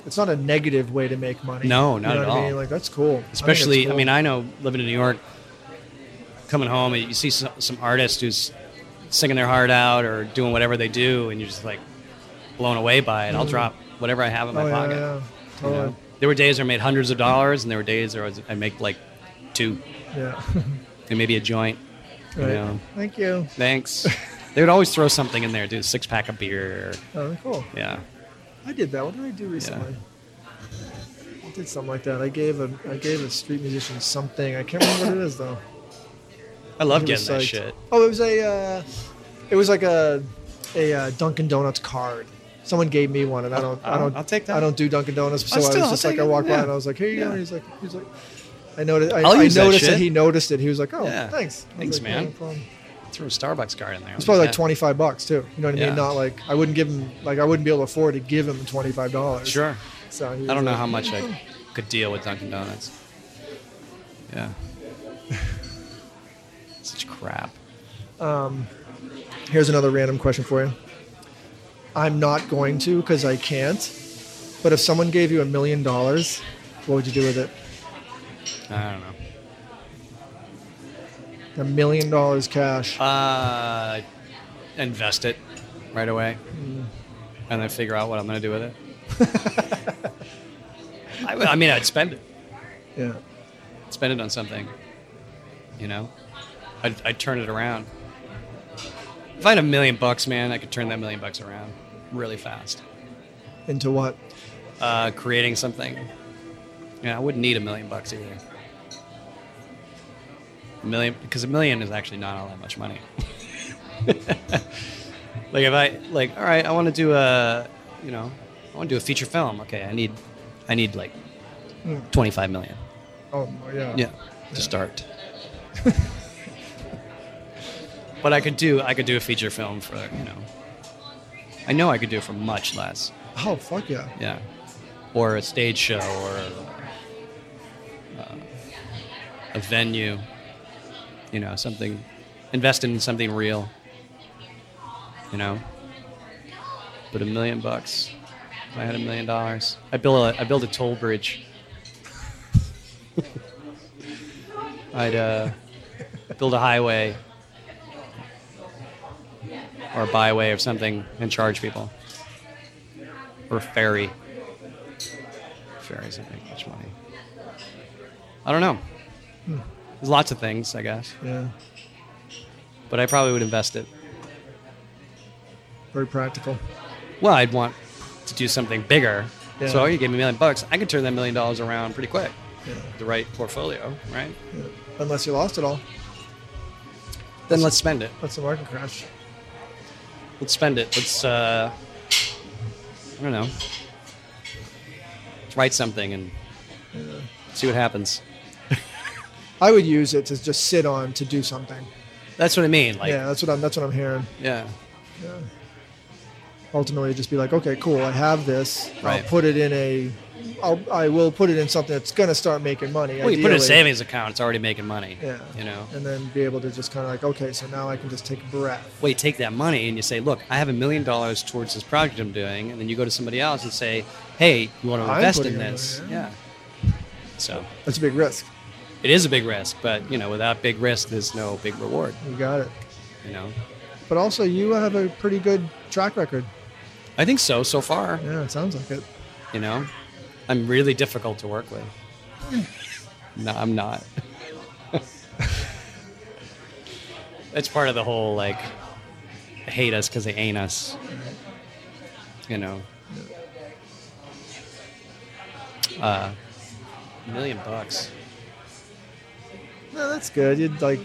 [SPEAKER 1] it's not a negative way to make money.
[SPEAKER 2] No,
[SPEAKER 1] You
[SPEAKER 2] not
[SPEAKER 1] know
[SPEAKER 2] at
[SPEAKER 1] what I mean?
[SPEAKER 2] all.
[SPEAKER 1] Like that's cool. I think that's
[SPEAKER 2] especially
[SPEAKER 1] cool.
[SPEAKER 2] I mean I know living in New York coming home and you see some, some artist who's singing their heart out or doing whatever they do and you're just like blown away by it I'll drop whatever I have in my
[SPEAKER 1] Mm. oh, yeah,
[SPEAKER 2] pocket
[SPEAKER 1] yeah,
[SPEAKER 2] you know?
[SPEAKER 1] totally.
[SPEAKER 2] there were days I made hundreds of dollars and there were days where I, was, I make like two
[SPEAKER 1] Yeah.
[SPEAKER 2] and maybe a joint you
[SPEAKER 1] Right.
[SPEAKER 2] know
[SPEAKER 1] Thank you.
[SPEAKER 2] thanks they would always throw something in there do a six pack of beer
[SPEAKER 1] Oh, cool.
[SPEAKER 2] yeah
[SPEAKER 1] I did that. What did I do recently? I did something like that. I gave a I gave a street musician something. I can't remember what it is though.
[SPEAKER 2] I love
[SPEAKER 1] He was
[SPEAKER 2] getting that
[SPEAKER 1] psyched.
[SPEAKER 2] shit
[SPEAKER 1] Oh, it was a, uh, it was like a, a uh, Dunkin' Donuts card. Someone gave me one, and I don't, I
[SPEAKER 2] I'll-
[SPEAKER 1] don't,
[SPEAKER 2] I'll take that.
[SPEAKER 1] I don't do Dunkin' Donuts, so
[SPEAKER 2] I'll
[SPEAKER 1] I
[SPEAKER 2] still-
[SPEAKER 1] was
[SPEAKER 2] I'll
[SPEAKER 1] just
[SPEAKER 2] take
[SPEAKER 1] like, I
[SPEAKER 2] it,
[SPEAKER 1] walked by
[SPEAKER 2] yeah.
[SPEAKER 1] and I was like, here you go.
[SPEAKER 2] Yeah.
[SPEAKER 1] And he's like, he's like, I noticed, I,
[SPEAKER 2] I'll
[SPEAKER 1] I
[SPEAKER 2] use that
[SPEAKER 1] noticed that,
[SPEAKER 2] shit.
[SPEAKER 1] he noticed it. He was like, oh,
[SPEAKER 2] Yeah.
[SPEAKER 1] thanks. I was
[SPEAKER 2] Thanks,
[SPEAKER 1] like,
[SPEAKER 2] man.
[SPEAKER 1] no problem.
[SPEAKER 2] threw a Starbucks card in there
[SPEAKER 1] It's probably like
[SPEAKER 2] Yeah.
[SPEAKER 1] twenty five bucks too. You know what I mean?
[SPEAKER 2] Yeah.
[SPEAKER 1] Not like I wouldn't give him, like I wouldn't be able to afford to give him twenty five dollars.
[SPEAKER 2] sure
[SPEAKER 1] So he was
[SPEAKER 2] I don't know
[SPEAKER 1] like, "Mm,
[SPEAKER 2] how much I could deal with Dunkin' Donuts. Yeah. Such crap.
[SPEAKER 1] Here's another random question for you. I'm not going to because I can't. But if someone gave you a million dollars, what would you do with it?
[SPEAKER 2] I don't know.
[SPEAKER 1] A million dollars cash.
[SPEAKER 2] Uh, invest it right away,
[SPEAKER 1] Mm.
[SPEAKER 2] and then figure out what I'm gonna do with it. I, would- I mean, I'd spend it.
[SPEAKER 1] Yeah.
[SPEAKER 2] Spend it on something. You know, I'd, I'd turn it around. If I had a million bucks, man, I could turn that million bucks around really fast.
[SPEAKER 1] Into what?
[SPEAKER 2] uh, creating something. Yeah, I wouldn't need a million bucks either. A million, because a million is actually not all that much money. like if I like, all right, I want to do a, you know, I want to do a feature film. Okay, I need, I need like,
[SPEAKER 1] Mm.
[SPEAKER 2] twenty five million.
[SPEAKER 1] Oh, yeah.
[SPEAKER 2] Yeah, to start. but I could do, I could do a feature film for, you know, I know I could do it for much less.
[SPEAKER 1] Oh, fuck yeah.
[SPEAKER 2] Yeah. Or a stage show or a, uh, a venue. You know, something, invest in something real. You know? But a million bucks. If I had a million dollars, I build a, I build a toll bridge. I'd uh, build a highway or byway of something and charge people. Or ferry. Ferries don't make much money. I don't know. There's lots of things, I guess.
[SPEAKER 1] Yeah.
[SPEAKER 2] But I probably would invest it.
[SPEAKER 1] Very practical.
[SPEAKER 2] Well, I'd want to do something bigger.
[SPEAKER 1] Yeah.
[SPEAKER 2] So you gave me a million bucks. I could turn that million dollars around pretty quick.
[SPEAKER 1] Yeah.
[SPEAKER 2] The right portfolio, right?
[SPEAKER 1] yeah. Unless you lost it all.
[SPEAKER 2] Then let's spend it.
[SPEAKER 1] That's a market crash.
[SPEAKER 2] Let's spend it. Let's uh, I don't know. Let's write something and see what happens.
[SPEAKER 1] I would use it to just sit on to do something.
[SPEAKER 2] That's what I mean. Like
[SPEAKER 1] yeah,
[SPEAKER 2] yeah.
[SPEAKER 1] that's what I'm. That's what I'm hearing. Ultimately, just be like, okay, cool. I have this.
[SPEAKER 2] Right.
[SPEAKER 1] I'll put it in a. I'll, I will put it in something that's gonna start making money.
[SPEAKER 2] Well, you put it in a
[SPEAKER 1] ideally.
[SPEAKER 2] savings account. It's already making money.
[SPEAKER 1] Yeah.
[SPEAKER 2] You know.
[SPEAKER 1] And then be able to just kind of like, okay, so now I can just take a breath.
[SPEAKER 2] Well, you take that money and you say, "Look, I have a million dollars towards this project I'm doing," and then you go to somebody else and say, "Hey, you want to
[SPEAKER 1] I'm
[SPEAKER 2] invest
[SPEAKER 1] putting
[SPEAKER 2] in
[SPEAKER 1] in
[SPEAKER 2] this?"
[SPEAKER 1] there,
[SPEAKER 2] Yeah. So
[SPEAKER 1] That's a big risk.
[SPEAKER 2] it is a big risk, but you know, without big risk, there's no big reward.
[SPEAKER 1] You got it.
[SPEAKER 2] You know.
[SPEAKER 1] But also, you have a pretty good track record.
[SPEAKER 2] I think so. So far,
[SPEAKER 1] Yeah, it sounds like it.
[SPEAKER 2] you know, I'm really difficult to work with. no, I'm not. That's part of the whole like hate us because they ain't us. You know. Uh, million bucks.
[SPEAKER 1] No, that's good. You'd like.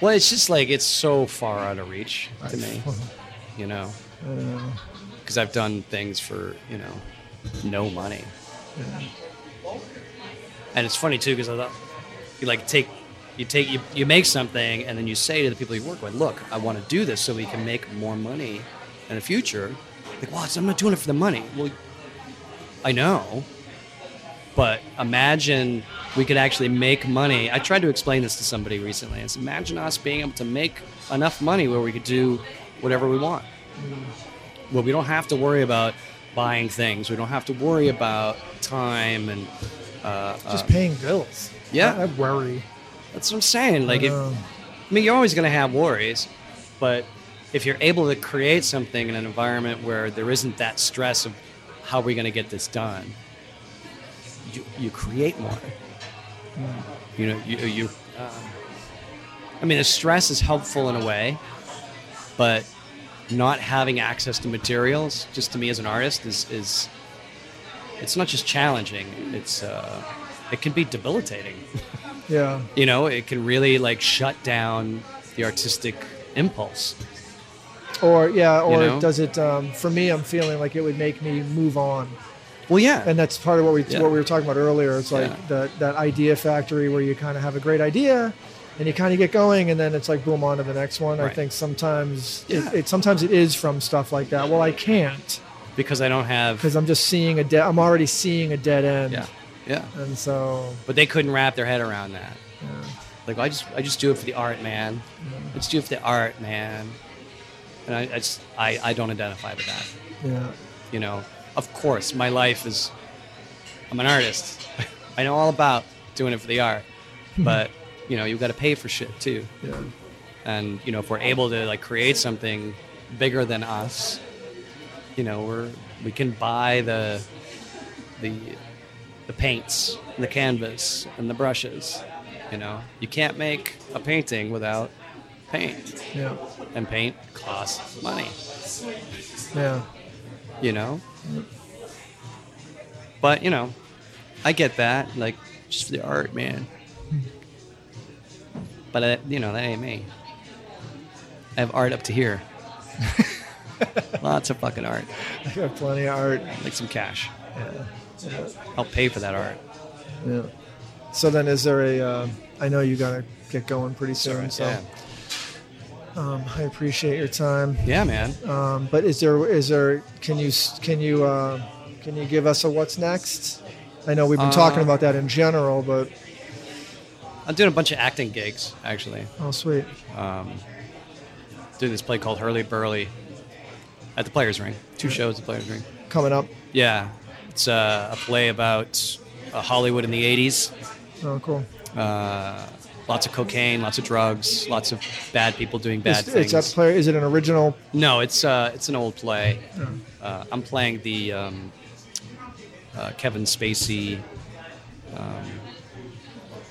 [SPEAKER 2] Well, it's just like it's so far out of reach to me.
[SPEAKER 1] I
[SPEAKER 2] You know,
[SPEAKER 1] don't know.
[SPEAKER 2] because I've done things for you know no money.
[SPEAKER 1] Yeah.
[SPEAKER 2] And it's funny too because I thought you like take you take you, you make something and then you say to the people you work with, look, I want to do this so we can make more money in the future. Like, well, it's- I'm not doing it for the money. Well, I know, but imagine we could actually make money. I tried to explain this to somebody recently. It's imagine us being able to make enough money where we could do whatever we want. Well, we don't have to worry about buying things. We don't have to worry about time and uh,
[SPEAKER 1] Just
[SPEAKER 2] uh,
[SPEAKER 1] paying bills.
[SPEAKER 2] yeah.
[SPEAKER 1] I, I worry.
[SPEAKER 2] that's what I'm saying. Like, if,
[SPEAKER 1] Um,
[SPEAKER 2] I mean, you're always going to have worries, but if you're able to create something in an environment where there isn't that stress of how are we going to get this done, you, you create more. You know, you, you uh, I mean, the stress is helpful in a way, but not having access to materials, just to me as an artist, is, is it's not just challenging, it's, uh, it can be debilitating
[SPEAKER 1] yeah.
[SPEAKER 2] you know it can really like shut down the artistic impulse
[SPEAKER 1] Or yeah. Or
[SPEAKER 2] know?
[SPEAKER 1] does it? Um, for me, I'm feeling like it would make me move on.
[SPEAKER 2] well yeah
[SPEAKER 1] and that's part of what we
[SPEAKER 2] Yeah.
[SPEAKER 1] what we were talking about earlier. It's like
[SPEAKER 2] Yeah.
[SPEAKER 1] that that idea factory where you kind of have a great idea, and you kind of get going, and then it's like boom on to the next one. I
[SPEAKER 2] Right.
[SPEAKER 1] think sometimes
[SPEAKER 2] Yeah.
[SPEAKER 1] it, it sometimes it is from stuff like that. Well, I can't
[SPEAKER 2] because i don't have
[SPEAKER 1] because I'm just seeing a dead. I'm already seeing a dead end,
[SPEAKER 2] yeah yeah
[SPEAKER 1] and so
[SPEAKER 2] but they couldn't wrap their head around that
[SPEAKER 1] yeah,
[SPEAKER 2] like i just i just do it for the art man i just do it for the art man and i, I just I, I don't identify with that
[SPEAKER 1] yeah,
[SPEAKER 2] you know of course my life is i'm an artist i know all about doing it for the art but you know you've got to pay for shit too
[SPEAKER 1] yeah.
[SPEAKER 2] and you know if we're able to like create something bigger than us you know we're we can buy the the the paints and the canvas and the brushes you know you can't make a painting without paint
[SPEAKER 1] yeah.
[SPEAKER 2] and paint costs money
[SPEAKER 1] yeah.
[SPEAKER 2] you know but you know i get that like just for the art man but uh, you know that ain't me i have art up to here lots of fucking art
[SPEAKER 1] I got plenty of art.
[SPEAKER 2] like some cash
[SPEAKER 1] Yeah. yeah.
[SPEAKER 2] i'll pay for that art
[SPEAKER 1] Yeah. So then, is there a? Uh, I know you gotta get going pretty soon.
[SPEAKER 2] Alright,
[SPEAKER 1] So
[SPEAKER 2] yeah.
[SPEAKER 1] um, I appreciate your time.
[SPEAKER 2] yeah man
[SPEAKER 1] Um, but is there is there can you s- can you uh, can you give us a what's next? I know we've been talking
[SPEAKER 2] Uh,
[SPEAKER 1] about that in general, but
[SPEAKER 2] i'm doing a bunch of acting gigs actually
[SPEAKER 1] oh sweet,
[SPEAKER 2] um, doing this play called hurley burley at the players ring two shows at the players ring
[SPEAKER 1] coming up.
[SPEAKER 2] Yeah, it's uh, a play about uh, Hollywood in the '80s.
[SPEAKER 1] Oh cool.
[SPEAKER 2] Uh, lots of cocaine, lots of drugs, lots of bad people doing bad
[SPEAKER 1] It's,
[SPEAKER 2] things.
[SPEAKER 1] it's a player. Is it an original?
[SPEAKER 2] No, it's uh, it's an old play. Uh, I'm playing the um, uh, Kevin Spacey um,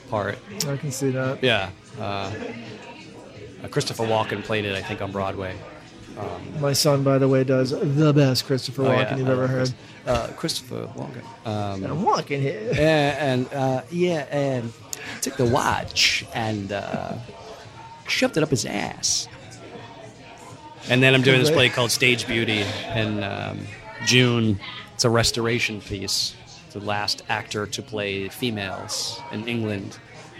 [SPEAKER 2] part.
[SPEAKER 1] I can see that.
[SPEAKER 2] Yeah, uh, uh, Christopher Walken played it, I think, on Broadway.
[SPEAKER 1] My son, by the way, does the best Christopher
[SPEAKER 2] Oh,
[SPEAKER 1] Walken
[SPEAKER 2] yeah,
[SPEAKER 1] you've
[SPEAKER 2] uh,
[SPEAKER 1] ever heard.
[SPEAKER 2] Chris- Uh, Christopher Walken. Um,
[SPEAKER 1] I'm walking here.
[SPEAKER 2] and uh, yeah, and took the watch and uh, shoved it up his ass. And then I'm doing this play called Stage Beauty in um, June. It's a restoration piece. It's the last actor to play females in England.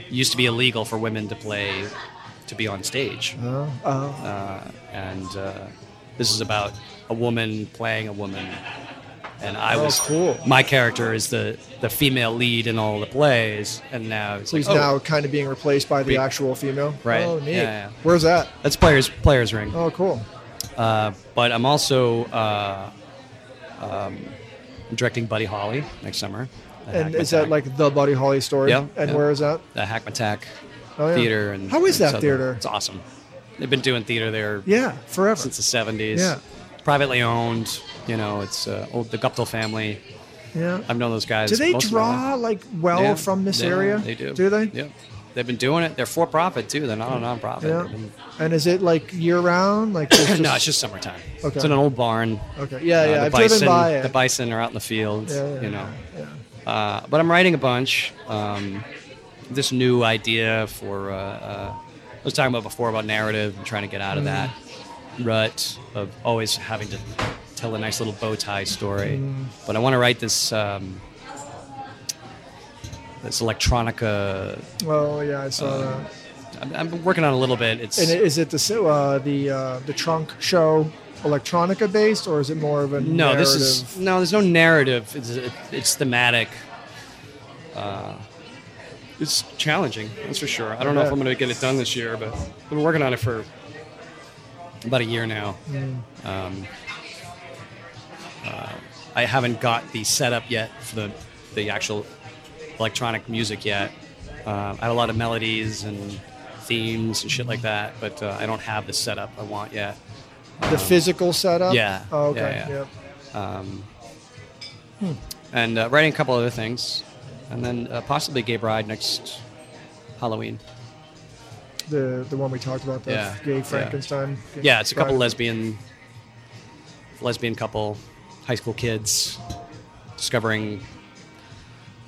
[SPEAKER 2] It used to be illegal for women to play to be on stage
[SPEAKER 1] Oh, oh.
[SPEAKER 2] uh, and uh, this is about a woman playing a woman. And I
[SPEAKER 1] Oh,
[SPEAKER 2] was
[SPEAKER 1] cool.
[SPEAKER 2] My character is the the female lead in all the plays, and now it's like
[SPEAKER 1] Who's
[SPEAKER 2] oh,
[SPEAKER 1] now kind of being replaced by the
[SPEAKER 2] Be-
[SPEAKER 1] actual female?
[SPEAKER 2] Right,
[SPEAKER 1] Oh, neat.
[SPEAKER 2] yeah, yeah.
[SPEAKER 1] Where's that?
[SPEAKER 2] that's players players ring.
[SPEAKER 1] Oh, cool.
[SPEAKER 2] Uh, but I'm also uh, um, directing Buddy Holly next summer. at
[SPEAKER 1] And
[SPEAKER 2] Hackman
[SPEAKER 1] is that
[SPEAKER 2] Tack.
[SPEAKER 1] like the Buddy Holly story?
[SPEAKER 2] Yeah,
[SPEAKER 1] And
[SPEAKER 2] yeah.
[SPEAKER 1] where is that?
[SPEAKER 2] the Hackmatack
[SPEAKER 1] Oh, yeah.
[SPEAKER 2] Theater? And
[SPEAKER 1] How is that theater?
[SPEAKER 2] It's awesome. They've been doing theater there
[SPEAKER 1] Yeah, forever.
[SPEAKER 2] since the 70s.
[SPEAKER 1] Yeah.
[SPEAKER 2] Privately owned, you know, it's uh, old, the Guptill family.
[SPEAKER 1] yeah.
[SPEAKER 2] I've known those guys.
[SPEAKER 1] do they
[SPEAKER 2] most of my
[SPEAKER 1] draw
[SPEAKER 2] life.
[SPEAKER 1] like well
[SPEAKER 2] Yeah,
[SPEAKER 1] from this
[SPEAKER 2] they-
[SPEAKER 1] area?
[SPEAKER 2] They do.
[SPEAKER 1] Do they?
[SPEAKER 2] Yeah. They've been doing it. They're for profit too. They're not a nonprofit.
[SPEAKER 1] Yeah.
[SPEAKER 2] They've been-
[SPEAKER 1] And is it like year round? Like it's
[SPEAKER 2] no, it's just summertime.
[SPEAKER 1] Okay.
[SPEAKER 2] It's in an old barn.
[SPEAKER 1] okay. Yeah, yeah.
[SPEAKER 2] Uh, the
[SPEAKER 1] I've
[SPEAKER 2] bison,
[SPEAKER 1] driven by it.
[SPEAKER 2] The bison are out in the field.
[SPEAKER 1] Yeah, yeah,
[SPEAKER 2] you know.
[SPEAKER 1] yeah.
[SPEAKER 2] Uh, but I'm writing a bunch. Um, this new idea for uh, uh, I was talking about before about narrative and trying to get out of that
[SPEAKER 1] Mm.
[SPEAKER 2] rut of always having to tell a nice little bow tie story.
[SPEAKER 1] Mm.
[SPEAKER 2] But I want to write this um, this electronica.
[SPEAKER 1] Oh yeah, I saw
[SPEAKER 2] Um,
[SPEAKER 1] that.
[SPEAKER 2] I'm, I'm working on it a little bit. It's
[SPEAKER 1] And i- is it the si- uh, the uh, the trunk show electronica based, or is it more of a
[SPEAKER 2] no. This is
[SPEAKER 1] narrative?
[SPEAKER 2] no. There's no narrative. It's, it, it's thematic. Uh, it's challenging. That's for sure. I don't know if
[SPEAKER 1] bet.
[SPEAKER 2] I'm going to get it done this year, but I've been working on it for about a year now. Um, uh, I haven't got the setup yet for the the actual electronic music yet. Um, I have a lot of melodies and themes and shit like that, but uh, I don't have the setup I want yet.
[SPEAKER 1] the physical setup.
[SPEAKER 2] yeah,
[SPEAKER 1] Oh, okay.
[SPEAKER 2] yeah, yeah.
[SPEAKER 1] Yep.
[SPEAKER 2] um, and uh, writing a couple other things, and then uh, possibly Gay Bride next Halloween.
[SPEAKER 1] The the one we talked about, the
[SPEAKER 2] Yeah,
[SPEAKER 1] gay
[SPEAKER 2] yeah.
[SPEAKER 1] Frankenstein.
[SPEAKER 2] Yeah, it's a couple
[SPEAKER 1] Right.
[SPEAKER 2] lesbian, lesbian couple, high school kids, discovering.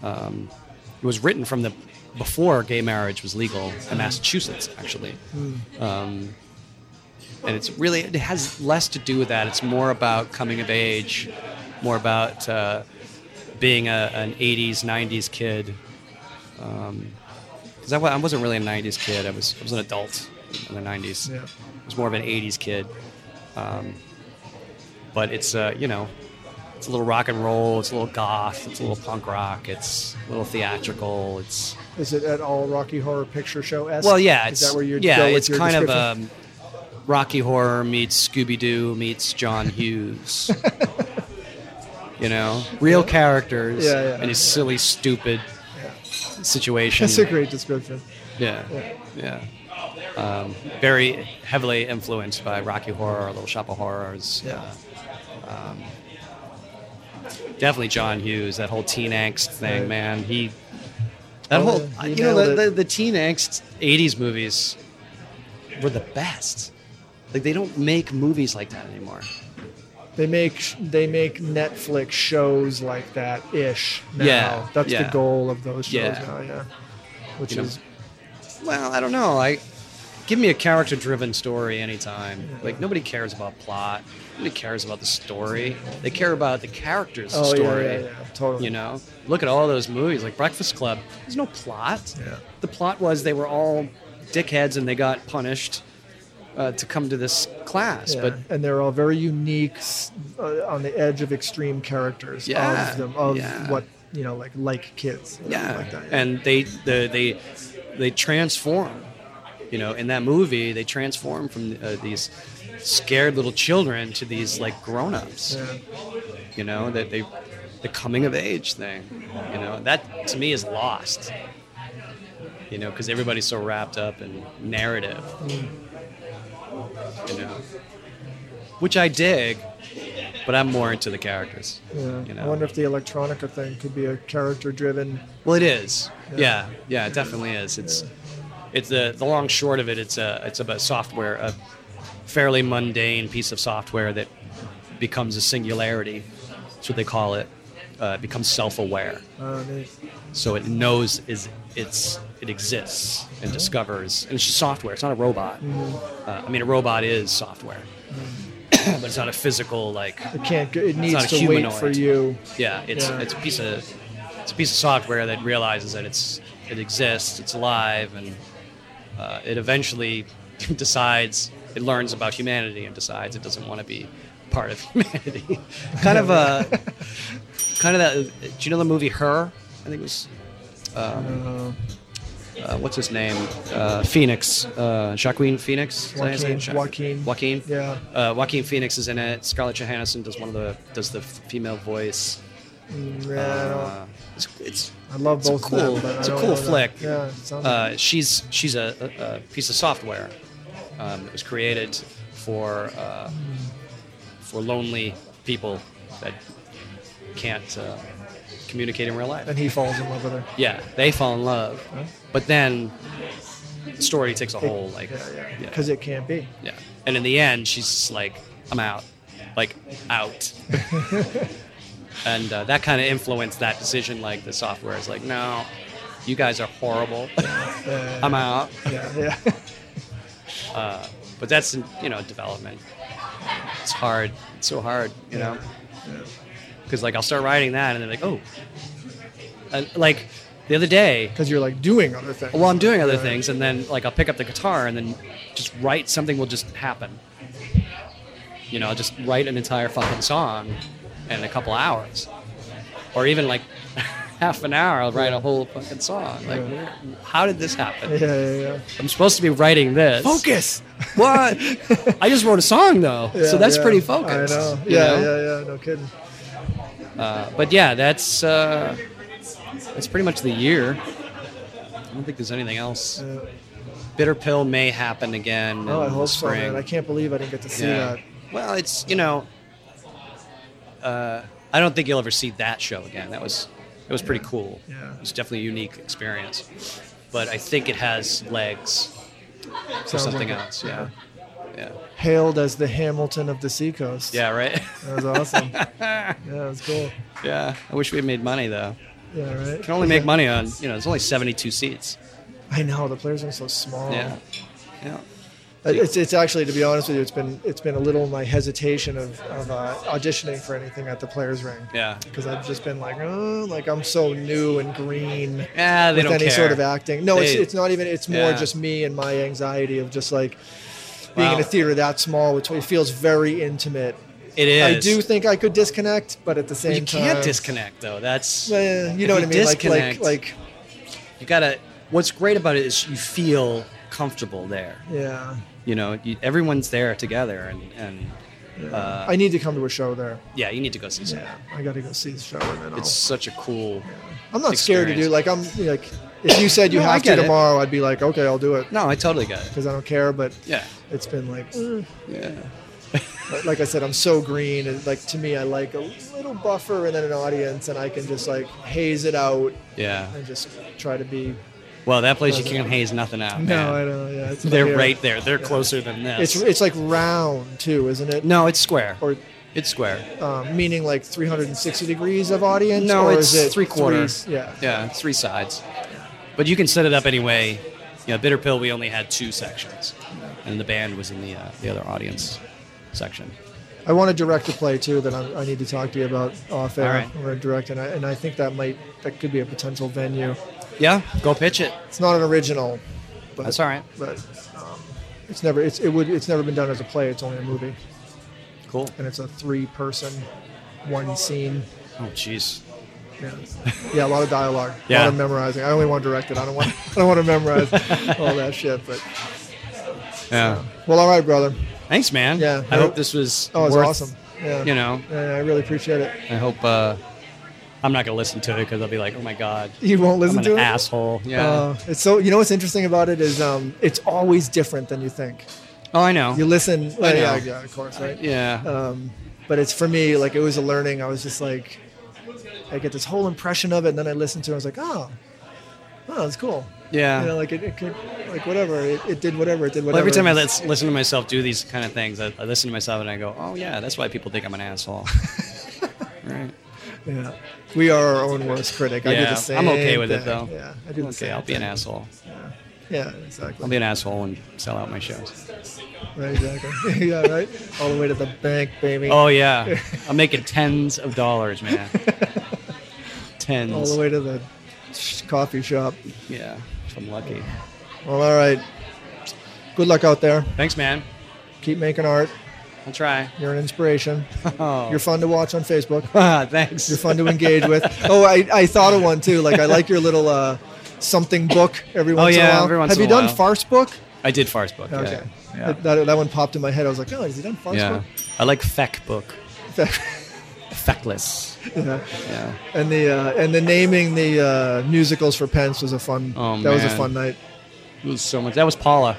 [SPEAKER 2] Um, it was written from the before gay marriage was legal in Massachusetts, actually, um, and it's really it has less to do with that. It's more about coming of age, more about uh, being a, an '80s '90s kid. Because I wa- I wasn't really a '90s kid. I was I was an adult in the '90s.
[SPEAKER 1] Yeah.
[SPEAKER 2] I was more of an 80s kid. Um, but it's, uh, you know, it's a little rock and roll, it's a little goth, it's a little punk rock, it's a little theatrical. It's,
[SPEAKER 1] Is it at all Rocky Horror Picture Show esque?
[SPEAKER 2] well, yeah, it's,
[SPEAKER 1] is that where you
[SPEAKER 2] yeah,
[SPEAKER 1] go with
[SPEAKER 2] it's
[SPEAKER 1] your
[SPEAKER 2] kind of
[SPEAKER 1] description?
[SPEAKER 2] um, Rocky Horror meets Scooby Doo meets John Hughes. you know, real characters
[SPEAKER 1] Yeah, yeah.
[SPEAKER 2] in a silly, stupid situation.
[SPEAKER 1] That's a great description.
[SPEAKER 2] Yeah, yeah. Um, very heavily influenced by Rocky Horror, Little Shop of Horrors.
[SPEAKER 1] Yeah.
[SPEAKER 2] Definitely John Hughes. That whole teen angst thing,
[SPEAKER 1] Right.
[SPEAKER 2] man. He that
[SPEAKER 1] Oh,
[SPEAKER 2] whole
[SPEAKER 1] yeah, he
[SPEAKER 2] you know the,
[SPEAKER 1] nailed
[SPEAKER 2] the,
[SPEAKER 1] it.
[SPEAKER 2] the teen angst '80s movies were the best. Like they don't make movies like that anymore.
[SPEAKER 1] They make sh- they make Netflix shows like that ish now.
[SPEAKER 2] Yeah,
[SPEAKER 1] That's
[SPEAKER 2] yeah.
[SPEAKER 1] the goal of those shows
[SPEAKER 2] Yeah.
[SPEAKER 1] now, yeah. Which
[SPEAKER 2] You know,
[SPEAKER 1] is
[SPEAKER 2] Well, I don't know. I give me a character-driven story anytime. Like nobody cares about plot. Nobody cares about the story. They care about the characters'
[SPEAKER 1] oh yeah,
[SPEAKER 2] story.
[SPEAKER 1] yeah, yeah, totally.
[SPEAKER 2] You know, look at all those movies like Breakfast Club. There's no plot.
[SPEAKER 1] Yeah.
[SPEAKER 2] The plot was they were all dickheads and they got punished uh, to come to this class.
[SPEAKER 1] Yeah,
[SPEAKER 2] But
[SPEAKER 1] and they're all very unique, s- uh, on the edge of extreme characters
[SPEAKER 2] Yeah,
[SPEAKER 1] of them of
[SPEAKER 2] yeah.
[SPEAKER 1] what you know, like like kids, you know,
[SPEAKER 2] yeah,
[SPEAKER 1] like that,
[SPEAKER 2] and they the, they they transform. You know, in that movie, they transform from uh, these scared little children to these like grown-ups.
[SPEAKER 1] yeah.
[SPEAKER 2] You know, that they the coming of age thing. You know, that to me is lost. you know, because everybody's so wrapped up in narrative, you know, which I dig, but I'm more into the characters.
[SPEAKER 1] Yeah.
[SPEAKER 2] You
[SPEAKER 1] I
[SPEAKER 2] know?
[SPEAKER 1] wonder if the electronica thing could be a character-driven.
[SPEAKER 2] Well, it is. Yeah, yeah, it definitely is. It's it's the the long short of it. It's a it's about software, a fairly mundane piece of software that becomes a singularity. That's what they call it. Uh, it becomes self-aware,
[SPEAKER 1] Uh, they-
[SPEAKER 2] so it knows is it's it exists and discovers. And it's just software. It's not a robot. Uh, I mean, a robot is software, but it's not a physical like.
[SPEAKER 1] it can't. go- It needs
[SPEAKER 2] not
[SPEAKER 1] to
[SPEAKER 2] a
[SPEAKER 1] wait
[SPEAKER 2] humanoid.
[SPEAKER 1] for you.
[SPEAKER 2] Yeah, it's
[SPEAKER 1] Yeah.
[SPEAKER 2] it's a piece of it's a piece of software that realizes that it's it exists, it's alive, and uh, it eventually decides it learns about humanity and decides it doesn't want to be part of humanity. kind of a kind of that. Do you know the movie Her? I think it was. Um,
[SPEAKER 1] Uh,
[SPEAKER 2] uh, what's his name? Uh, Phoenix. Uh, Joaquin Phoenix. Is that his name?
[SPEAKER 1] Joaquin, Joaquin.
[SPEAKER 2] Joaquin.
[SPEAKER 1] yeah.
[SPEAKER 2] Uh, Joaquin Phoenix is in it. Scarlett Johansson does one of the does the female voice.
[SPEAKER 1] Mm, yeah, I don't-
[SPEAKER 2] Uh, it's, it's
[SPEAKER 1] I love
[SPEAKER 2] it's a
[SPEAKER 1] both. of
[SPEAKER 2] cool-
[SPEAKER 1] them, but I
[SPEAKER 2] it's a
[SPEAKER 1] don't
[SPEAKER 2] cool
[SPEAKER 1] know that-
[SPEAKER 2] flick.
[SPEAKER 1] Yeah, it sounds
[SPEAKER 2] uh, she's she's a, a, a piece of software um, that was created for uh, for lonely people that can't uh, communicate in real life.
[SPEAKER 1] and he falls in love with her.
[SPEAKER 2] Yeah, they fall in love, but then the story takes a whole like
[SPEAKER 1] yeah, yeah,
[SPEAKER 2] yeah.
[SPEAKER 1] because it can't be.
[SPEAKER 2] Yeah. And in the end, she's just like, I'm out. Like, out. and uh, that kind of influenced that decision. Like, the software is like, no, you guys are horrible.
[SPEAKER 1] Uh,
[SPEAKER 2] I'm out.
[SPEAKER 1] yeah, yeah.
[SPEAKER 2] Uh, but that's, you know, development. It's hard. It's so hard, you know? Because, like, I'll start writing that, and they're like, oh. And, like, the other day,
[SPEAKER 1] Because you're like doing other things.
[SPEAKER 2] well, I'm doing other
[SPEAKER 1] Right.
[SPEAKER 2] things, and then like I'll pick up the guitar and then just write something will just happen. You know, I'll just write an entire fucking song in a couple hours, or even like half an hour. I'll write a whole fucking song. Like,
[SPEAKER 1] Yeah.
[SPEAKER 2] how did this happen?
[SPEAKER 1] Yeah, yeah, yeah.
[SPEAKER 2] I'm supposed to be writing this.
[SPEAKER 1] Focus.
[SPEAKER 2] What? I just wrote a song though, so
[SPEAKER 1] Yeah,
[SPEAKER 2] that's
[SPEAKER 1] yeah.
[SPEAKER 2] pretty focused.
[SPEAKER 1] I know.
[SPEAKER 2] you
[SPEAKER 1] Yeah,
[SPEAKER 2] know?
[SPEAKER 1] yeah, yeah. No kidding.
[SPEAKER 2] Uh, but yeah, that's uh, that's pretty much the year. I don't think there's anything else.
[SPEAKER 1] Yeah.
[SPEAKER 2] Bitter Pill may happen again
[SPEAKER 1] Oh, I
[SPEAKER 2] in the
[SPEAKER 1] hope so,
[SPEAKER 2] spring.
[SPEAKER 1] man. I can't believe I didn't get to see
[SPEAKER 2] yeah.
[SPEAKER 1] that.
[SPEAKER 2] Well, it's you know, uh, I don't think you'll ever see that show again. That was it was pretty cool.
[SPEAKER 1] Yeah.
[SPEAKER 2] It was definitely a unique experience, but I think it has legs for
[SPEAKER 1] Sounds
[SPEAKER 2] something
[SPEAKER 1] like it.
[SPEAKER 2] else. Yeah. yeah,
[SPEAKER 1] Hailed as the Hamilton of the seacoast.
[SPEAKER 2] yeah, right.
[SPEAKER 1] That was awesome. yeah, it was cool.
[SPEAKER 2] yeah, I wish we had made money though.
[SPEAKER 1] Yeah, right.
[SPEAKER 2] Can only make money on you know. There's only 72 seats.
[SPEAKER 1] I know the players are so small. Uh,
[SPEAKER 2] Yeah, yeah.
[SPEAKER 1] It's, it's actually, to be honest with you, it's been it's been a little my hesitation of, of uh, auditioning for anything at the players ring.
[SPEAKER 2] Yeah.
[SPEAKER 1] Because I've just been like, oh, like I'm so new and green.
[SPEAKER 2] Yeah, they
[SPEAKER 1] with
[SPEAKER 2] don't
[SPEAKER 1] any
[SPEAKER 2] care.
[SPEAKER 1] sort of acting. No, it's,
[SPEAKER 2] They-
[SPEAKER 1] it's not even. It's more
[SPEAKER 2] Yeah.
[SPEAKER 1] just me and my anxiety of just like being
[SPEAKER 2] Wow.
[SPEAKER 1] in a theater that small, which it feels very intimate.
[SPEAKER 2] It is.
[SPEAKER 1] I do think I could disconnect, but at the same
[SPEAKER 2] You
[SPEAKER 1] time,
[SPEAKER 2] can't disconnect though. That's
[SPEAKER 1] Uh, you know what I
[SPEAKER 2] if you
[SPEAKER 1] mean?
[SPEAKER 2] disconnect-
[SPEAKER 1] Like, like,
[SPEAKER 2] you gotta what's great about it is you feel comfortable there
[SPEAKER 1] like, yeah.
[SPEAKER 2] you know you, everyone's there together and and uh,
[SPEAKER 1] I need to come to a show there.
[SPEAKER 2] yeah you need to go see some
[SPEAKER 1] Yeah, I got to go see the show, and then I'll.
[SPEAKER 2] it's such a cool
[SPEAKER 1] I'm not scared to do. Like, I'm like, if you said you
[SPEAKER 2] No, I
[SPEAKER 1] have to
[SPEAKER 2] get it.
[SPEAKER 1] tomorrow, I'd be like, okay, I'll do it
[SPEAKER 2] no i totally get it
[SPEAKER 1] because I don't care. But
[SPEAKER 2] yeah
[SPEAKER 1] it's been like, eh.
[SPEAKER 2] yeah
[SPEAKER 1] But like I said, I'm so green. And like to me, I like a little buffer and then an audience, and I can just like haze it out
[SPEAKER 2] yeah
[SPEAKER 1] and just try to be.
[SPEAKER 2] well that place you can't haze nothing out man.
[SPEAKER 1] No, I don't. Yeah, it's
[SPEAKER 2] they're
[SPEAKER 1] yeah.
[SPEAKER 2] right there they're closer than this
[SPEAKER 1] It's it's like round too, isn't it?
[SPEAKER 2] no it's square
[SPEAKER 1] Or
[SPEAKER 2] it's square
[SPEAKER 1] um, meaning like 360 degrees of audience.
[SPEAKER 2] No,
[SPEAKER 1] or
[SPEAKER 2] it's
[SPEAKER 1] is it
[SPEAKER 2] three quarters.
[SPEAKER 1] three- yeah.
[SPEAKER 2] yeah it's three sides but you can set it up anyway you know bitter pill we only had two sections and the band was in the uh, the other audience section
[SPEAKER 1] I want to direct a play too that I'm, I need to talk to you about off air
[SPEAKER 2] All right.
[SPEAKER 1] or direct, and I and I think that might that could be a potential venue.
[SPEAKER 2] yeah go pitch it
[SPEAKER 1] It's not an original, but
[SPEAKER 2] that's all right
[SPEAKER 1] But um, it's never it's it would it's never been done as a play. It's only a movie.
[SPEAKER 2] Cool.
[SPEAKER 1] and it's a three person, one scene.
[SPEAKER 2] Oh, jeez.
[SPEAKER 1] Yeah, yeah a lot of dialogue, a
[SPEAKER 2] Yeah.
[SPEAKER 1] lot of memorizing. I only want to direct it. I don't want I don't want to memorize all that shit. But
[SPEAKER 2] Yeah.
[SPEAKER 1] well, all right, brother.
[SPEAKER 2] Thanks, man.
[SPEAKER 1] Yeah.
[SPEAKER 2] I hope this was.
[SPEAKER 1] Oh, it's
[SPEAKER 2] worth-
[SPEAKER 1] awesome. Yeah,
[SPEAKER 2] You know,
[SPEAKER 1] Yeah, I really appreciate it.
[SPEAKER 2] I hope. uh I'm not gonna listen to it because I'll be like, oh my god,
[SPEAKER 1] You won't listen
[SPEAKER 2] I'm
[SPEAKER 1] to
[SPEAKER 2] an
[SPEAKER 1] it.
[SPEAKER 2] asshole. Yeah.
[SPEAKER 1] Uh, it's so you know what's interesting about it is um, it's always different than you think.
[SPEAKER 2] oh, I know.
[SPEAKER 1] You listen, like,
[SPEAKER 2] know.
[SPEAKER 1] yeah, yeah, of course, right?
[SPEAKER 2] yeah.
[SPEAKER 1] Um, but it's for me, like it was a learning. I was just like, I get this whole impression of it, and then I listened to it. I was like, oh, oh, that's cool.
[SPEAKER 2] yeah.
[SPEAKER 1] You know, like it, it could, like whatever. It, it did whatever. It did whatever.
[SPEAKER 2] well, every time I lis- listen to myself do these kind of things, I, I listen to myself and I go, oh yeah, that's why people think I'm an asshole. right.
[SPEAKER 1] yeah, we are our own worst critic. I do
[SPEAKER 2] Yeah,
[SPEAKER 1] the same.
[SPEAKER 2] I'm okay with it,
[SPEAKER 1] thing.
[SPEAKER 2] though.
[SPEAKER 1] Yeah, I do the
[SPEAKER 2] Okay,
[SPEAKER 1] same.
[SPEAKER 2] I'll be
[SPEAKER 1] thing.
[SPEAKER 2] an asshole.
[SPEAKER 1] Yeah,
[SPEAKER 2] I'll
[SPEAKER 1] exactly.
[SPEAKER 2] be an asshole and sell out my shows.
[SPEAKER 1] Right, exactly. yeah, right. All the way to the bank, baby.
[SPEAKER 2] Oh yeah, I'm making tens of dollars, man. Tens.
[SPEAKER 1] All the way to the sh- coffee shop.
[SPEAKER 2] Yeah, if I'm lucky.
[SPEAKER 1] Well, all right. Good luck out there.
[SPEAKER 2] Thanks, man.
[SPEAKER 1] Keep making art.
[SPEAKER 2] I'll try.
[SPEAKER 1] You're an inspiration.
[SPEAKER 2] Oh,
[SPEAKER 1] You're fun to watch on Facebook.
[SPEAKER 2] ah, thanks.
[SPEAKER 1] You're fun to engage with. Oh, I, I thought of one too. Like I like your little uh, something book every once in a
[SPEAKER 2] Oh, yeah,
[SPEAKER 1] while.
[SPEAKER 2] every once
[SPEAKER 1] Have
[SPEAKER 2] in
[SPEAKER 1] you
[SPEAKER 2] a
[SPEAKER 1] done
[SPEAKER 2] while.
[SPEAKER 1] farce book?
[SPEAKER 2] I did farce book. yeah.
[SPEAKER 1] Okay.
[SPEAKER 2] Yeah.
[SPEAKER 1] That, that, that one popped in my head. I was like, oh, has he done farce
[SPEAKER 2] Yeah. I like feck book.
[SPEAKER 1] book?
[SPEAKER 2] Feckless.
[SPEAKER 1] yeah.
[SPEAKER 2] Yeah.
[SPEAKER 1] And the uh, and the naming the uh, musicals for Pence was a fun.
[SPEAKER 2] Oh,
[SPEAKER 1] that was a
[SPEAKER 2] man.
[SPEAKER 1] fun night.
[SPEAKER 2] It was so much. That was Paula.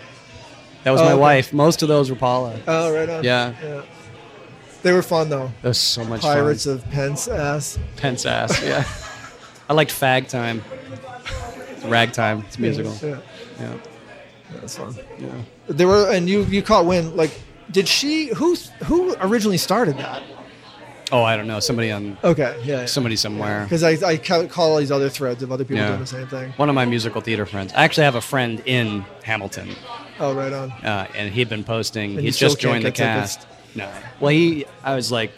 [SPEAKER 2] That was
[SPEAKER 1] Oh,
[SPEAKER 2] my
[SPEAKER 1] okay.
[SPEAKER 2] wife. Most of those were Paula.
[SPEAKER 1] Oh, right on.
[SPEAKER 2] Yeah.
[SPEAKER 1] yeah. They were fun though.
[SPEAKER 2] That was so much
[SPEAKER 1] Pirates
[SPEAKER 2] fun.
[SPEAKER 1] of Pence ass.
[SPEAKER 2] Pence ass. Yeah. I liked fag time. Ragtime. It's a musical.
[SPEAKER 1] Yeah,
[SPEAKER 2] Yeah.
[SPEAKER 1] that's fun.
[SPEAKER 2] Yeah.
[SPEAKER 1] There were, and you you caught wind. Like, did she who who originally started that?
[SPEAKER 2] Oh, I don't know. Somebody on
[SPEAKER 1] Okay, Oh. yeah.
[SPEAKER 2] somebody somewhere.
[SPEAKER 1] Because I I ca- call all these other threads of other people
[SPEAKER 2] Yeah.
[SPEAKER 1] doing the same thing.
[SPEAKER 2] One of my musical theater friends. I actually have a friend in Hamilton.
[SPEAKER 1] Oh, right on.
[SPEAKER 2] uh, and he'd been posting.
[SPEAKER 1] And
[SPEAKER 2] He
[SPEAKER 1] you still
[SPEAKER 2] just
[SPEAKER 1] can't
[SPEAKER 2] joined the
[SPEAKER 1] get tickets?
[SPEAKER 2] cast. No. Well, he. I was like,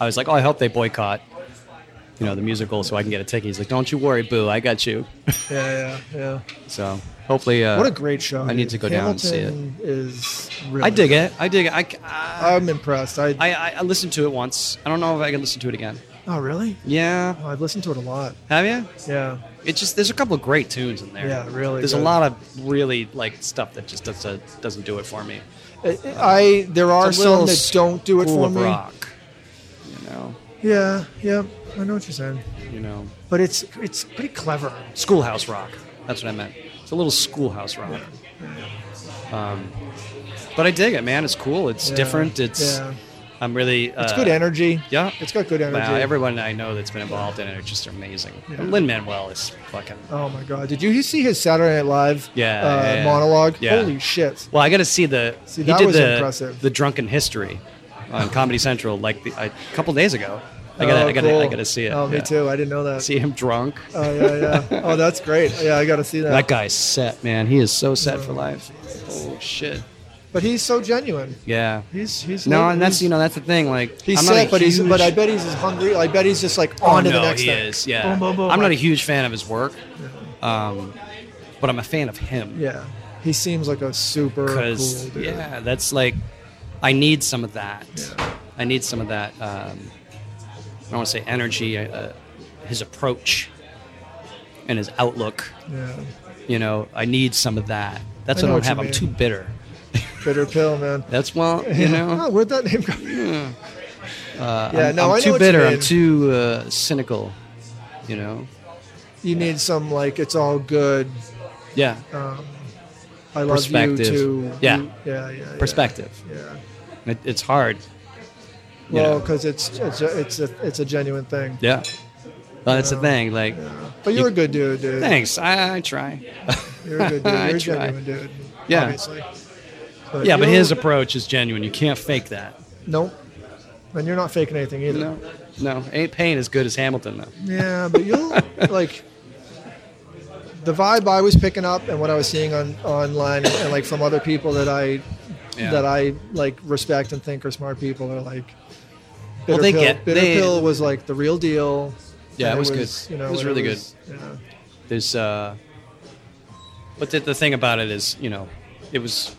[SPEAKER 2] I was like, oh, I hope they boycott, you know, the musical so I can get a ticket. He's like, don't you worry, boo, I got you.
[SPEAKER 1] Yeah, yeah, yeah.
[SPEAKER 2] so hopefully, uh,
[SPEAKER 1] What a great show.
[SPEAKER 2] I need to go down and see it.
[SPEAKER 1] Hamilton Is really
[SPEAKER 2] I dig it. I dig it. I, c- I,
[SPEAKER 1] I'm impressed. I,
[SPEAKER 2] I, I- I listened to it once. I don't know if I can listen to it again.
[SPEAKER 1] oh really?
[SPEAKER 2] Yeah.
[SPEAKER 1] Oh, I've listened to it a lot.
[SPEAKER 2] Have you?
[SPEAKER 1] Yeah,
[SPEAKER 2] It's just there's a couple of great tunes in there.
[SPEAKER 1] Yeah, really
[SPEAKER 2] There's a
[SPEAKER 1] good.
[SPEAKER 2] lot of really like stuff that just does a, doesn't do it for me.
[SPEAKER 1] I, I- there are
[SPEAKER 2] Uh, It's a
[SPEAKER 1] some
[SPEAKER 2] little
[SPEAKER 1] that don't do it
[SPEAKER 2] school
[SPEAKER 1] for
[SPEAKER 2] of
[SPEAKER 1] me.
[SPEAKER 2] rock. You know.
[SPEAKER 1] Yeah, yeah. I know what you're saying,
[SPEAKER 2] You know.
[SPEAKER 1] but it's it's pretty clever.
[SPEAKER 2] schoolhouse rock. That's what I meant. It's a little schoolhouse rock. Um, but I dig it, man. It's cool. It's
[SPEAKER 1] Yeah.
[SPEAKER 2] different. It's
[SPEAKER 1] Yeah.
[SPEAKER 2] I'm really. Uh,
[SPEAKER 1] It's good energy.
[SPEAKER 2] Yeah.
[SPEAKER 1] It's got good energy.
[SPEAKER 2] Wow, everyone I know that's been involved in it are just amazing.
[SPEAKER 1] Yeah.
[SPEAKER 2] Lin Manuel is fucking.
[SPEAKER 1] Oh my god! Did you see his Saturday Night Live
[SPEAKER 2] Yeah,
[SPEAKER 1] uh,
[SPEAKER 2] yeah, yeah.
[SPEAKER 1] monologue?
[SPEAKER 2] Yeah.
[SPEAKER 1] Holy shit!
[SPEAKER 2] Well, I got to see the.
[SPEAKER 1] See,
[SPEAKER 2] he
[SPEAKER 1] that
[SPEAKER 2] did
[SPEAKER 1] was
[SPEAKER 2] the
[SPEAKER 1] impressive.
[SPEAKER 2] the Drunken History on Comedy Central like the, a couple days ago. I got to
[SPEAKER 1] Oh,
[SPEAKER 2] I got to I
[SPEAKER 1] cool.
[SPEAKER 2] got to see it.
[SPEAKER 1] Oh, me
[SPEAKER 2] Yeah.
[SPEAKER 1] too. I didn't know that.
[SPEAKER 2] See him drunk.
[SPEAKER 1] Oh yeah, yeah. Oh, that's great. Yeah, I got to see that.
[SPEAKER 2] That guy's set, man. He is so set for life. Oh shit.
[SPEAKER 1] but he's so genuine.
[SPEAKER 2] Yeah.
[SPEAKER 1] He's he's
[SPEAKER 2] No,
[SPEAKER 1] not-
[SPEAKER 2] and that's
[SPEAKER 1] he's-
[SPEAKER 2] you know that's the thing. Like
[SPEAKER 1] He's
[SPEAKER 2] I'm not a
[SPEAKER 1] sick, but he's but I
[SPEAKER 2] huge-
[SPEAKER 1] bet he's as hungry. I bet he's just like
[SPEAKER 2] Oh,
[SPEAKER 1] on to
[SPEAKER 2] no,
[SPEAKER 1] the next
[SPEAKER 2] he
[SPEAKER 1] thing.
[SPEAKER 2] is. Yeah,
[SPEAKER 1] Boom, boom, boom.
[SPEAKER 2] I'm not a
[SPEAKER 1] Like,
[SPEAKER 2] huge fan of his work, um, but I'm a fan of him.
[SPEAKER 1] Yeah, he seems like a super
[SPEAKER 2] because
[SPEAKER 1] cool dude.
[SPEAKER 2] yeah, that's like I need some of that.
[SPEAKER 1] Yeah.
[SPEAKER 2] I need some of that. Um, I don't want to say energy. Uh, his approach and his outlook.
[SPEAKER 1] Yeah.
[SPEAKER 2] You know, I need some of that. That's
[SPEAKER 1] I know
[SPEAKER 2] what I don't
[SPEAKER 1] what you
[SPEAKER 2] have. I'm
[SPEAKER 1] mean.
[SPEAKER 2] too bitter.
[SPEAKER 1] Bitter pill, man.
[SPEAKER 2] That's well, you know. Hmm.
[SPEAKER 1] Oh, where'd that name come? from?
[SPEAKER 2] Uh,
[SPEAKER 1] Yeah,
[SPEAKER 2] I'm,
[SPEAKER 1] no,
[SPEAKER 2] I'm
[SPEAKER 1] I know what
[SPEAKER 2] too
[SPEAKER 1] you
[SPEAKER 2] bitter.
[SPEAKER 1] mean.
[SPEAKER 2] I'm too uh, cynical. You know.
[SPEAKER 1] You need some like it's all good.
[SPEAKER 2] Yeah.
[SPEAKER 1] Um, I love you
[SPEAKER 2] Perspective.
[SPEAKER 1] too.
[SPEAKER 2] Yeah.
[SPEAKER 1] yeah, yeah, yeah.
[SPEAKER 2] Perspective.
[SPEAKER 1] Yeah.
[SPEAKER 2] It, it's hard. you
[SPEAKER 1] Well,
[SPEAKER 2] know.
[SPEAKER 1] because it's it's a, it's a it's a genuine thing.
[SPEAKER 2] Yeah. Well, that's the
[SPEAKER 1] know.
[SPEAKER 2] thing. Like,
[SPEAKER 1] But you're a good dude, dude.
[SPEAKER 2] thanks. I, I try.
[SPEAKER 1] You're a good dude.
[SPEAKER 2] I
[SPEAKER 1] You're a
[SPEAKER 2] try.
[SPEAKER 1] genuine dude.
[SPEAKER 2] Yeah.
[SPEAKER 1] Obviously.
[SPEAKER 2] Yeah, but
[SPEAKER 1] you're-
[SPEAKER 2] his approach is genuine. You can't fake that.
[SPEAKER 1] Nope. And you're not faking anything either.
[SPEAKER 2] No, no. Ain't Payne as good as Hamilton though.
[SPEAKER 1] Yeah, but you'll like the vibe I was picking up and what I was seeing on online and, like from other people that I
[SPEAKER 2] Yeah.
[SPEAKER 1] that I like respect and think are smart people are like bitter
[SPEAKER 2] Well, they
[SPEAKER 1] pill.
[SPEAKER 2] get-
[SPEAKER 1] bitter
[SPEAKER 2] they-
[SPEAKER 1] pill was like the real deal.
[SPEAKER 2] Yeah,
[SPEAKER 1] and
[SPEAKER 2] it was good. It was
[SPEAKER 1] and
[SPEAKER 2] really
[SPEAKER 1] good. Yeah.
[SPEAKER 2] There's, uh, but the, the thing about it is, you know, it was.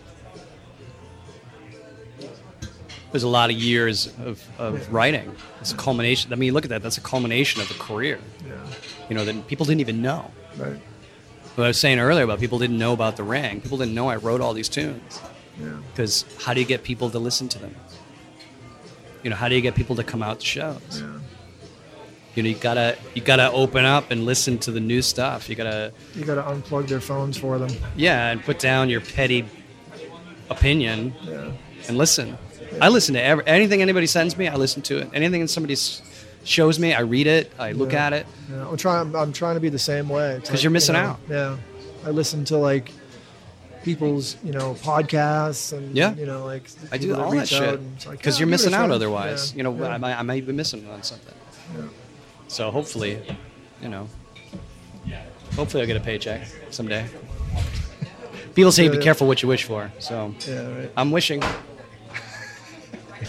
[SPEAKER 2] There's a lot of years of, of writing. It's a culmination. I mean, look at that. That's a culmination of a career.
[SPEAKER 1] Yeah.
[SPEAKER 2] You know, that people didn't even know.
[SPEAKER 1] Right.
[SPEAKER 2] What I was saying earlier about people didn't know about the ring. People didn't know I wrote all these tunes.
[SPEAKER 1] Yeah.
[SPEAKER 2] because how do you get people to listen to them? You know, how do you get people to come out to shows?
[SPEAKER 1] Yeah.
[SPEAKER 2] You know, you gotta you gotta open up and listen to the new stuff. You gotta
[SPEAKER 1] You got to unplug their phones for them.
[SPEAKER 2] yeah, and put down your petty opinion
[SPEAKER 1] Yeah.
[SPEAKER 2] and listen. I listen to every, anything anybody sends me. I listen to it. Anything somebody s- shows me, I read it. I look
[SPEAKER 1] Yeah.
[SPEAKER 2] at it.
[SPEAKER 1] Yeah, I'm trying. I'm trying to be the same way. It's
[SPEAKER 2] 'Cause you're missing
[SPEAKER 1] you
[SPEAKER 2] out.
[SPEAKER 1] Yeah, I listen to like people's you know podcasts and
[SPEAKER 2] Yeah.
[SPEAKER 1] you know like
[SPEAKER 2] I do
[SPEAKER 1] people
[SPEAKER 2] all that
[SPEAKER 1] reach out
[SPEAKER 2] shit
[SPEAKER 1] and it's like,
[SPEAKER 2] because
[SPEAKER 1] yeah,
[SPEAKER 2] you're
[SPEAKER 1] give it a
[SPEAKER 2] missing out
[SPEAKER 1] try.
[SPEAKER 2] otherwise.
[SPEAKER 1] Yeah,
[SPEAKER 2] You know,
[SPEAKER 1] yeah.
[SPEAKER 2] I, might, I might be missing on something. So hopefully, you know, hopefully I'll get a paycheck someday. People say be
[SPEAKER 1] Yeah.
[SPEAKER 2] careful what you wish for. So
[SPEAKER 1] yeah, right.
[SPEAKER 2] I'm wishing.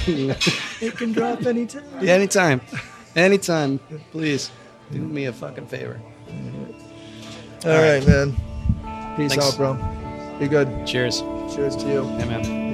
[SPEAKER 1] It can drop anytime.
[SPEAKER 2] Yeah, anytime. Anytime. Please do me a fucking favor.
[SPEAKER 1] All right, man. Peace
[SPEAKER 2] Thanks.
[SPEAKER 1] out, bro. Be good.
[SPEAKER 2] Cheers.
[SPEAKER 1] Cheers to you.
[SPEAKER 2] Yeah, man.